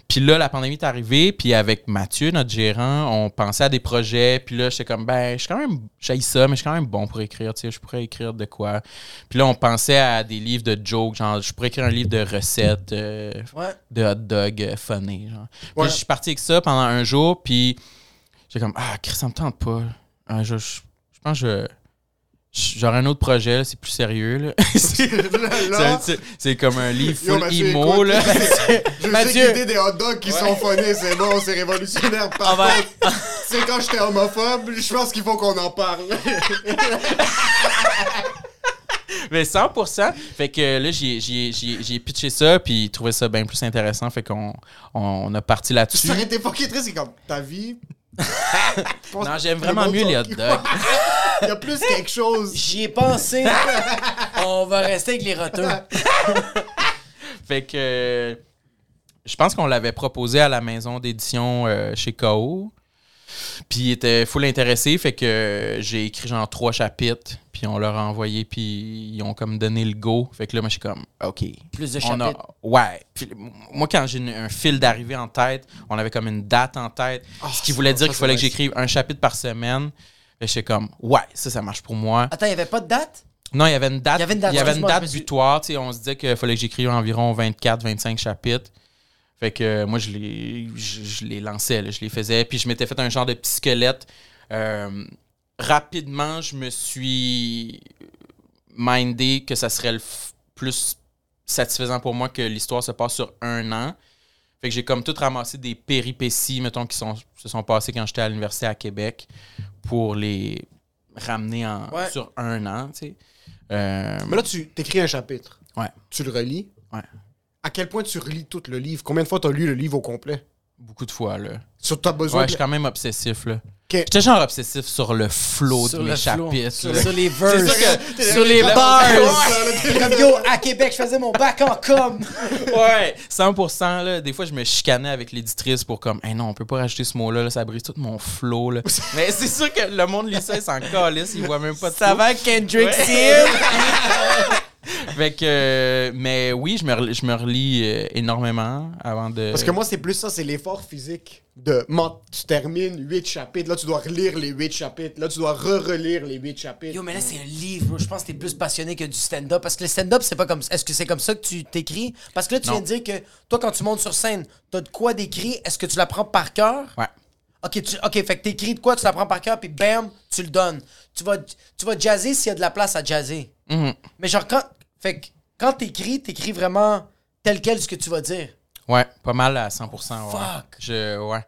Puis là, la pandémie est arrivée, puis avec Mathieu, notre gérant, on pensait à des projets. Puis là, j'étais comme, ben, je suis quand même, j'haïs ça, mais je suis quand même bon pour écrire, tu sais, je pourrais écrire de quoi. Puis là, on pensait à des livres de jokes, genre, je pourrais écrire un livre de recettes euh, Ouais. de hot dog euh, funny, genre. Puis là, Ouais. je suis parti avec ça pendant un jour, puis j'ai comme, ah, Chris, ça me tente pas. Un jour, je, je pense que je. J'aurais un autre projet, là, c'est plus sérieux. là. *laughs* *laughs* C'est- Là, c'est- C'est comme un livre Yo, ben, full Mathieu, emo. écoute. Là. *laughs* *laughs* je Mathieu. sais l'idée des hot dogs qui sont phonés, c'est bon, c'est révolutionnaire. Par va- contre, c'est quand j'étais homophobe, je pense qu'il faut qu'on en *laughs* parle. *laughs* Mais 100%. Fait que là, j'ai- j'ai j'ai- j'ai pitché ça, puis il trouvait ça bien plus intéressant. Fait qu'on on a parti là-dessus. Ça aurait été fucking triste, c'est comme ta vie. Je pense *laughs* Non, que j'aime le vraiment monde mieux les s'en hot occupe. dogs. *laughs* Il y a plus quelque chose. J'y ai pensé. On va rester avec les roteurs. Fait que euh, je pense qu'on l'avait proposé à la maison d'édition euh, chez KO. Puis il était full intéressé, fait que euh, j'ai écrit genre trois chapitres, puis on leur a envoyé, puis ils ont comme donné le go. Fait que là, moi, je suis comme, OK. Plus de On a- chapitres. ouais. Puis, m- moi, quand j'ai une- un fil d'arrivée en tête, on avait comme une date en tête, ce Oh, qui voulait dire qu'il fallait que j'écrive un chapitre par semaine. Fait que j'étais comme, ouais, ça, ça marche pour moi. Attends, il n'y avait pas de date? Non, il y avait une date, Il y avait une date, excuse-moi, je me suis- butoir. tu sais, on se disait qu'il fallait que j'écrive environ 24-25 chapitres. Fait que euh, moi, je les, je, je les lançais, là, je les faisais. Puis je m'étais fait un genre de petit squelette. Euh, rapidement, je me suis mindé que ça serait le f- plus satisfaisant pour moi que l'histoire se passe sur un an. Fait que j'ai comme tout ramassé des péripéties, mettons, qui sont, se sont passées quand j'étais à l'université à Québec pour les ramener en, Ouais. sur un an, tu sais. Euh, Mais là, tu t'écris un chapitre. Ouais. Tu le relis. Ouais. À quel point tu relis tout le livre? Combien de fois t'as lu le livre au complet? beaucoup de fois, là. Sur ta besoin Ouais, de- je suis quand même obsessif, là. J'étais genre obsessif sur le flow Sur de le mes flow. chapitres. là. Sur les verses. C'est ça que- Sur les Ouais. bars. Ouais. Comme yo, à Québec, je faisais mon bac en com. Ouais, 100%, là. Des fois, je me chicanais avec l'éditrice pour comme, hey, non, on peut pas rajouter ce mot-là, là, ça brise tout mon flow, *laughs* là. Mais c'est sûr que le monde lit ça, il s'en calisse, il voit même pas de Ça flow. va, Kendrick Ouais. Seal? Fait que, euh, mais oui, je me, rel- je me relis euh, énormément avant de. Parce que moi, c'est plus ça, c'est l'effort physique de man, tu termines 8 chapitres, là tu dois relire les 8 chapitres, là tu dois re-relire les 8 chapitres. Yo, mais là, c'est un livre, bro. Je pense que t'es plus passionné que du stand-up. Parce que le stand-up, c'est pas comme Est-ce que c'est comme ça que tu t'écris? Parce que là, tu Non. viens de dire que toi, quand tu montes sur scène, t'as de quoi d'écrit? Est-ce que tu l'apprends par cœur? Ouais. OK, tu, ok, fait que t'écris de quoi, tu l'apprends par cœur, puis bam, tu le donnes. Tu vas, tu vas jazzer s'il y a de la place à jazzer. Mhm. Mais genre, quand, fait que quand t'écris, t'écris vraiment tel quel ce que tu vas dire. Ouais, pas mal à 100%. ouais. Fuck. Je, ouais.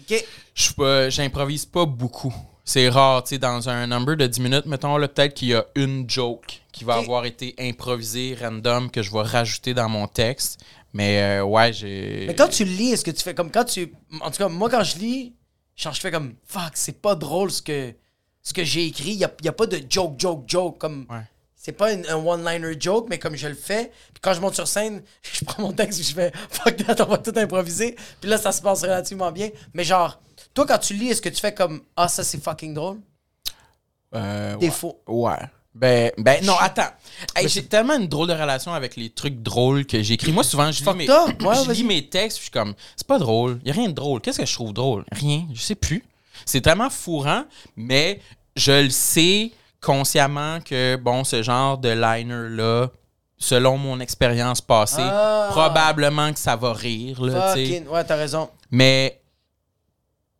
OK? Je suis pas- J'improvise pas beaucoup. C'est rare, tu sais, dans un number de 10 minutes, mettons, là, peut-être qu'il y a une joke qui va Ok. avoir été improvisée, random, que je vais rajouter dans mon texte. Mais euh, ouais, j'ai. Mais quand tu lis, est-ce que tu fais comme quand tu. En tout cas, moi, quand je lis, genre, je fais comme fuck, c'est pas drôle ce que, ce que j'ai écrit. Il n'y a, y a pas de joke, joke, joke. Comme. Ouais. C'est pas une- un one-liner joke, mais comme je le fais, puis quand je monte sur scène, *laughs* je prends mon texte et je fais fuck *laughs* that, on va tout improviser. Puis là, ça se passe relativement bien. Mais genre, toi, quand tu lis, est-ce que tu fais comme ah, ça, c'est fucking drôle? Euh, ouais. Défaut. Ouais. Ben, ben non, attends. Hey, j'ai tellement une drôle de relation avec les trucs drôles que j'écris. Moi, souvent, je lis, Fuck mes, up, ouais, je vas-y. lis mes textes, puis je suis comme, c'est pas drôle. Il a rien de drôle. Qu'est-ce que je trouve drôle? Rien. Je sais plus. C'est tellement fourrant, mais je le sais consciemment que, bon, ce genre de liner-là, selon mon expérience passée, Ah. probablement que ça va rire. Là, tu sais. Fucking. Ouais, t'as raison. Mais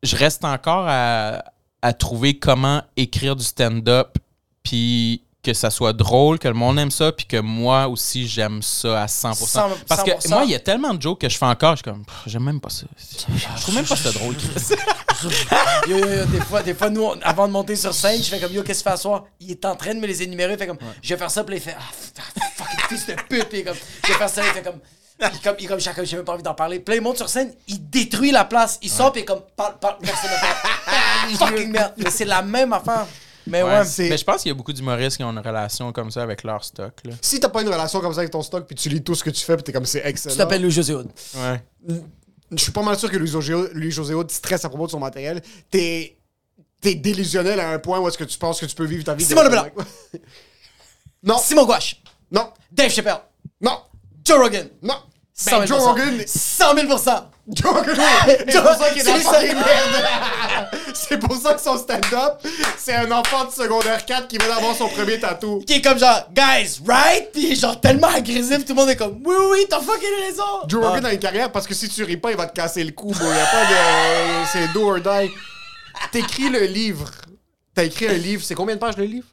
je reste encore à, à trouver comment écrire du stand-up, puis que ça soit drôle, que le monde aime ça, puis que moi aussi j'aime ça à 100%. Cent- Parce que 100%. moi, il y a tellement de jokes que je fais encore, je suis comme, Pff, j'aime même pas ça. Je trouve même pas *laughs* ça drôle. Chris. Yo, yo, yo, des fois, des fois nous, on- avant de monter sur scène, je fais comme, yo, qu'est-ce que tu fais à soir? Il est en train de me les énumérer, il fait comme, je vais faire ça, puis là, il fait, ah, putain, fucking fils de pute, puis il est comme, je vais faire ça, il fait comme, il comme, il comme, chacun, j'ai même pas envie d'en parler. Puis là, il monte sur scène, il détruit la place, il sort, puis il est comme, parle, parle, personne ne *laughs* parle. fucking merde. Mais c'est la même affaire. Mais ouais, Ouais. c'est- Mais je pense qu'il y a beaucoup d'humoristes qui ont une relation comme ça avec leur stock. Là. Si t'as pas une relation comme ça avec ton stock, puis tu lis tout ce que tu fais, puis t'es comme c'est excellent. tu t'appelles Louis José Hood. Ouais. Je suis pas mal sûr que Louis-José Louis-José Hood stresse à propos de son matériel. T'es t'es délusionnel à un point où est-ce que tu penses que tu peux vivre ta vie. de- Simon Leblanc. Non, Simon Gouache, non, Dave Chappelle, non, Joe Rogan, Ben, non. 100 000 Joe Rogan- 100 000 Joe *laughs* Rogan, c'est pour ça qu'il est dans C'est la ça. des merdes. *laughs* C'est pour ça que son stand-up, c'est un enfant de secondaire 4 qui vient d'avoir son premier tatou. Qui est comme genre, guys, right? Puis genre tellement agressif, tout le monde est comme, oui, oui, oui, t'as fucking raison. Ah. Joe Rogan a une carrière parce que si tu ris pas, il va te casser le cou, bro. Y a pas de. euh, C'est do or die. T'écris le livre. T'as écrit un livre. C'est combien de pages le livre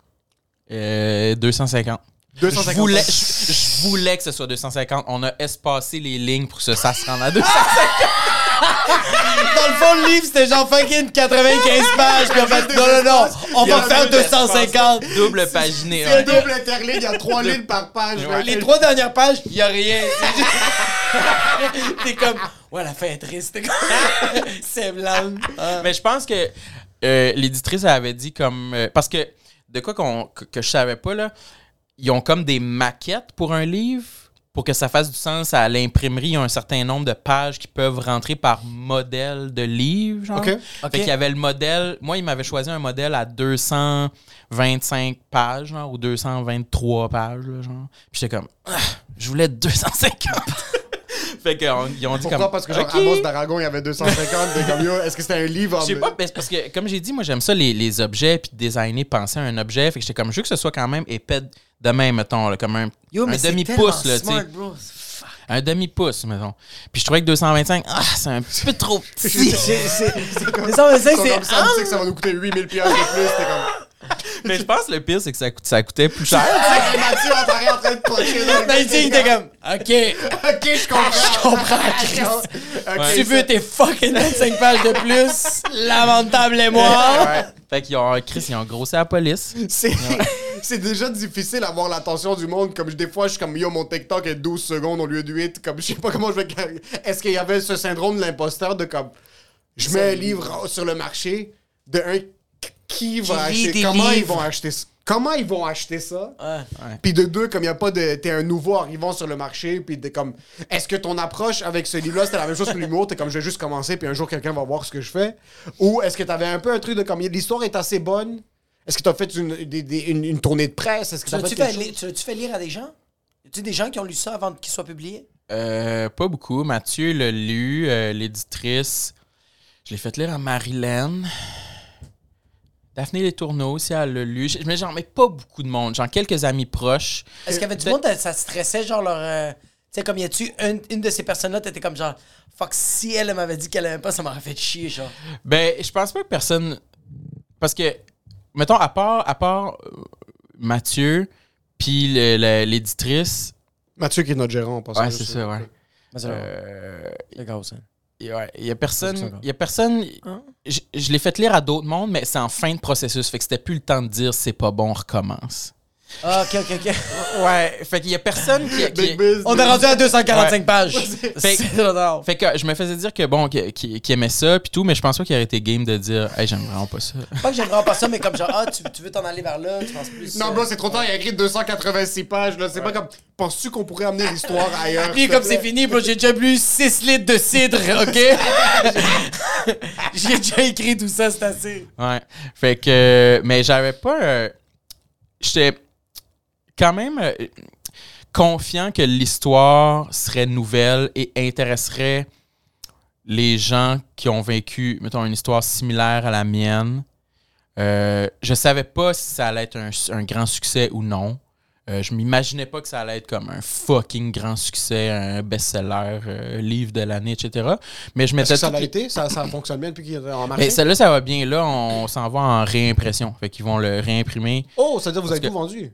Euh, 250. Je 250 voulais, pages. je, je voulais que ce soit 250. On a espacé les lignes pour que ça se rende à 250. Dans le fond, le livre, c'était genre fucking 95 pages. Puis on fait, non, non, non, on Il y a va un faire double 250. Double hein. paginé. C'est ouais. double interligne, il y a trois lignes par page. Ouais. Les trois dernières pages, il y a rien. *laughs* C'est juste- T'es comme, ouais, la fin est triste. *laughs* C'est blanc. Ah. Mais je pense que euh, l'éditrice elle avait dit comme. euh, parce que de quoi qu'on- que, que je savais pas, là, ils ont comme des maquettes pour un livre. Pour que ça fasse du sens à l'imprimerie, il y a un certain nombre de pages qui peuvent rentrer par modèle de livre. Genre. Ok. Fait Ok. qu'il y avait le modèle. Moi, il m'avait choisi un modèle à 225 pages, genre, ou 223 pages, là, genre. Puis j'étais comme, Ah, je voulais 250. *laughs* fait qu'ils ont dit Pourquoi comme. Parce que genre Ok. Amos d'Aragon, il y avait 250. T'es comme yo, est-ce que c'était un livre en- Je sais pas, mais c'est parce que, comme j'ai dit, moi, j'aime ça, les, les objets, puis designer, penser à un objet. Fait que j'étais comme, je veux que ce soit quand même épais de- de même, mettons, là, comme un, Yo, un mais c'est demi-pouce, tellement là, tu sais. smart, *laughs* bro. Fuck. Un demi-pouce, mettons. Puis je trouvais que 225, ah, c'est un petit peu *laughs* trop petit. C'est comme- Mais ça, mais ça, ils sont c'est- comme ça, on sait que ça va nous coûter 8000 pièces de plus. T'es comme. mais je pense que le pire, c'est que ça, coûte- ça coûtait plus cher. *laughs* Ah, Mathieu en train- en train de pocher. dans le- Ben, il dit, il était comme, OK, Ah, Ok, je comprends. Je comprends, comprends. tu veux tes fucking 25 pages de plus, lamentable et moi. Ouais. Fait qu'ils ont, Chris, ils ont grossé la police. C'est c'est déjà difficile avoir l'attention du monde. Comme je- des fois, je suis comme yo, mon TikTok est 12 secondes au lieu de 8. Comme je sais pas comment je vais. car- Est-ce qu'il y avait ce syndrome de l'imposteur de comme je mets un livre sur le marché de un qui va lit acheter des Comment ils livres. vont acheter ça Comment ils vont acheter ça Ouais. Puis de deux, comme il y a pas de. T'es un nouveau arrivant sur le marché, puis t'es comme. Est-ce que ton approche avec ce livre-là, c'était la même chose que l'humour? T'es comme, je vais juste commencer, puis un jour quelqu'un va voir ce que je fais? Ou est-ce que t'avais un peu un truc de comme, l'histoire est assez bonne? Est-ce que t'as fait une, des- des- une, une tournée de presse? Est-ce que Tu t'as fait l'as-tu quelque fait, chose? li- tu l'as-tu fait lire à des gens? Y a-tu des gens qui ont lu ça avant qu'il soit publié? Euh, pas beaucoup. Mathieu l'a lu, euh, l'éditrice. Je l'ai fait lire à Marilyn. Daphné Les Tourneaux aussi, elle l'a lu. J- Mais genre, mais pas beaucoup de monde. Genre, quelques amis proches. Est-ce qu'il y avait du de- monde, ça stressait, genre, leur. euh, tu sais, comme y a-tu une, une de ces personnes-là, t'étais comme genre, fuck, si elle elle m'avait dit qu'elle aimait pas, ça m'aurait fait chier, genre. Ben, je pense pas que personne. Parce que, mettons, à part, à part euh, Mathieu, puis le- le- l'éditrice. Mathieu qui est notre gérant, en passant. Ouais, je c'est sais. ça, ouais. Vas-y, Euh, le gars, ça. y- ouais, Il y a C'est ça, personne. quoi. Il y a personne. Hein? Je, je l'ai fait lire à d'autres mondes, mais c'est en fin de processus. Fait que c'était plus le temps de dire c'est pas bon, on recommence. Ah, ok, ok, *laughs* ok. Euh, Ouais, fait qu'il y a personne qui. Big qui- business. On est rendu à 245 Ouais. pages. Fait- C'est énorme. fait que je me faisais dire que bon, qui, qui- qui aimait ça puis tout, mais je pense pas qu'il aurait été game de dire, hey, j'aime vraiment pas ça. Pas que j'aime vraiment pas ça, mais comme genre, ah, tu, tu veux t'en aller vers là, tu penses plus. Non, euh, bro, c'est trop tard, il a écrit 286 pages, là. C'est pas comme. Penses-tu qu'on pourrait amener *laughs* l'histoire ailleurs? Puis s'il te comme c'est plaît? fini, bro, j'ai déjà bu 6 litres de cidre, OK? *laughs* j'ai déjà écrit tout ça, c'est assez. Ouais. Fait que. euh, Mais j'avais pas. euh, J'étais quand même euh, confiant que l'histoire serait nouvelle et intéresserait les gens qui ont vécu, mettons, une histoire similaire à la mienne. Euh, je savais pas si ça allait être un, su- un grand succès ou non. Euh, je m'imaginais pas que ça allait être comme un fucking grand succès, un best-seller, euh, livre de l'année, etc. Mais Est-ce je que mettais ça toutes l'a les- été? Ça, ça fonctionne bien depuis qu'il est en marché? mais celle-là, ça va bien. Là, on s'en va en réimpression. Fait qu'ils vont le réimprimer Oh, ça veut dire que vous avez Parce tout vendu.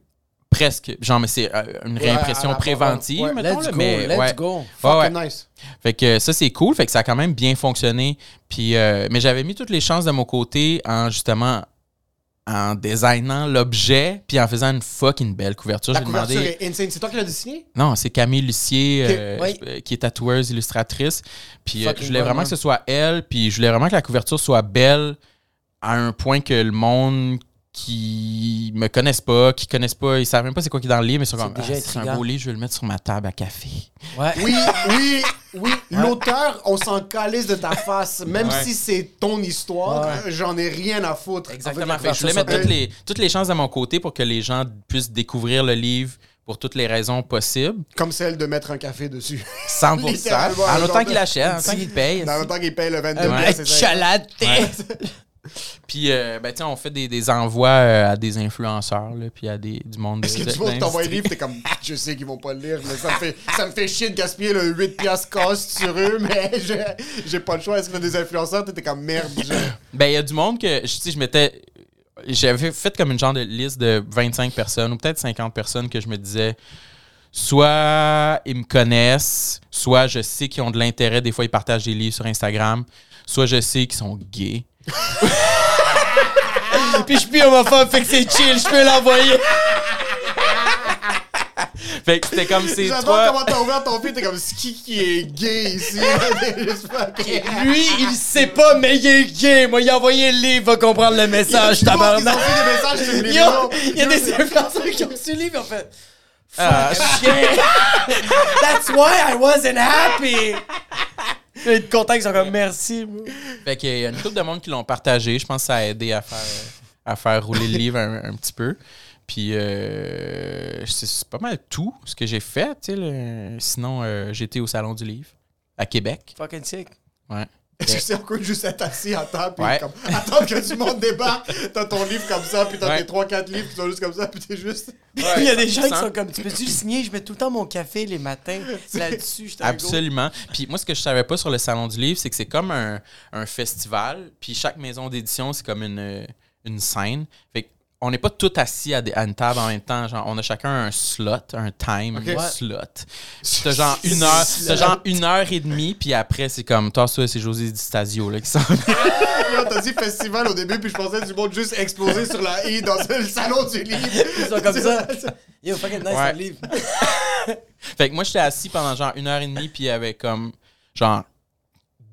presque. Genre, mais c'est euh, une réimpression Ah, à la- préventive, ouais. mettons, là, mais ouais. go. Ouais, ouais. Fucking nice. Fait que ça, c'est cool. Fait que ça a quand même bien fonctionné. Puis, euh, mais j'avais mis toutes les chances de mon côté en justement en designant l'objet puis en faisant une fucking belle couverture. La J'ai couverture demandé... est insane. C'est toi qui l'as dessiné? Non, c'est Camille Lucier, Ok, euh, oui. euh, qui est tatoueuse, illustratrice. Puis euh, Fucking je voulais bonne, hein. vraiment man. que ce soit elle, puis je voulais vraiment que la couverture soit belle à un point que le monde qui me connaissent pas, qui connaissent pas, ils savent même pas c'est quoi qui est dans le livre, mais ils sont C'est comme, déjà Ah, c'est un intriguant. beau livre, je vais le mettre sur ma table à café. Ouais. Oui, oui, oui. L'auteur, on s'en calisse de ta face. Même si c'est ton histoire, j'en ai rien à foutre. Exactement. En fait, la Fait que je voulais couverture mettre soit toutes les, toutes les chances à mon côté pour que les gens puissent découvrir le livre, pour toutes les raisons possibles. Comme celle de mettre un café dessus. *laughs* 100 Littéralement, En genre autant qu'il de- l'achète, en autant qu'il paye. Dans le temps qu'il paye le 22 Euh, piastres, ouais, c'est ça. chalade, t'es- Puis, euh, ben, tu sais, on fait des, des envois euh, à des influenceurs, là, puis à des, du monde de Est-ce que de- tu vois que t'envoies un l'industrie. livre, t'es comme, *laughs* je sais qu'ils vont pas le lire, mais ça me fait, ça me fait chier de gaspiller le 8 piastres cost sur eux, *laughs* mais je- j'ai pas le choix. Est-ce que des influenceurs, t'étais comme merde, je- Ben, il y a du monde que, je- tu sais, je m'étais. J'avais fait comme une genre de liste de 25 personnes, ou peut-être 50 personnes que je me disais. Soit ils me connaissent, soit je sais qu'ils ont de l'intérêt. Des fois, ils partagent des livres sur Instagram. Soit je sais qu'ils sont gays. *laughs* Puis je suis homophobe, fait que c'est chill, je peux l'envoyer. *laughs* Fait que c'était comme ces J'adore trois... comment t'as ouvert ton fil, t'es comme, c'est qui qui est gay ici? *laughs* Juste fucking- Lui, il sait pas, mais il est gay. Moi, il a envoyé le livre, va comprendre le message, Ils ont tabarnak. fait des messages subliminaux. Yo, il y a des influenceurs qui ont reçu le livre, en fait. Ah, Chien. That's why I wasn't happy. Les contacts ils sont comme merci. moi. Fait qu'il y a une couple de monde qui l'ont partagé. Je pense que ça a aidé à faire, à faire rouler le livre un, un petit peu. Puis euh, c'est c'est pas mal tout ce que j'ai fait. tu sais, le- Sinon, euh, j'étais au Salon du Livre à Québec. Fucking sick. Ouais. Est-ce que c'est encore juste être assis à table puis Ouais. comme attendre que du monde débarque, t'as ton livre comme ça, puis t'as Ouais. tes 3-4 livres qui sont juste comme ça, puis t'es juste. Il y a des gens qui Sans- sont comme tu peux-tu le signer Je mets tout le temps mon café les matins là-dessus. je te le Absolument. Puis moi, ce que je savais pas sur le Salon du Livre, c'est que c'est comme un, un festival. Puis chaque maison d'édition, c'est comme une, une scène. Fait que on n'est pas tous assis à, des- à une table en même temps. Genre, on a chacun un slot, un time, Ok. un Ouais. slot. Puis T'as genre une heure, t'as genre une heure et demie, puis après, c'est comme, toi, ça, c'est José Di Stasio, là, qui s'en vient. Là, t'as dit festival au début, puis je pensais du monde juste exploser sur la I dans le salon du livre. Ils sont comme *laughs* ça. Yo, fucking nice Ouais. ton livre. *laughs* Fait que moi, j'étais assis pendant genre une heure et demie, puis il y avait comme, genre,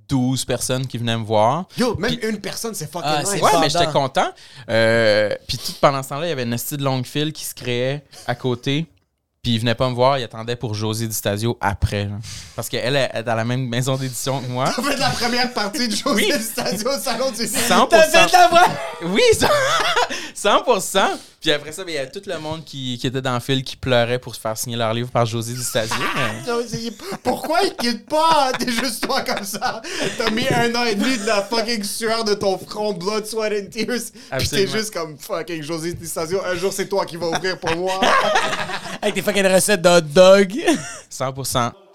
12 personnes qui venaient me voir. Yo, même une personne, c'est fucking Ah, nice. c'est Ouais, Pendant. mais j'étais content. Euh, puis tout pendant ce temps-là, il y avait une hostie de longue file qui se créait à côté. Puis il venait pas me voir, il attendait pour José Di Stasio après. là. Parce qu'elle elle est dans la même maison d'édition *laughs* que moi. T'as fait la première partie du José du Stadio au salon du livre. 100%. T'as fait ta voix. Oui, *laughs* ça- 100%. Puis après ça, ben, il y avait tout le monde qui, qui était dans le fil qui pleurait pour se faire signer leur livre par José Di Stasio. mais- Pourquoi il quitte pas? hein, T'es juste toi comme ça. T'as mis un an et demi de la fucking sueur de ton front, blood, sweat and tears. Puis t'es Absolument. juste comme fucking José Stasio. Un jour, c'est toi qui vas ouvrir pour moi. Avec tes fucking recettes de hot dog. 100%.